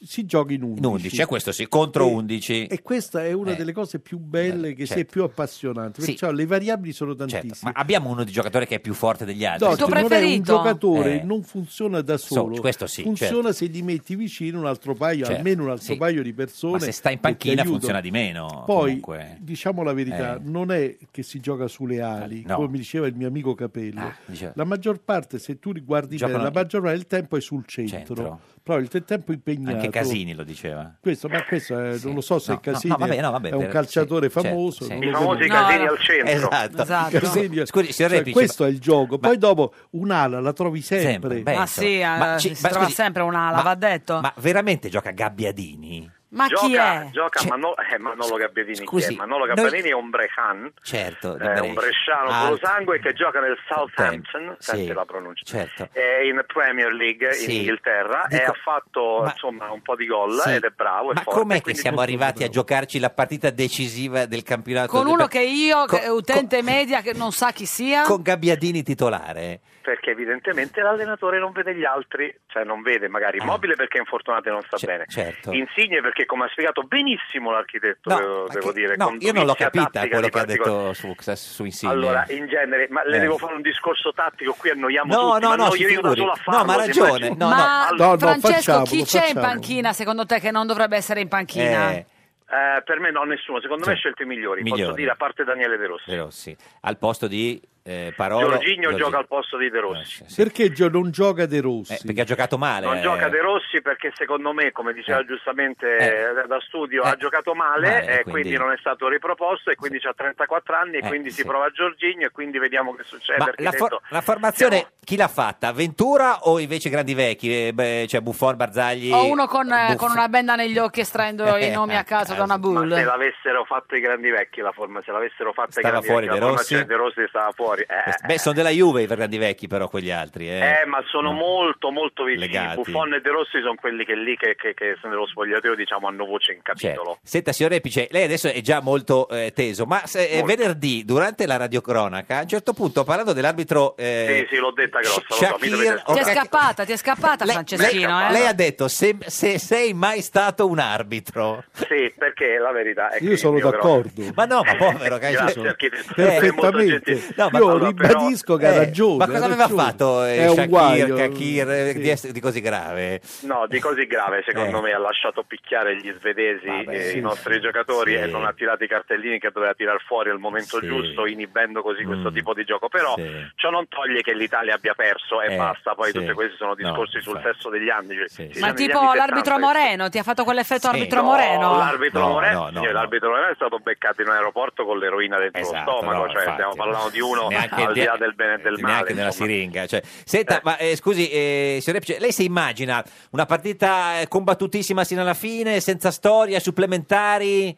Speaker 11: si gioca in
Speaker 2: In
Speaker 11: 11.
Speaker 2: 11, eh, questo sì, contro
Speaker 11: E-
Speaker 2: 11.
Speaker 11: E questa è una
Speaker 2: Eh.
Speaker 11: delle cose più belle che sia
Speaker 2: certo.
Speaker 11: più appassionante,
Speaker 2: Sì.
Speaker 11: perciò le variabili sono
Speaker 2: Certo,
Speaker 11: tantissime.
Speaker 2: ma abbiamo uno di giocatore che è più forte degli altri.
Speaker 11: Dotti non è un giocatore
Speaker 2: Eh,
Speaker 11: non funziona da solo
Speaker 2: So- questo sì,
Speaker 11: funziona se gli metti vicino un altro paio
Speaker 2: Certo,
Speaker 11: almeno un altro
Speaker 2: sì.
Speaker 11: paio di persone
Speaker 2: ma se sta in
Speaker 11: che ti
Speaker 2: panchina
Speaker 11: aiutano.
Speaker 2: funziona di meno.
Speaker 11: poi
Speaker 2: comunque.
Speaker 11: diciamo la verità
Speaker 2: Eh.
Speaker 11: non è che si gioca sulle ali
Speaker 2: No.
Speaker 11: come mi diceva il mio amico Capello
Speaker 2: Ah, diceva-
Speaker 11: la maggior parte se tu guardi
Speaker 2: Giocano-
Speaker 11: bene la maggior parte del tempo è sul centro,
Speaker 2: Centro.
Speaker 11: però il te- tempo impegnato
Speaker 2: Anche Casini lo diceva.
Speaker 11: questo, ma questo è- non lo so se
Speaker 2: No, no,
Speaker 11: Casini
Speaker 2: no, vabbè, no, vabbè,
Speaker 11: è un
Speaker 2: per-
Speaker 11: calciatore
Speaker 2: sì, certo,
Speaker 11: famoso.
Speaker 2: sì.
Speaker 11: non
Speaker 14: I
Speaker 11: lo
Speaker 14: famosi
Speaker 11: conosco.
Speaker 14: casini al centro.
Speaker 2: Esatto.
Speaker 1: Esatto.
Speaker 11: Casini-
Speaker 2: Scusi, signor
Speaker 11: cioè,
Speaker 2: Repice,
Speaker 11: questo è il gioco. Poi
Speaker 2: ma-
Speaker 11: dopo un'ala la trovi sempre.
Speaker 2: Sempre, beh,
Speaker 1: ah,
Speaker 2: insomma.
Speaker 1: sì, eh,
Speaker 2: Ma ci-
Speaker 1: si
Speaker 2: ma
Speaker 1: trova
Speaker 2: scusi,
Speaker 1: sempre un'ala,
Speaker 2: ma-
Speaker 1: va detto.
Speaker 2: Ma veramente gioca Gabbiadini?
Speaker 1: Ma
Speaker 14: gioca,
Speaker 1: chi è?
Speaker 14: Gioca Manolo, eh, Manolo Gabbiadini.
Speaker 2: Cioè, scusi,
Speaker 14: chi è? Manolo
Speaker 2: noi-
Speaker 14: Gabbiadini è un Brechan,
Speaker 11: Eh,
Speaker 2: Certo, Ah,
Speaker 14: è un bresciano puro sangue che gioca nel Southampton,
Speaker 2: Sì.
Speaker 14: sente la pronuncia.
Speaker 2: Certo.
Speaker 14: È in Premier League
Speaker 2: Sì.
Speaker 14: in Inghilterra e
Speaker 2: Dico-
Speaker 14: ha fatto
Speaker 2: ma-
Speaker 14: insomma un po' di gol
Speaker 2: Sì.
Speaker 14: ed è bravo.
Speaker 2: Ma
Speaker 14: è forte,
Speaker 2: com'è che
Speaker 14: quindi-
Speaker 2: siamo arrivati a giocarci la partita decisiva del campionato?
Speaker 1: Con
Speaker 2: del-
Speaker 1: uno che io,
Speaker 2: Co-
Speaker 1: che è utente media, che non sa chi sia.
Speaker 2: con Gabbiadini titolare?
Speaker 14: Perché evidentemente l'allenatore non vede gli altri, cioè non vede
Speaker 2: Eh.
Speaker 14: magari Immobile perché è infortunato e non sta bene.
Speaker 2: certo.
Speaker 14: Insigne perché come ha spiegato benissimo l'architetto,
Speaker 2: No,
Speaker 14: devo-
Speaker 2: ma
Speaker 14: devo
Speaker 2: che-
Speaker 14: dire.
Speaker 2: Eh, no,
Speaker 14: con
Speaker 2: io non l'ho
Speaker 14: dovizia
Speaker 2: capita
Speaker 14: tattica
Speaker 2: quello
Speaker 14: di
Speaker 2: che ha
Speaker 14: particol-
Speaker 2: detto su, su Insigne.
Speaker 14: Allora, in genere, ma le
Speaker 2: Eh.
Speaker 14: devo fare un discorso tattico, qui annoiamo
Speaker 2: No,
Speaker 14: tutti,
Speaker 2: no,
Speaker 14: ma
Speaker 2: no, si
Speaker 14: io, io da
Speaker 2: figuri.
Speaker 14: solo a
Speaker 2: No,
Speaker 14: farlo,
Speaker 2: ma ha
Speaker 14: ti
Speaker 2: ragione,
Speaker 14: immagini?
Speaker 2: no,
Speaker 1: Ma
Speaker 14: Allora,
Speaker 11: no,
Speaker 1: Francesco,
Speaker 11: facciamolo,
Speaker 1: chi c'è in
Speaker 11: facciamolo.
Speaker 1: panchina secondo te che non dovrebbe essere in panchina?
Speaker 2: Eh,
Speaker 14: eh, per me no, nessuno, secondo me scelte migliori, posso
Speaker 2: Migliori.
Speaker 14: dire, a parte Daniele De Rossi.
Speaker 2: De Rossi, al posto di eh, Parolo.
Speaker 14: Giorginio gioca al posto di De
Speaker 2: De
Speaker 14: Rossi.
Speaker 2: Rossi, Eh, sì.
Speaker 11: Perché Gio- non gioca De Rossi?
Speaker 2: Eh, perché ha giocato male.
Speaker 14: Non
Speaker 2: eh.
Speaker 14: gioca De Rossi perché secondo me, come diceva
Speaker 2: Eh.
Speaker 14: giustamente
Speaker 2: Eh.
Speaker 14: eh, da studio,
Speaker 2: Eh.
Speaker 14: ha giocato male,
Speaker 2: Male,
Speaker 14: e quindi...
Speaker 2: quindi
Speaker 14: non è stato riproposto e quindi ha 34 anni e
Speaker 2: Eh,
Speaker 14: quindi
Speaker 2: sì.
Speaker 14: si prova Giorginio e quindi vediamo che succede.
Speaker 2: Ma
Speaker 14: eh, perché
Speaker 2: la, for-
Speaker 14: adesso
Speaker 2: la formazione
Speaker 14: siamo-
Speaker 2: chi l'ha fatta? Ventura o invece i grandi vecchi? Eh, beh, cioè Buffon, Barzagli.
Speaker 1: O uno con, eh,
Speaker 2: Buffon.
Speaker 1: con una benda negli occhi estraendo
Speaker 2: Eh,
Speaker 1: i nomi
Speaker 2: a
Speaker 1: a caso da una
Speaker 2: caso.
Speaker 1: bull?
Speaker 14: Ma se l'avessero fatto i grandi vecchi la forma, se l'avessero fatta
Speaker 2: Stava
Speaker 14: i grandi
Speaker 2: fuori
Speaker 14: vecchi,
Speaker 2: De
Speaker 14: la formazione
Speaker 2: Rossi?
Speaker 14: De Rossi stava fuori. Eh,
Speaker 2: Beh, sono della Juve i grandi vecchi, però quegli altri. Eh,
Speaker 14: eh, ma sono
Speaker 2: No.
Speaker 14: molto molto vicini.
Speaker 2: Legati.
Speaker 14: Buffon e De Rossi sono quelli che lì che, che, che nello spogliatoio diciamo hanno voce in capitolo.
Speaker 2: Certo. Senta, signor Repice, lei adesso è già molto eh, teso, ma se, eh,
Speaker 14: Molto.
Speaker 2: venerdì durante la radiocronaca, a un certo punto, parlando dell'arbitro. eh,
Speaker 14: Sì, sì, l'ho detta grossa, lo so, mi
Speaker 2: Shakir-
Speaker 14: dovete
Speaker 1: Ti
Speaker 14: ascoltare.
Speaker 1: è
Speaker 2: Shakir-
Speaker 1: scappata, ti è scappata
Speaker 2: lei,
Speaker 1: Franceschino,
Speaker 2: lei-
Speaker 1: eh?
Speaker 2: lei ha detto: se, se sei mai stato un arbitro,
Speaker 14: Sì, perché la verità è che
Speaker 11: Io sono
Speaker 14: il mio grosso-
Speaker 11: d'accordo.
Speaker 2: ma no, ma povero, che
Speaker 14: Grazie,
Speaker 2: hai-
Speaker 14: architetto.
Speaker 2: Eh,
Speaker 14: Sei molto
Speaker 11: Perfettamente.
Speaker 14: gentile.
Speaker 2: No, ma
Speaker 11: Io Io
Speaker 2: Allora, però-
Speaker 11: ribadisco che ha
Speaker 2: eh,
Speaker 11: ragione.
Speaker 2: Ma cosa
Speaker 11: ha
Speaker 2: aveva
Speaker 11: ragione.
Speaker 2: fatto eh,
Speaker 11: È un
Speaker 2: Shakir,
Speaker 11: guaio.
Speaker 2: Kakir, eh, di, essere- di così grave?
Speaker 14: No, di così grave secondo
Speaker 2: Eh.
Speaker 14: me ha lasciato picchiare gli svedesi, eh,
Speaker 2: sì,
Speaker 14: i nostri giocatori
Speaker 2: sì.
Speaker 14: e non ha tirato i cartellini che doveva tirar fuori al momento
Speaker 2: Sì.
Speaker 14: giusto, inibendo così questo
Speaker 2: Mm.
Speaker 14: tipo di gioco. Però
Speaker 2: Sì.
Speaker 14: ciò non toglie che l'Italia abbia perso e
Speaker 2: Eh,
Speaker 14: basta, poi
Speaker 2: sì.
Speaker 14: tutti questi sono discorsi
Speaker 2: No,
Speaker 14: sul
Speaker 2: infatti.
Speaker 14: sesso degli anni. cioè, ci
Speaker 1: Ma
Speaker 14: siamo negli
Speaker 1: tipo
Speaker 14: anni
Speaker 1: l'arbitro
Speaker 14: 70.
Speaker 1: Moreno, ti ha fatto quell'effetto
Speaker 14: Sì.
Speaker 1: arbitro
Speaker 14: No,
Speaker 1: Moreno?
Speaker 14: L'arbitro,
Speaker 2: No,
Speaker 14: Moreno,
Speaker 2: no, no,
Speaker 14: signor,
Speaker 2: no.
Speaker 14: l'arbitro Moreno è stato beccato in aeroporto con l'eroina dentro
Speaker 2: Esatto,
Speaker 14: lo stomaco,
Speaker 2: no,
Speaker 14: cioè
Speaker 2: infatti,
Speaker 14: stiamo parlando di uno
Speaker 2: neanche
Speaker 14: al di
Speaker 2: de-
Speaker 14: là del bene e del male.
Speaker 2: neanche nella
Speaker 14: insomma.
Speaker 2: siringa. Cioè. Senta, ma eh, scusi, eh, signor Repice, lei si immagina una partita eh, combattutissima sino alla fine, senza storia, supplementari?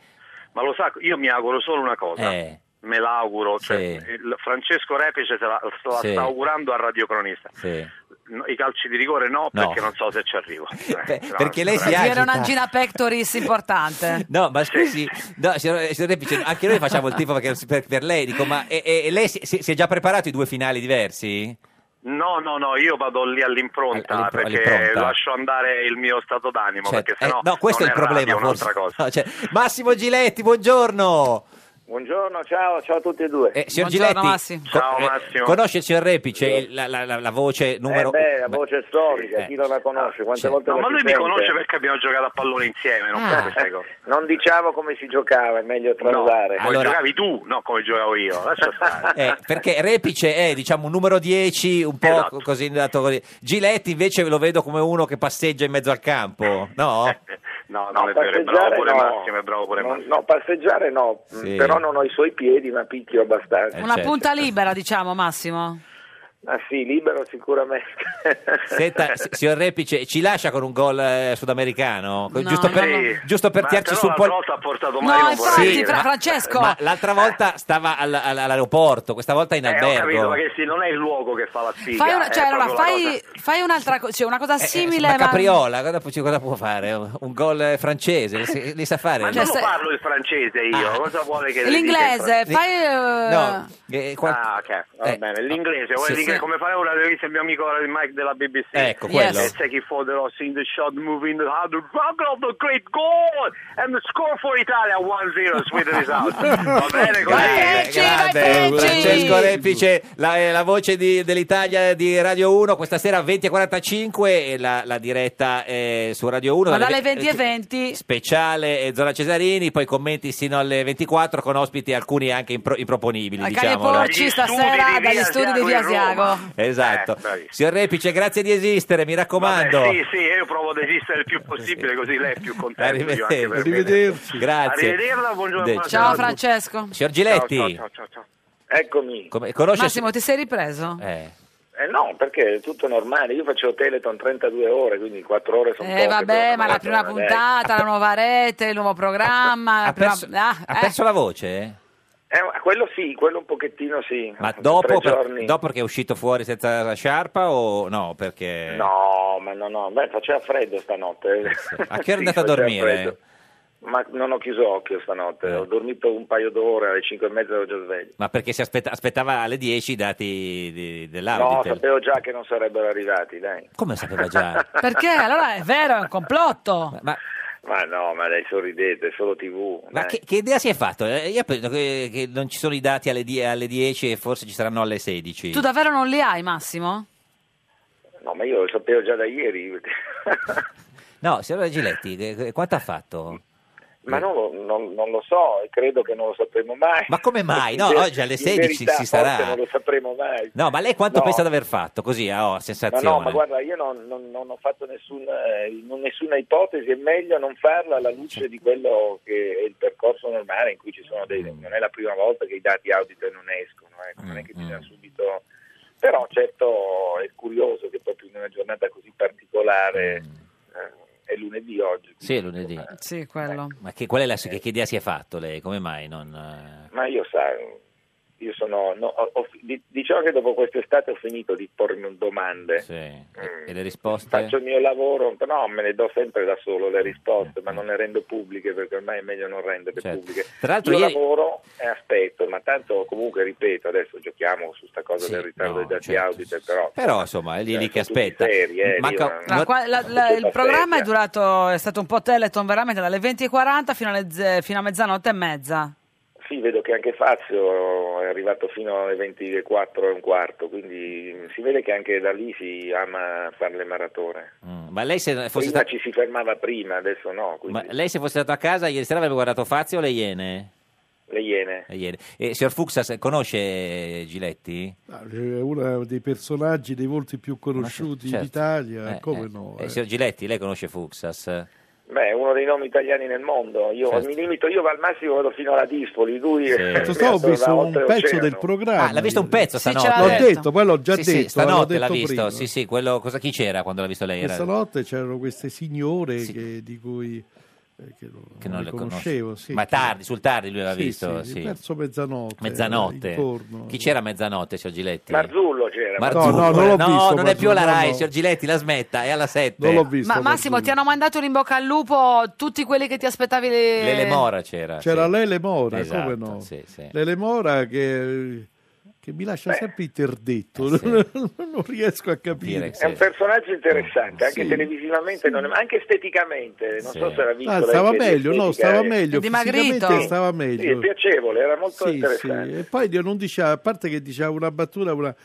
Speaker 14: Ma lo sa, io mi auguro solo una cosa.
Speaker 2: Eh.
Speaker 14: Me l'auguro, cioè,
Speaker 2: Sì.
Speaker 14: il Francesco Repice se la, se la
Speaker 2: Sì.
Speaker 14: sta augurando al radiocronista.
Speaker 2: Sì.
Speaker 14: No, I calci di rigore no,
Speaker 2: No.
Speaker 14: perché non so se ci arrivo. Eh,
Speaker 2: Beh,
Speaker 14: no,
Speaker 2: perché lei si
Speaker 14: veramente.
Speaker 2: agita.
Speaker 1: Era un'angina pectoris importante.
Speaker 2: No, ma scusi, no, signor, eh, signor Repice, anche noi facciamo il tifo perché- per, per lei, dico, ma e- e- e lei si, si- si è già preparato i due finali diversi?
Speaker 14: No, no, no, io vado lì all'impronta
Speaker 2: All'impro-
Speaker 14: perché
Speaker 2: all'impronta.
Speaker 14: lascio andare il mio stato d'animo,
Speaker 2: Cioè,
Speaker 14: perché
Speaker 2: eh,
Speaker 14: sennò
Speaker 2: no, questo
Speaker 14: non
Speaker 2: è il problema.
Speaker 14: radio, è
Speaker 2: forse.
Speaker 14: un'altra cosa.
Speaker 2: No, cioè, Massimo Giletti, buongiorno.
Speaker 15: Buongiorno, ciao, ciao a tutti e due.
Speaker 2: Eh, signor Giletti, co-
Speaker 15: Ciao
Speaker 2: eh,
Speaker 15: Massimo.
Speaker 2: conosce il signor Repice, il- la, la- la- la voce numero...
Speaker 15: Eh beh, la voce storica,
Speaker 2: eh.
Speaker 15: chi non la conosce? Quante
Speaker 2: sì.
Speaker 15: volte
Speaker 14: No,
Speaker 15: la
Speaker 14: ma
Speaker 15: si
Speaker 14: lui mi
Speaker 15: sente?
Speaker 14: conosce perché abbiamo giocato a pallone insieme, non
Speaker 15: Ah.
Speaker 14: so queste cose.
Speaker 15: Non diciamo come si giocava, è meglio
Speaker 14: No,
Speaker 15: tradurre.
Speaker 14: come giocavi tu, no come giocavo io. Lascia stare.
Speaker 2: Eh, perché Repice è diciamo un numero 10, un po'
Speaker 14: Esatto.
Speaker 2: così, dato così. Giletti invece lo vedo come uno che passeggia in mezzo al campo, no?
Speaker 14: No,
Speaker 15: No,
Speaker 14: non è vero, è bravo pure
Speaker 15: no.
Speaker 14: Massimo, è bravo pure
Speaker 15: No,
Speaker 14: Massimo.
Speaker 15: no, passeggiare no, mh,
Speaker 2: Sì.
Speaker 15: però non ho i suoi piedi, ma picchio
Speaker 2: Eh,
Speaker 15: abbastanza.
Speaker 1: Una
Speaker 2: certo.
Speaker 1: punta libera, diciamo, Massimo.
Speaker 15: Ah sì, libero sicuramente.
Speaker 2: Senta, s- signor Repice, ci lascia con un gol eh, sudamericano? Co-
Speaker 15: No,
Speaker 2: giusto per,
Speaker 15: no.
Speaker 2: giusto per
Speaker 15: Ma
Speaker 2: tirarci
Speaker 15: però
Speaker 2: sul
Speaker 15: la
Speaker 2: po'.
Speaker 15: volta ha portato
Speaker 1: male, No, non vorrei infatti, dire. Fra- Francesco!
Speaker 2: Ma l'altra volta stava al- al- all'aeroporto, questa volta in
Speaker 14: Eh, ho capito,
Speaker 2: albergo.
Speaker 14: ma che sì, non è il luogo che fa la sfiga.
Speaker 1: Fai, una,
Speaker 14: è
Speaker 1: cioè, allora,
Speaker 14: proprio la
Speaker 1: fai, fai un'altra cosa, cioè, una cosa simile.
Speaker 2: Ma
Speaker 1: ma-
Speaker 2: Eh, Capriola, cosa, pu- cosa può fare? Un gol eh, francese, li, li sa fare?
Speaker 14: cosa- Ma
Speaker 1: Cioè,
Speaker 14: non lo parlo il francese io,
Speaker 2: Ah.
Speaker 14: cosa vuole che le dica in
Speaker 1: L'inglese,
Speaker 14: francese?
Speaker 1: fai. eh,
Speaker 2: No, eh, qual-
Speaker 14: Ah, ok, va
Speaker 2: Eh,
Speaker 14: bene. L'inglese, vuoi
Speaker 2: sì,
Speaker 14: l'inglese?
Speaker 2: sì.
Speaker 14: come fai ora? Avevi visto il mio amico il Mike della BBC?
Speaker 2: Ecco, quello.
Speaker 14: Yes. Take it for the loss in the shot, moving the hard, rock of the great goal and the score for Italia 1-0, Sweden is out. Va bene così.
Speaker 2: Grande. Francesco Repice, la, eh, la voce di- dell'Italia di Radio 1, questa sera 20.45 e la, la diretta eh, su Radio 1.
Speaker 1: Ma
Speaker 2: dalle
Speaker 1: dalle 20 e 20.
Speaker 2: Speciale eh, Zona Cesarini, poi commenti sino alle 24 con ospiti alcuni anche impro- improponibili.
Speaker 1: Al Calle
Speaker 2: diciamolo.
Speaker 1: Porci stasera
Speaker 14: di Via
Speaker 1: dagli studi di
Speaker 14: Asiago
Speaker 1: Via
Speaker 14: in Roma.
Speaker 1: Asiago.
Speaker 2: Esatto. Signor Repice, grazie di esistere, mi
Speaker 14: Eh, Vabbè,
Speaker 2: raccomando.
Speaker 14: sì, sì, io provo ad esistere il più possibile, così lei è più contento. io anche
Speaker 2: Arrivederci.
Speaker 14: per me.
Speaker 2: Grazie.
Speaker 14: Arrivederla, buongiorno.
Speaker 2: De-
Speaker 14: buona serata a
Speaker 1: Ciao
Speaker 14: tutti.
Speaker 1: Francesco.
Speaker 2: Signor Giletti.
Speaker 15: Eccomi.
Speaker 2: certo. Come, conosce
Speaker 1: Massimo, ti sei ripreso?
Speaker 2: Eh.
Speaker 15: Eh no, perché è tutto normale, io facevo Teleton 32 ore, quindi 4 ore sono
Speaker 1: Eh,
Speaker 15: poche per
Speaker 1: vabbè,
Speaker 15: una
Speaker 1: ma la prima
Speaker 15: maratona, dai.
Speaker 1: puntata, la nuova rete, il nuovo programma. la
Speaker 2: Ha
Speaker 1: prima-
Speaker 2: perso,
Speaker 1: ah,
Speaker 2: ha
Speaker 1: eh.
Speaker 2: perso la voce?
Speaker 15: Eh, ma quello sì, quello un pochettino sì.
Speaker 2: Ma dopo,
Speaker 15: Tre
Speaker 2: per-
Speaker 15: giorni.
Speaker 2: dopo che è uscito fuori senza la sciarpa o no? Perché...
Speaker 15: No, ma no, no, beh, faceva freddo stanotte.
Speaker 2: A che
Speaker 15: Sì,
Speaker 2: ora è andata a
Speaker 15: faceva
Speaker 2: dormire? Eh.
Speaker 15: freddo. Ma non ho chiuso occhio stanotte, ho dormito un paio d'ore, alle 5 e mezza ero già sveglio.
Speaker 2: Ma perché si aspetta- aspettava alle 10 i dati di-
Speaker 15: No,
Speaker 2: dell'Auditel.
Speaker 15: sapevo già che non sarebbero arrivati, dai.
Speaker 2: Come sapeva già?
Speaker 1: Perché? Allora è vero, è un complotto.
Speaker 2: Ma,
Speaker 15: Ma no, ma dai, sorridete, è solo tv.
Speaker 2: ma
Speaker 15: dai.
Speaker 2: che, che idea si è fatto? Eh, Io penso che, che non ci sono i dati alle, die- alle 10 e forse ci saranno alle 16.
Speaker 1: Tu davvero non li hai, Massimo?
Speaker 15: No, ma io lo sapevo già da ieri.
Speaker 2: Eh. No, signora Giletti, eh, quanto ha fatto?
Speaker 15: ma non, non- non lo so, e credo che non lo sapremo mai.
Speaker 2: Ma come mai? No,
Speaker 15: In ver-
Speaker 2: oggi alle
Speaker 15: in
Speaker 2: 16
Speaker 15: verità,
Speaker 2: si sarà.
Speaker 15: forse non lo sapremo mai.
Speaker 2: No, ma lei quanto
Speaker 15: No.
Speaker 2: pensa di aver fatto? Così, a oh,
Speaker 15: Ma
Speaker 2: sensazione.
Speaker 15: no, ma guarda, io non, non- non ho fatto nessuna, eh, non- nessuna ipotesi, è meglio non farla alla luce di quello che è il percorso normale in cui ci sono dei... Non è la prima volta che i dati audit non escono, ecco, non è che bisogna subito... Però certo è curioso che proprio in una giornata così particolare, eh, è lunedì oggi,
Speaker 2: Sì, lunedì. Eh,
Speaker 1: Sì, quello.
Speaker 2: Ma che, qual è la, che, che idea si è fatto lei? Come mai non... eh?
Speaker 15: ma io sa, io sono... no, ho- ho- di- diciamo che dopo quest'estate ho finito di pormi domande.
Speaker 2: eh, E le risposte?
Speaker 15: Faccio il mio lavoro, no, me le do sempre da solo le risposte, ma non le rendo pubbliche perché ormai è meglio non renderle
Speaker 2: Certo.
Speaker 15: pubbliche.
Speaker 2: Tra l'altro
Speaker 15: Io
Speaker 2: ieri-
Speaker 15: lavoro e aspetto, ma tanto comunque ripeto, adesso giochiamo su sta cosa del ritardo dei dati
Speaker 2: certo.
Speaker 15: audit, però...
Speaker 2: Però insomma, è lì, lì che
Speaker 15: sono tutti
Speaker 2: aspetta.
Speaker 15: seri, eh, io
Speaker 2: Manca...
Speaker 15: non-
Speaker 1: No, qua- la- la- il
Speaker 15: Tutto
Speaker 1: programma è
Speaker 15: seria.
Speaker 1: durato, è stato un po' teleton veramente dalle 20.40 fino, alle ze- fino a mezzanotte e mezza.
Speaker 15: Sì, vedo che anche Fazio è arrivato fino alle 24 e un quarto, quindi mm, si vede che anche da lì si ama fare le maratone.
Speaker 2: Mm, Ma lei se fosse
Speaker 15: Prima
Speaker 2: stata...
Speaker 15: ci si fermava prima, adesso no, quindi
Speaker 2: Ma lei se fosse stato a casa ieri sera avrebbe guardato Fazio o le Iene?
Speaker 15: le Iene.
Speaker 2: Le Iene. E signor Fuxa se- conosce Giletti?
Speaker 11: Ah, È uno dei personaggi, dei volti più conosciuti
Speaker 2: Certo.
Speaker 11: d'Italia,
Speaker 2: Eh,
Speaker 11: come
Speaker 2: eh.
Speaker 11: no?
Speaker 2: Eh, signor Giletti, lei conosce Fuxas?
Speaker 15: Beh, è uno dei nomi italiani nel mondo. Io
Speaker 2: Certo.
Speaker 15: mi limito, io al massimo vado fino alla Dispoli, lui è
Speaker 11: Tanto Cioè, stavo ho visto un pezzo del programma.
Speaker 2: Eh, Ah, l'ha visto un pezzo
Speaker 11: Sì,
Speaker 2: stanotte?
Speaker 11: ce l'ha L'ho detto. detto, poi l'ho già
Speaker 2: Sì, sì,
Speaker 11: detto,
Speaker 2: stanotte
Speaker 11: l'ho detto
Speaker 2: l'ha visto.
Speaker 11: prima.
Speaker 2: Sì, sì, quello, cosa, chi c'era quando l'ha visto lei? Era-
Speaker 11: Questa notte c'erano queste signore che- di cui eh, che non,
Speaker 2: che non
Speaker 11: le
Speaker 2: le
Speaker 11: conoscevo.
Speaker 2: conosce.
Speaker 11: sì,
Speaker 2: Ma
Speaker 11: che-
Speaker 2: tardi, sul tardi lui l'aveva
Speaker 11: Sì,
Speaker 2: visto.
Speaker 11: sì,
Speaker 2: sì.
Speaker 11: verso mezzanotte.
Speaker 2: Mezzanotte.
Speaker 11: intorno.
Speaker 2: Chi c'era a mezzanotte, signor Giletti?
Speaker 15: Marzullo c'era.
Speaker 2: Marzullo.
Speaker 11: No, no, non l'ho
Speaker 2: No,
Speaker 11: visto,
Speaker 2: non è più
Speaker 11: Marzullo,
Speaker 2: la
Speaker 11: no,
Speaker 2: RAI,
Speaker 11: no.
Speaker 2: signor Giletti, la smetta, è alla 7.
Speaker 11: Non l'ho visto.
Speaker 1: Ma Massimo, ti hanno mandato in bocca al lupo tutti quelli che ti aspettavi le...
Speaker 2: Lele Mora c'era.
Speaker 11: C'era
Speaker 2: sì.
Speaker 11: Lele Mora,
Speaker 2: Esatto,
Speaker 11: come no?
Speaker 2: sì, sì.
Speaker 11: Lele Mora che, che mi lascia sempre interdetto,
Speaker 2: Eh,
Speaker 11: non riesco a capire.
Speaker 15: È un personaggio interessante,
Speaker 2: Ah,
Speaker 15: anche
Speaker 11: Sì.
Speaker 15: televisivamente, non è- ma anche esteticamente. Non
Speaker 11: Sì.
Speaker 15: so se l'ha visto.
Speaker 11: Ah,
Speaker 15: lei
Speaker 11: stava
Speaker 15: che
Speaker 11: meglio, no,
Speaker 15: estetica
Speaker 11: stava
Speaker 15: è-
Speaker 11: meglio, È dimagrito. fisicamente stava meglio.
Speaker 15: Sì, è piacevole, era molto
Speaker 11: Sì, sì.
Speaker 15: interessante.
Speaker 11: E poi Dio non diceva, a parte che diceva una battuta una-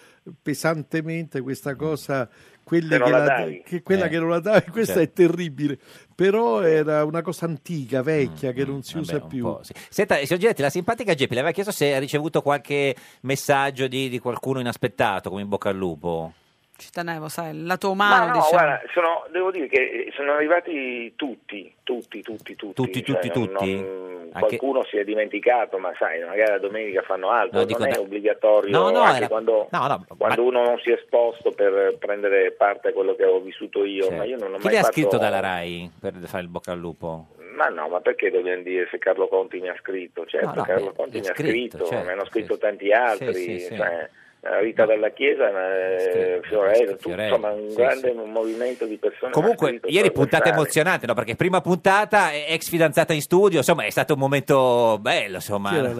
Speaker 11: pesantemente
Speaker 2: Mm.
Speaker 11: questa cosa, quelle
Speaker 15: Se non
Speaker 11: che,
Speaker 15: la
Speaker 11: la-
Speaker 15: dai.
Speaker 11: che quella
Speaker 15: Eh.
Speaker 11: che non la dai, questa
Speaker 2: Certo.
Speaker 11: è terribile, però era una cosa antica, vecchia,
Speaker 2: Mm,
Speaker 11: che non si usa più.
Speaker 2: Senta, signor Giletti, la simpatica Geppi le aveva chiesto se ha ricevuto qualche messaggio di, di qualcuno inaspettato, come in bocca al lupo.
Speaker 1: Ci tenevo, sai, la tua
Speaker 15: Ma
Speaker 1: umano,
Speaker 15: no,
Speaker 1: diciamo.
Speaker 15: guarda, sono- devo dire che eh, sono arrivati tutti, tutti, tutti, tutti.
Speaker 2: Tutti, tutti,
Speaker 15: Cioè, non-
Speaker 2: tutti? Ah,
Speaker 15: non-
Speaker 2: Anche-
Speaker 15: Qualcuno si è dimenticato, ma sai, magari la domenica fanno altro,
Speaker 2: No,
Speaker 15: non
Speaker 2: dico
Speaker 15: è
Speaker 2: da-
Speaker 15: obbligatorio
Speaker 2: No, no,
Speaker 15: anche
Speaker 2: era-
Speaker 15: quando,
Speaker 2: no, no, ma-
Speaker 15: quando uno non si è esposto per prendere parte a quello che ho vissuto io, ma io non ho
Speaker 2: cioè, Chi
Speaker 15: mai
Speaker 2: le ha
Speaker 15: fatto-
Speaker 2: scritto dalla RAI per fare il bocca al lupo?
Speaker 15: Ma no, ma perché dobbiamo dire se Carlo Conti mi ha scritto? Certo,
Speaker 2: No, no,
Speaker 15: Carlo
Speaker 2: beh,
Speaker 15: Conti
Speaker 2: è
Speaker 15: mi ha
Speaker 2: scritto,
Speaker 15: scritto,
Speaker 2: certo,
Speaker 15: mi hanno scritto
Speaker 2: sì,
Speaker 15: tanti altri,
Speaker 2: sì, sì.
Speaker 15: cioè, eh, Rita Dalla Chiesa, eh,
Speaker 2: scritto,
Speaker 15: Fiorello, tu-
Speaker 2: Fiorello,
Speaker 15: insomma un
Speaker 2: sì,
Speaker 15: grande movimento di persone.
Speaker 2: Comunque, ieri puntata
Speaker 15: emozione
Speaker 2: emozionante, no? Perché prima puntata, eh, ex fidanzata in studio, insomma, è stato un momento bello, insomma.
Speaker 11: Chi era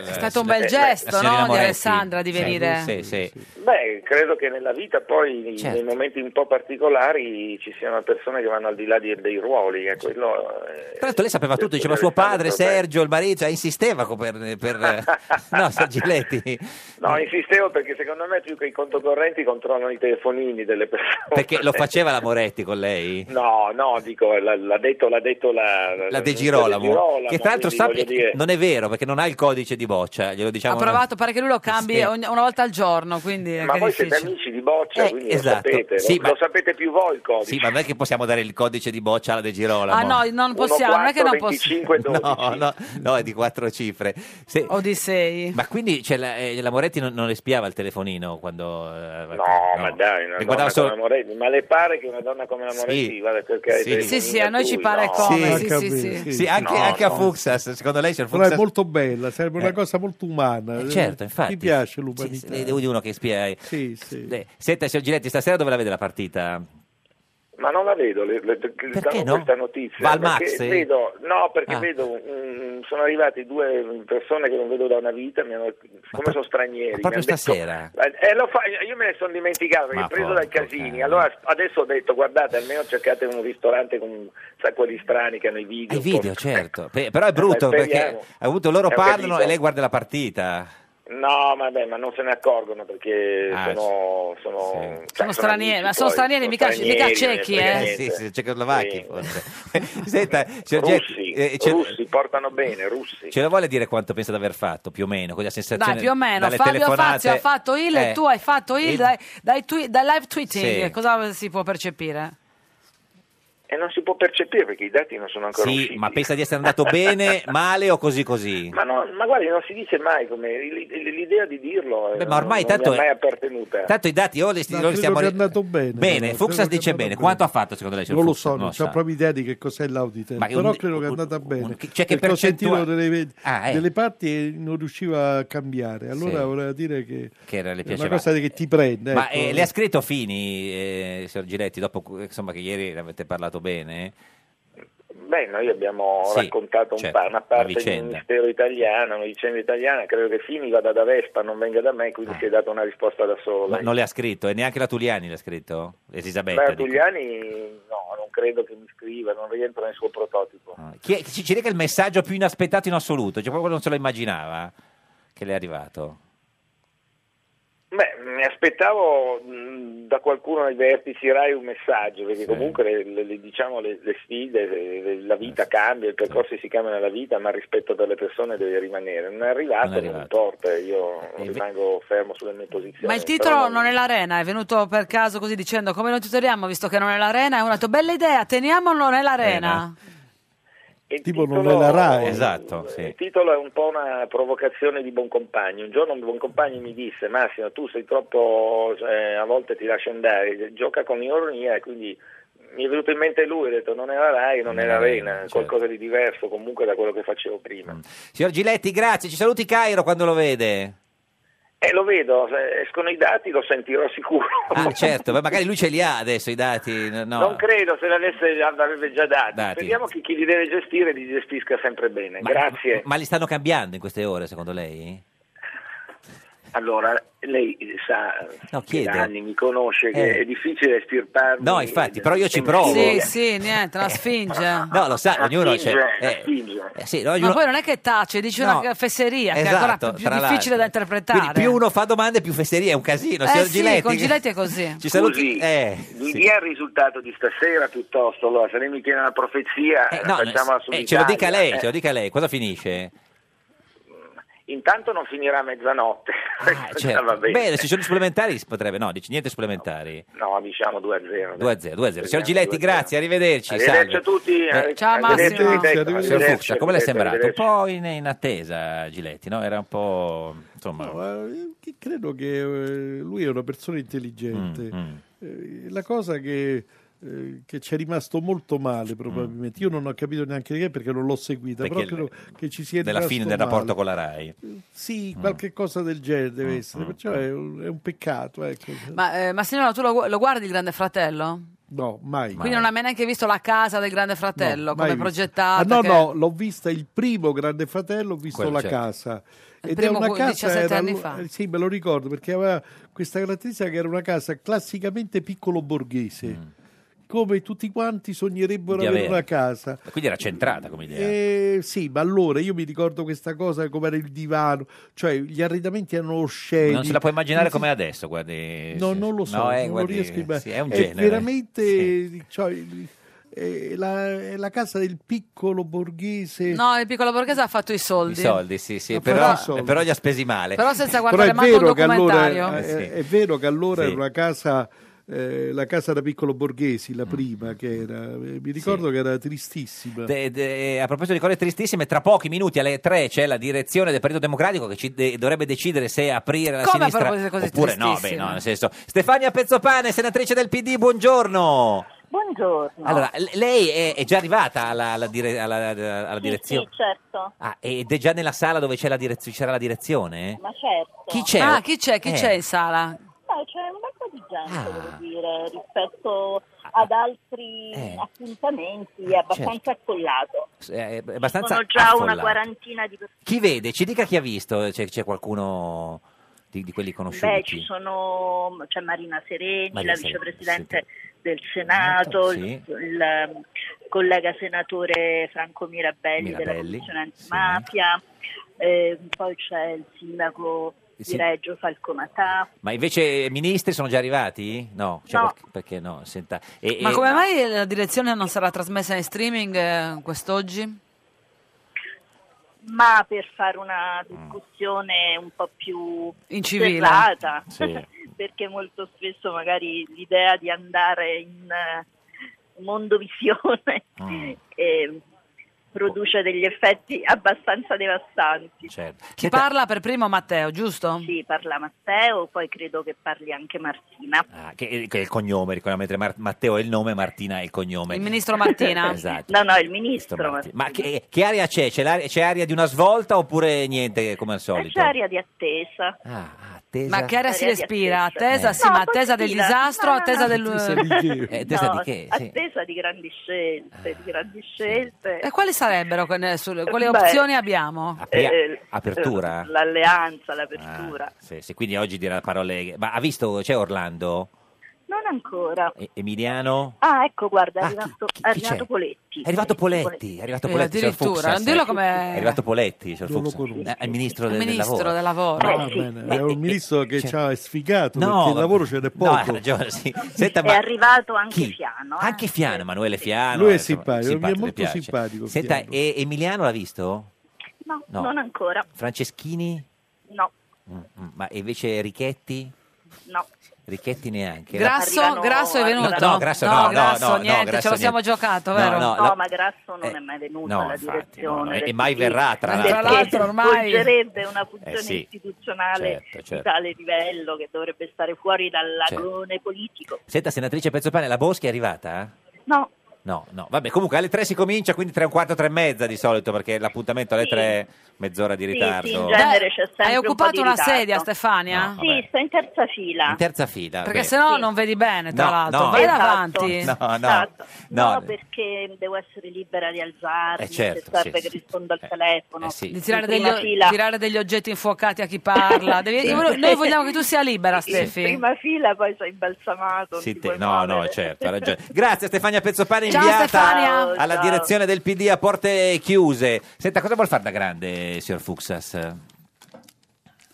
Speaker 1: È stato un bel gesto,
Speaker 2: signorina
Speaker 1: no, di
Speaker 2: Moretti.
Speaker 1: Alessandra di
Speaker 2: Sì,
Speaker 1: venire.
Speaker 2: Sì, sì.
Speaker 15: Beh, credo che nella vita poi
Speaker 2: Certo.
Speaker 15: nei momenti un po' particolari ci siano persone che vanno al di là di- dei ruoli, e quello eh,
Speaker 2: Tra l'altro lei sapeva tutto, diceva suo
Speaker 15: certo,
Speaker 2: padre, Sergio, il marito, cioè, insisteva co- per... per- no, signor Giletti, Mm.
Speaker 15: No, insistevo perché secondo me più che i conti correnti controllano i telefonini delle persone.
Speaker 2: perché lo faceva la Moretti con lei?
Speaker 15: No, no, dico, l'ha, l'ha detto, l'ha detto la,
Speaker 2: La De Girolamo,
Speaker 15: Girolamo,
Speaker 2: che tra l'altro
Speaker 15: quindi
Speaker 2: sappia
Speaker 15: voglio dire-
Speaker 2: non è vero perché non ha il codice di boccia, glielo diciamo
Speaker 1: Ha provato, pare che lui lo cambi
Speaker 2: Sì.
Speaker 1: ogni- una volta al giorno, quindi è
Speaker 15: Ma
Speaker 1: che
Speaker 15: voi
Speaker 1: difficile.
Speaker 15: siete amici di Boccia,
Speaker 2: Eh,
Speaker 15: quindi
Speaker 2: esatto.
Speaker 15: lo sapete,
Speaker 2: Sì,
Speaker 15: lo,
Speaker 2: ma-
Speaker 15: lo sapete più voi il codice.
Speaker 2: Sì, ma non è che possiamo dare il codice di boccia alla De Girolamo.
Speaker 1: Ah no, non possiamo, non è che non possiamo.
Speaker 2: No, no, no, è di quattro cifre. Se-
Speaker 1: O di sei.
Speaker 2: Ma quindi cioè, la, eh, la Moretti non, non le spiava il telefonino quando... eh, No,
Speaker 15: No, ma dai, una
Speaker 2: Le
Speaker 15: donna
Speaker 2: guardava solo-
Speaker 15: come la Moretti, ma le pare che una donna come la Moretti
Speaker 2: Sì.
Speaker 15: vada a cercare
Speaker 2: Sì.
Speaker 15: dei
Speaker 2: Sì,
Speaker 1: sì, a noi ci
Speaker 15: tentativi?
Speaker 1: pare
Speaker 15: No.
Speaker 1: come, sì, sì, sì.
Speaker 2: Sì, anche,
Speaker 15: No,
Speaker 2: anche
Speaker 15: no.
Speaker 2: a Fuxas, secondo lei c'è il
Speaker 11: Però è
Speaker 2: Fuxas...
Speaker 11: molto bella, sarebbe
Speaker 2: Eh.
Speaker 11: una cosa molto umana.
Speaker 2: Eh, certo, infatti.
Speaker 11: Mi piace
Speaker 2: Sì,
Speaker 11: l'umanità.
Speaker 2: sì, devo dire uno che spia. eh.
Speaker 11: Sì, sì.
Speaker 2: Eh, Senta, signor Giletti, stasera dove la vede la partita?
Speaker 15: Ma non la vedo, le, le, le- danno
Speaker 2: no?
Speaker 15: questa notizia.
Speaker 2: Va al
Speaker 15: perché
Speaker 2: Max, eh?
Speaker 15: vedo, no, perché
Speaker 2: Ah.
Speaker 15: vedo, mm, sono arrivati due persone che non vedo da una vita, mi hanno, siccome sono stranieri.
Speaker 2: proprio
Speaker 15: mi han detto-
Speaker 2: stasera?
Speaker 15: Eh, lo fa, io me ne sono dimenticato, perché
Speaker 2: Ma
Speaker 15: preso
Speaker 2: porco
Speaker 15: dai casini. Allora adesso ho detto, guardate, almeno cercate un ristorante con un sacco di strani che hanno i video.
Speaker 2: Ai video, certo. Pe- però è
Speaker 15: Eh,
Speaker 2: brutto
Speaker 15: beh,
Speaker 2: perché
Speaker 15: speriamo.
Speaker 2: appunto loro
Speaker 15: Eh, ho
Speaker 2: parlano
Speaker 15: capito.
Speaker 2: e lei guarda la partita.
Speaker 15: No, ma beh, ma non se ne accorgono perché
Speaker 2: Ah,
Speaker 15: sono, sono, cioè,
Speaker 1: Sono stranieri, ma sono
Speaker 15: amici poi,
Speaker 1: stranieri, mica- mica ciechi,
Speaker 15: non
Speaker 1: eh.
Speaker 15: ne frega
Speaker 2: Sì,
Speaker 15: niente.
Speaker 2: sì, cecoslovacchi forse. Senta, signor
Speaker 15: Russi,
Speaker 2: Giletti, eh, ce,
Speaker 15: russi, portano bene, russi.
Speaker 2: ce lo vuole dire quanto pensa di aver fatto, più o meno, quella sensazione
Speaker 1: Dai, più o meno.
Speaker 2: dalle
Speaker 1: Fabio
Speaker 2: telefonate?
Speaker 1: Fazio ha fatto il,
Speaker 2: Eh,
Speaker 1: tu hai fatto il,
Speaker 2: il-
Speaker 1: dai, dai twi- dai live tweeting.
Speaker 2: Sì.
Speaker 1: Cosa si può percepire?
Speaker 15: E non si può percepire perché i dati non sono ancora
Speaker 2: Sì,
Speaker 15: usciti.
Speaker 2: ma pensa di essere andato bene, male o così così?
Speaker 15: Ma, no, ma guardi, non si dice mai come l- l- l'idea di dirlo eh,
Speaker 2: Beh, ma ormai
Speaker 15: non, non
Speaker 2: tanto
Speaker 15: mi è mai
Speaker 2: è-
Speaker 15: appartenuta.
Speaker 2: Tanto i dati o li,
Speaker 11: No,
Speaker 2: noi li
Speaker 11: credo
Speaker 2: stiamo...
Speaker 11: che è andato bene.
Speaker 2: Bene,
Speaker 11: però,
Speaker 2: Fuxas
Speaker 11: credo che è
Speaker 2: dice
Speaker 11: andato
Speaker 2: bene. Quanto ha fatto secondo lei? signor
Speaker 11: Non lo
Speaker 2: Fuxas?
Speaker 11: so, non ho
Speaker 2: cioè, sa.
Speaker 11: proprio idea di che cos'è l'Auditel,
Speaker 2: Ma
Speaker 11: però
Speaker 2: un-
Speaker 11: credo che è
Speaker 2: un-
Speaker 11: andata bene.
Speaker 2: un- cioè che
Speaker 11: perché ho sentito
Speaker 2: percentuale-
Speaker 11: delle,
Speaker 2: Ah, eh.
Speaker 11: delle parti e non riusciva a cambiare, allora
Speaker 2: Sì.
Speaker 11: voleva dire che,
Speaker 2: Che era- le
Speaker 11: è una
Speaker 2: piaceva.
Speaker 11: cosa che ti prende.
Speaker 2: Ma
Speaker 11: ecco.
Speaker 2: eh, le ha scritto Fini, eh, signor Giletti, dopo cu- insomma, che ieri ne avete parlato bene?
Speaker 15: Beh, noi abbiamo
Speaker 2: Sì,
Speaker 15: raccontato un
Speaker 2: certo,
Speaker 15: pa- una
Speaker 2: una
Speaker 15: parte del
Speaker 2: vicenda.
Speaker 15: Ministero italiano, una vicenda italiana, credo che Fini vada da Vespa, non venga da me,
Speaker 2: Ah.
Speaker 15: quindi si è data una risposta da sola.
Speaker 2: Ma non le ha scritto, e neanche la Tuliani l'ha scritto?
Speaker 15: Ma
Speaker 2: Elisabetta. dico.
Speaker 15: Tugliani no, non credo che mi scriva, non rientra nel suo prototipo.
Speaker 2: Chi è- ci, ci dica il messaggio più inaspettato in assoluto, cioè proprio non se lo immaginava che le è arrivato.
Speaker 15: Beh, mi aspettavo mh, da qualcuno nei vertici Rai un messaggio, perché comunque le, le- le- diciamo, le- le sfide, le- le- la vita cambia, i percorsi si cambiano nella vita, ma il rispetto per le persone deve rimanere. Non è arrivato,
Speaker 2: Non
Speaker 15: non,
Speaker 2: è arrivato.
Speaker 15: importa, io rimango fermo sulle mie posizioni.
Speaker 1: Ma il
Speaker 15: Però
Speaker 1: titolo non è l'arena, è venuto per caso così dicendo come lo titoliamo visto che non è l'arena, e uno ha detto bella idea, teniamolo nell'arena.
Speaker 15: il
Speaker 11: Tipo non è
Speaker 15: titolo-
Speaker 11: la RAI.
Speaker 2: Esatto,
Speaker 15: Il titolo è un po' una provocazione di Boncompagni. Un giorno Boncompagni mi disse: Massimo, tu sei troppo, cioè, a volte ti lasci andare, gioca con ironia. e Quindi mi è venuto in mente lui: ho detto, non è la Rai, non è
Speaker 2: Eh,
Speaker 15: l'Arena,
Speaker 2: certo.
Speaker 15: qualcosa di diverso comunque da quello che facevo
Speaker 2: Mm.
Speaker 15: prima.
Speaker 2: Signor Giletti, grazie, ci saluti Cairo quando lo vede.
Speaker 15: E lo vedo, se escono i dati, lo sentirò sicuro.
Speaker 2: Ah, certo, beh, magari lui ce li ha adesso i dati. No.
Speaker 15: Non credo se l'avesse l'avrebbe già dati.
Speaker 2: Dati.
Speaker 15: Speriamo che chi li deve gestire li gestisca sempre bene.
Speaker 2: Ma-
Speaker 15: Grazie.
Speaker 2: Ma, li stanno cambiando in queste ore, secondo lei?
Speaker 15: Allora, lei sa
Speaker 2: No,
Speaker 15: che
Speaker 2: chiedo.
Speaker 15: da anni mi conosce che
Speaker 2: Eh.
Speaker 15: è difficile estirparmi.
Speaker 2: No, infatti, però io ci provo.
Speaker 1: Sì, sì, niente, la sfinge.
Speaker 2: No, lo sa, ognuno c'è.
Speaker 15: Spinge,
Speaker 2: eh, eh, sì, no,
Speaker 1: Ma
Speaker 2: ognuno-
Speaker 1: poi non è che tace, dice
Speaker 2: No.
Speaker 1: una fesseria che è ancora
Speaker 2: Esatto,
Speaker 1: più
Speaker 2: tra l'altro.
Speaker 1: difficile da
Speaker 2: Quindi
Speaker 1: interpretare.
Speaker 2: più uno fa domande, più fesseria, è un casino.
Speaker 1: eh
Speaker 2: Signor
Speaker 1: sì,
Speaker 2: Giletti,
Speaker 1: con Giletti è così.
Speaker 2: ci
Speaker 15: Scusi,
Speaker 2: saluti. Eh,
Speaker 15: Mi
Speaker 2: sì.
Speaker 15: dia il risultato di stasera piuttosto, allora, se lei mi chiede una profezia,
Speaker 2: Eh, no,
Speaker 15: facciamola
Speaker 2: eh,
Speaker 15: sull'Italia.
Speaker 2: ce lo dica lei,
Speaker 15: Eh, Ah,
Speaker 2: ce lo dica lei, cosa finisce?
Speaker 15: Intanto non finirà a mezzanotte.
Speaker 2: Ah, certo.
Speaker 15: va bene.
Speaker 2: Bene, se ci sono i supplementari si potrebbe, no, dici niente supplementari.
Speaker 15: No, diciamo 2 a 0.
Speaker 2: 2 a 0, 2 a 0. Signor Giletti, grazie, arrivederci.
Speaker 15: Arrivederci
Speaker 2: salve. Eh,
Speaker 15: a tutti, arri-
Speaker 1: Ciao,
Speaker 15: arrivederci,
Speaker 1: Massimo.
Speaker 15: architetti,
Speaker 1: Arrivederci,
Speaker 2: Signor
Speaker 15: arrivederci,
Speaker 2: Fucsia, come le è sembrato? Un
Speaker 15: arrivederci.
Speaker 2: po' in, in attesa Giletti, no? Era un po'... insomma...
Speaker 11: Che credo che eh, lui è una persona intelligente.
Speaker 2: Mm,
Speaker 11: Eh, la cosa che, eh, che ci è rimasto molto male probabilmente, io non ho capito neanche che perché non l'ho seguita,
Speaker 2: Mm. Perché
Speaker 11: però credo che ci sia
Speaker 2: della
Speaker 11: rimasto
Speaker 2: fine del
Speaker 11: male.
Speaker 2: rapporto con la RAI. Mm.
Speaker 11: Sì, qualche cosa del genere deve essere, perciò è un, è un peccato. Ecco.
Speaker 1: Ma, eh, ma signora, tu lo, gu- lo guardi il Grande Fratello?
Speaker 11: No, mai.
Speaker 1: Quindi non ha mai neanche visto la casa del Grande Fratello,
Speaker 11: No, mai
Speaker 1: come
Speaker 11: visto.
Speaker 1: progettata.
Speaker 11: Ah, no,
Speaker 1: che-
Speaker 11: no, l'ho vista il primo Grande Fratello, ho visto
Speaker 1: Quello,
Speaker 11: la
Speaker 1: certo.
Speaker 11: casa.
Speaker 1: Il primo cu- 17 anni
Speaker 11: allo-
Speaker 1: fa.
Speaker 11: eh, Sì, me lo ricordo perché aveva questa caratteristica che era una casa classicamente piccolo borghese, come tutti quanti sognerebbero
Speaker 2: Mm. Di
Speaker 11: avere
Speaker 2: avere.
Speaker 11: una casa.
Speaker 2: Quindi era centrata come idea.
Speaker 11: Eh, sì, ma allora io mi ricordo questa cosa come era il divano, cioè gli arredamenti erano osceni.
Speaker 2: Non se la puoi immaginare
Speaker 11: Non si-
Speaker 2: come adesso, guardi.
Speaker 11: No,
Speaker 2: Sì,
Speaker 11: non lo
Speaker 2: sì.
Speaker 11: so,
Speaker 2: No, eh,
Speaker 11: non
Speaker 2: guardi,
Speaker 11: lo riesco a
Speaker 2: sì, è un
Speaker 11: È
Speaker 2: genere.
Speaker 11: veramente cioè, è la, è la casa del piccolo borghese.
Speaker 1: No, il piccolo borghese ha fatto i soldi.
Speaker 2: I soldi, sì, sì,
Speaker 11: Ma
Speaker 2: però,
Speaker 11: però i soldi.
Speaker 2: però li ha spesi male.
Speaker 1: Però senza
Speaker 11: Però
Speaker 1: guardare
Speaker 11: è
Speaker 1: manco un
Speaker 11: vero, che allora,
Speaker 1: documentario.
Speaker 11: è,
Speaker 2: Eh, sì.
Speaker 11: è vero che allora
Speaker 2: Sì.
Speaker 11: era una casa, eh, la casa da piccolo borghesi,
Speaker 2: Mm.
Speaker 11: la prima che era, eh, mi ricordo che era tristissima.
Speaker 2: De- de- a proposito di cose tristissime, tra pochi minuti alle 3 c'è la direzione del Partito Democratico che ci de- dovrebbe decidere se aprire la
Speaker 1: Come a
Speaker 2: sinistra
Speaker 1: proposito di cose
Speaker 2: oppure no, beh,
Speaker 1: tristissime?
Speaker 2: no, nel senso. Stefania Pezzopane, senatrice del PD, buongiorno.
Speaker 16: Buongiorno.
Speaker 2: Allora, eh, le- lei è, è già arrivata alla, alla dire- alla- alla- alla direzione?
Speaker 16: Sì, certo.
Speaker 2: Ah, ed è già nella sala dove c'è la direz- c'era la direzione?
Speaker 16: Ma certo.
Speaker 2: Chi c'è?
Speaker 1: Ah, chi c'è? Chi
Speaker 2: Eh.
Speaker 1: c'è in sala?
Speaker 16: Beh, c'è un bel po' di gente,
Speaker 2: Ah.
Speaker 16: devo dire, rispetto ad altri
Speaker 2: Eh.
Speaker 16: appuntamenti, è abbastanza accollato.
Speaker 2: È è abbastanza
Speaker 16: Sono già una
Speaker 2: affollata.
Speaker 16: quarantina di persone.
Speaker 2: Chi vede? Ci dica chi ha visto, c'è, c'è qualcuno di, di quelli conosciuti?
Speaker 16: Beh, ci sono, c'è Marina Sereni,
Speaker 2: Marina
Speaker 16: la
Speaker 2: Sereni, Certo,
Speaker 16: vicepresidente del Senato,
Speaker 2: Sì.
Speaker 16: il, il, ehm, collega senatore Franco Mirabelli, della
Speaker 2: Mirabelli,
Speaker 16: Commissione Antimafia, eh, poi c'è il sindaco
Speaker 2: Il
Speaker 16: di
Speaker 2: sin-
Speaker 16: Reggio Falco Matà.
Speaker 2: Ma invece i ministri sono già arrivati? No, c'è
Speaker 16: No.
Speaker 2: qualche- perché no? Senta, e-
Speaker 1: Ma
Speaker 2: e-
Speaker 1: come mai la direzione non sarà trasmessa in streaming eh, quest'oggi?
Speaker 16: ma per fare una discussione un po' più
Speaker 1: Incivile.
Speaker 16: serrata,
Speaker 1: Sì.
Speaker 16: perché molto spesso magari l'idea di andare in eh, mondo visione produce degli effetti abbastanza devastanti.
Speaker 1: Chi parla per primo Matteo, giusto?
Speaker 16: Sì, parla Matteo, poi credo che parli anche Martina.
Speaker 2: Ah, che, che è il cognome, ricordiamo, mentre Mar- Matteo è il nome, Martina è il cognome.
Speaker 1: Il ministro Martina.
Speaker 2: Esatto.
Speaker 16: No, no, il ministro. Martina.
Speaker 2: Ma che, che aria c'è? C'è, l'aria- c'è aria di una svolta oppure niente come al
Speaker 16: Eh,
Speaker 2: solito?
Speaker 16: C'è aria di attesa.
Speaker 2: Ah, attesa.
Speaker 1: Ma che aria si
Speaker 16: Aria di
Speaker 1: respira?
Speaker 16: attesa.
Speaker 1: Attesa, sì,
Speaker 16: No,
Speaker 1: ma attesa del
Speaker 16: positiva.
Speaker 1: disastro,
Speaker 16: No, no,
Speaker 1: attesa
Speaker 16: no.
Speaker 1: del...
Speaker 2: Eh, testa
Speaker 16: No,
Speaker 2: di che? Sì.
Speaker 16: Attesa di grandi scelte, di grandi scelte.
Speaker 1: E quali sarebbero? que- sul- Quali
Speaker 16: Beh,
Speaker 1: opzioni abbiamo?
Speaker 2: Eh, Apri-
Speaker 16: Eh,
Speaker 2: apertura? Ah.
Speaker 16: L'alleanza, l'apertura.
Speaker 2: Sì, sì, quindi oggi dirà parole... Ma ha visto, c'è Orlando?
Speaker 16: Non ancora.
Speaker 2: E- Emiliano?
Speaker 16: Ah, ecco, guarda, è
Speaker 2: Ah,
Speaker 16: arrivato,
Speaker 2: chi- chi
Speaker 16: è arrivato
Speaker 2: c'è?
Speaker 16: Poletti.
Speaker 2: È arrivato Poletti, è arrivato
Speaker 1: Eh,
Speaker 2: Poletti, signor
Speaker 1: addirittura,
Speaker 2: Fuchs,
Speaker 1: non dirlo
Speaker 2: sì.
Speaker 16: Eh,
Speaker 1: come-
Speaker 2: È arrivato Poletti, signor
Speaker 11: Non lo
Speaker 2: Fuchs. Eh, il ministro del,
Speaker 1: Il ministro
Speaker 2: lavoro.
Speaker 1: del lavoro.
Speaker 11: Ah, bene, È un ministro che
Speaker 2: cioè-
Speaker 11: ci ha sfigato
Speaker 2: No,
Speaker 11: perché il
Speaker 2: vabbè.
Speaker 11: lavoro ce n'è
Speaker 2: No,
Speaker 11: poco.
Speaker 2: hai ragione, sì. Senta,
Speaker 16: È
Speaker 2: ma
Speaker 16: arrivato anche
Speaker 2: chi?
Speaker 16: Fiano. eh.
Speaker 2: Anche Fiano, Emanuele Fiano.
Speaker 11: Lui è
Speaker 2: eh, insomma,
Speaker 11: simpatico, mi è
Speaker 2: le
Speaker 11: molto
Speaker 2: piace.
Speaker 11: simpatico,
Speaker 2: Senta,
Speaker 11: Fiano.
Speaker 2: e Emiliano l'ha visto?
Speaker 16: No,
Speaker 2: No.
Speaker 16: non ancora.
Speaker 2: Franceschini?
Speaker 16: No,
Speaker 2: Mm, mm, Ma invece Richetti?
Speaker 16: no.
Speaker 2: Ricchetti neanche.
Speaker 1: Grasso,
Speaker 2: La-
Speaker 1: Grasso è venuto?
Speaker 2: No, no, Grasso no,
Speaker 1: no,
Speaker 2: no,
Speaker 1: Grasso,
Speaker 2: no, no,
Speaker 1: niente,
Speaker 2: Grasso
Speaker 1: ce lo siamo
Speaker 2: niente.
Speaker 1: giocato,
Speaker 2: No,
Speaker 1: vero?
Speaker 2: no,
Speaker 16: No,
Speaker 2: la- Eh,
Speaker 16: ma Grasso non è mai venuto
Speaker 2: no,
Speaker 16: alla
Speaker 2: infatti, no,
Speaker 16: direzione.
Speaker 2: no,
Speaker 16: del
Speaker 2: e mai
Speaker 16: PD,
Speaker 2: verrà, tra
Speaker 16: perché
Speaker 2: l'altro. Tra l'altro,
Speaker 1: ormai-
Speaker 16: svolgerebbe una funzione
Speaker 2: sì,
Speaker 16: istituzionale
Speaker 2: certo,
Speaker 16: di
Speaker 2: certo.
Speaker 16: tale livello che dovrebbe stare fuori dal lagone politico.
Speaker 2: Senta, senatrice Pezzopane, la Boschi è arrivata?
Speaker 16: No,
Speaker 2: No, no, vabbè, comunque alle tre si comincia, quindi tre e un quarto, tre e mezza di solito, perché l'appuntamento alle tre, mezz'ora di
Speaker 16: sì,
Speaker 2: ritardo.
Speaker 16: sì, in genere c'è sempre
Speaker 1: Hai
Speaker 16: un po' di
Speaker 1: occupato una
Speaker 16: ritardo.
Speaker 1: sedia, Stefania?
Speaker 2: No, vabbè.
Speaker 16: Sì, sto in terza fila.
Speaker 2: In terza fila.
Speaker 1: Perché
Speaker 2: beh.
Speaker 1: sennò non vedi bene, tra
Speaker 2: No,
Speaker 1: l'altro.
Speaker 2: no.
Speaker 1: Vai
Speaker 2: Esatto.
Speaker 1: avanti.
Speaker 2: No, no,
Speaker 16: Esatto.
Speaker 2: no.
Speaker 16: No, perché devo essere libera di alzarmi,
Speaker 2: Eh, certo,
Speaker 16: se serve
Speaker 2: sì,
Speaker 16: che rispondo al telefono.
Speaker 2: eh, sì.
Speaker 1: Di tirare
Speaker 16: In
Speaker 1: degli,
Speaker 16: prima fila.
Speaker 1: tirare degli oggetti infuocati a chi parla. Devi-
Speaker 2: Sì.
Speaker 1: Noi vogliamo che tu sia libera,
Speaker 16: In
Speaker 1: Stefi.
Speaker 16: prima fila poi sei imbalsamato.
Speaker 2: Sì, te- no, no, certo, ha ragione. Grazie Stefania Pezzopane,
Speaker 1: Ciao,
Speaker 2: inviata
Speaker 1: Stefania.
Speaker 2: alla
Speaker 1: Ciao.
Speaker 2: direzione del PD a porte chiuse. Senta, cosa vuol fare da grande, signor Fuxas?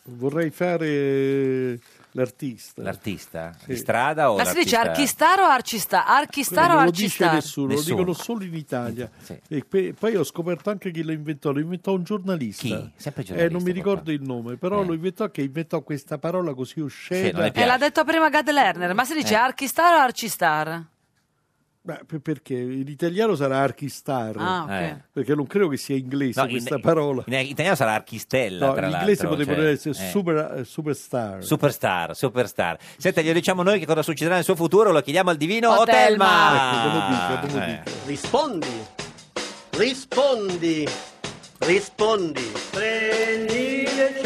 Speaker 11: Vorrei fare eh, l'artista.
Speaker 2: L'artista? Di strada o
Speaker 1: Ma si dice
Speaker 2: l'artista?
Speaker 1: archistar o arcista? Archistar o
Speaker 11: non lo dice
Speaker 1: arcistar?
Speaker 11: nessuno,
Speaker 2: Nessuno.
Speaker 11: lo dicono solo in Italia. E pe- poi ho scoperto anche chi lo inventò. Lo inventò un giornalista.
Speaker 2: Chi? Sempre
Speaker 11: Eh, non
Speaker 2: giornalista, Eh.
Speaker 11: mi ricordo il nome, però lo inventò che inventò questa parola così
Speaker 2: Sì, non
Speaker 11: oscena.
Speaker 2: le
Speaker 1: E Eh, l'ha detto prima Gad Lerner. Ma si dice
Speaker 11: Eh.
Speaker 1: archistar o arcistar?
Speaker 11: Beh, per- perché in italiano sarà archistar.
Speaker 1: Ah, ok. Eh.
Speaker 11: Perché non credo che sia inglese
Speaker 2: No, in-
Speaker 11: questa parola.
Speaker 2: In italiano sarà archistella,
Speaker 11: No,
Speaker 2: tra
Speaker 11: in
Speaker 2: l'altro.
Speaker 11: inglese potrebbe
Speaker 2: cioè,
Speaker 11: essere
Speaker 2: eh.
Speaker 11: super- eh, superstar.
Speaker 2: Superstar, superstar. Senta, glielo diciamo noi che cosa succederà nel suo futuro, lo chiediamo al divino
Speaker 11: Oh,
Speaker 2: Otelma.
Speaker 11: Telma. Ecco, ve lo dico, ve lo
Speaker 2: Eh.
Speaker 17: Rispondi, rispondi, rispondi. Prendi il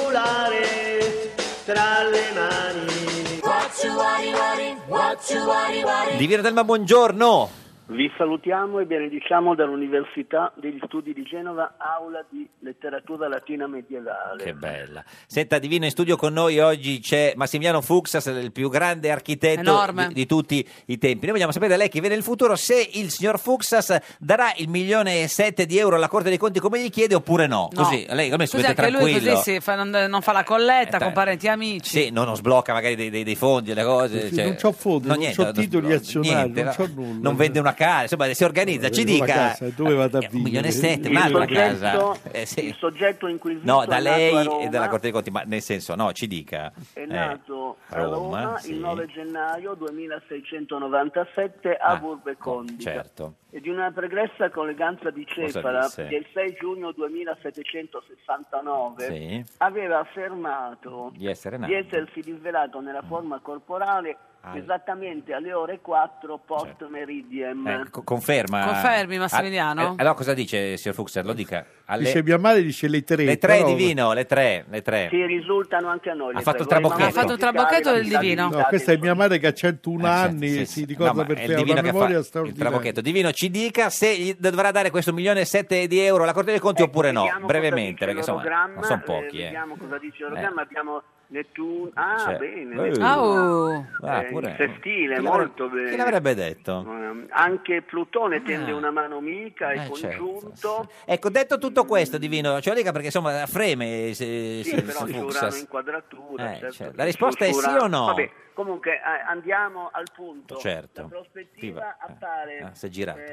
Speaker 17: cellulare tra le mani.
Speaker 4: What you worry, worry, what you worry, worry.
Speaker 2: Divino Otelma, buongiorno.
Speaker 17: Vi salutiamo e benediciamo dall'Università degli Studi di Genova, aula di letteratura latina medievale.
Speaker 2: Che bella. Senta, divino, in studio con noi oggi c'è Massimiliano Fuxas, il più grande architetto
Speaker 1: Enorme.
Speaker 2: di, di tutti i tempi. Noi vogliamo sapere da lei che vede il futuro se il signor Fuxas darà il milione e sette di euro alla Corte dei Conti come gli chiede oppure no.
Speaker 1: No.
Speaker 2: Così, lei come
Speaker 1: Scusi,
Speaker 2: siete
Speaker 1: anche lui
Speaker 2: tranquillo.
Speaker 1: così si fa- non, non fa la colletta con parenti e amici.
Speaker 2: Sì, no, non sblocca magari dei, dei, dei fondi, le cose.
Speaker 11: Sì,
Speaker 2: cioè,
Speaker 11: non c'ho fondi,
Speaker 2: no,
Speaker 11: non
Speaker 2: niente,
Speaker 11: c'ho
Speaker 2: no,
Speaker 11: titoli
Speaker 2: no,
Speaker 11: azionari,
Speaker 2: niente,
Speaker 11: non
Speaker 2: no.
Speaker 11: c'ho nulla.
Speaker 2: Non vende una casa, insomma, si organizza, ci
Speaker 11: Una
Speaker 2: dica. Eh, Ah,
Speaker 11: casa, e dove vado a vivere?
Speaker 2: Un milione e sette, ma
Speaker 17: Il
Speaker 2: una
Speaker 17: soggetto,
Speaker 2: casa. Eh, sì.
Speaker 17: il soggetto inquisito
Speaker 2: No, da
Speaker 17: è nato a
Speaker 2: lei
Speaker 17: Roma,
Speaker 2: e dalla Corte dei Conti, ma nel senso, no, ci dica.
Speaker 17: è
Speaker 2: Eh,
Speaker 17: nato a Roma,
Speaker 2: Roma,
Speaker 17: il
Speaker 2: sì.
Speaker 17: 9 gennaio 2697
Speaker 2: Ah,
Speaker 17: a
Speaker 2: oh,
Speaker 17: Burbe Condita
Speaker 2: certo.
Speaker 17: e di una pregressa colleganza di Cepala
Speaker 2: disse?
Speaker 17: che il 6 giugno 2769
Speaker 2: Sì.
Speaker 17: aveva affermato
Speaker 2: Di essere nato.
Speaker 17: di essersi rivelato
Speaker 2: Mm.
Speaker 17: nella forma corporale
Speaker 2: Ah.
Speaker 17: esattamente alle ore 4
Speaker 2: Certo.
Speaker 17: post meridiem.
Speaker 2: Eh, co- conferma.
Speaker 1: Confermi, Massimiliano?
Speaker 2: Ah, eh, allora cosa dice, signor Fuchs? Lo dica. Alle...
Speaker 11: Dice mia madre, dice le tre.
Speaker 2: Le tre
Speaker 11: però-
Speaker 2: divino, le tre, le tre.
Speaker 17: Sì, risultano anche a noi.
Speaker 2: Eh. Ha
Speaker 17: le
Speaker 2: fatto
Speaker 17: tre.
Speaker 2: il trabocchetto.
Speaker 17: Volevamo
Speaker 2: Ha fatto il
Speaker 17: verificare
Speaker 1: trabocchetto
Speaker 17: la
Speaker 1: del divino.
Speaker 17: disabilità
Speaker 11: No, questa è mia madre che ha 101 anni
Speaker 2: Eh, Sì,
Speaker 11: e
Speaker 2: sì.
Speaker 11: si ricorda
Speaker 2: No, ma è il
Speaker 11: perfettamente, ha
Speaker 2: divino
Speaker 11: una
Speaker 2: che
Speaker 11: memoria
Speaker 2: fa il
Speaker 11: straordinaria.
Speaker 2: trabocchetto. Divino, ci dica se gli dovrà dare questo milione e sette di euro alla Corte dei Conti oppure no,
Speaker 17: Eh, Vediamo
Speaker 2: brevemente,
Speaker 17: cosa
Speaker 2: perché
Speaker 17: dice
Speaker 2: insomma
Speaker 17: l'orogramma,
Speaker 2: non sono
Speaker 17: eh,
Speaker 2: pochi. Eh.
Speaker 17: Vediamo cosa dice l'orogramma. Abbiamo Nettuno. Ah,
Speaker 2: Cioè,
Speaker 17: bene.
Speaker 2: eh,
Speaker 17: Nettuno.
Speaker 1: uh.
Speaker 2: ah,
Speaker 17: Eh,
Speaker 2: pure-
Speaker 17: il sestile,
Speaker 2: chi l'avrebbe-
Speaker 17: molto bene.
Speaker 2: Chi l'avrebbe detto?
Speaker 17: Eh, Anche Plutone tende
Speaker 2: Ah.
Speaker 17: una mano amica e
Speaker 2: Eh,
Speaker 17: congiunto.
Speaker 2: Ecco, detto tutto questo, Divino, ce lo dica perché insomma freme se,
Speaker 17: Sì,
Speaker 2: se-
Speaker 17: però
Speaker 2: se
Speaker 17: c'è
Speaker 2: Fuxas.
Speaker 17: Urano in quadratura.
Speaker 2: Eh,
Speaker 17: certo
Speaker 2: certo.
Speaker 17: che
Speaker 2: La risposta è
Speaker 17: c'è
Speaker 2: sì
Speaker 17: Urano.
Speaker 2: o no?
Speaker 17: Vabbè, comunque eh, andiamo al punto.
Speaker 2: Certo.
Speaker 17: La
Speaker 2: Viva.
Speaker 17: prospettiva appare...
Speaker 2: Ah, si è girato.
Speaker 17: eh,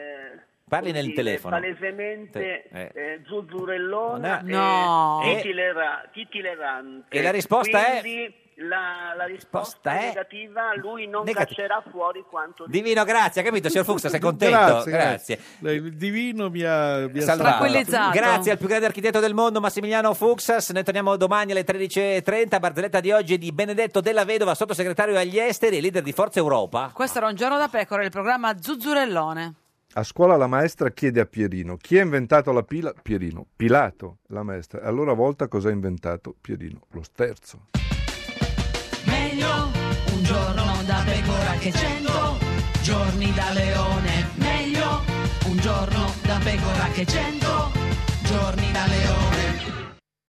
Speaker 2: Parli
Speaker 17: come
Speaker 2: nel
Speaker 17: dire,
Speaker 2: telefono.
Speaker 17: Palesemente
Speaker 2: Te-
Speaker 17: eh, zuzzurellona
Speaker 2: No.
Speaker 17: e
Speaker 2: No.
Speaker 17: titilera- titilerante.
Speaker 2: E la risposta è-
Speaker 17: Quindi La, la
Speaker 2: Risposta
Speaker 17: risposta è
Speaker 2: è
Speaker 17: negativa, lui non
Speaker 2: negativa.
Speaker 17: caccerà fuori quanto
Speaker 2: Divino, grazie, ha capito, signor Fuxas, sei contento?
Speaker 11: Grazie,
Speaker 2: grazie.
Speaker 11: grazie. Lei- Il divino mi ha, mi ha
Speaker 2: Salvato.
Speaker 11: salvato.
Speaker 2: Grazie al più grande architetto del mondo, Massimiliano Fuxas. Noi torniamo domani alle 13.30. Barzelletta di oggi è di Benedetto Della Vedova, sottosegretario agli esteri e leader di Forza Europa.
Speaker 1: Questo era un giorno da pecora, il programma Zuzzurellone.
Speaker 18: A scuola la maestra chiede a Pierino chi ha inventato la pila. Pierino, Pilato, la maestra. Allora volta cosa ha inventato Pierino? Lo sterzo.
Speaker 4: Meglio un giorno da pecora che cento giorni da leone. Meglio un giorno da pecora che cento giorni da leone.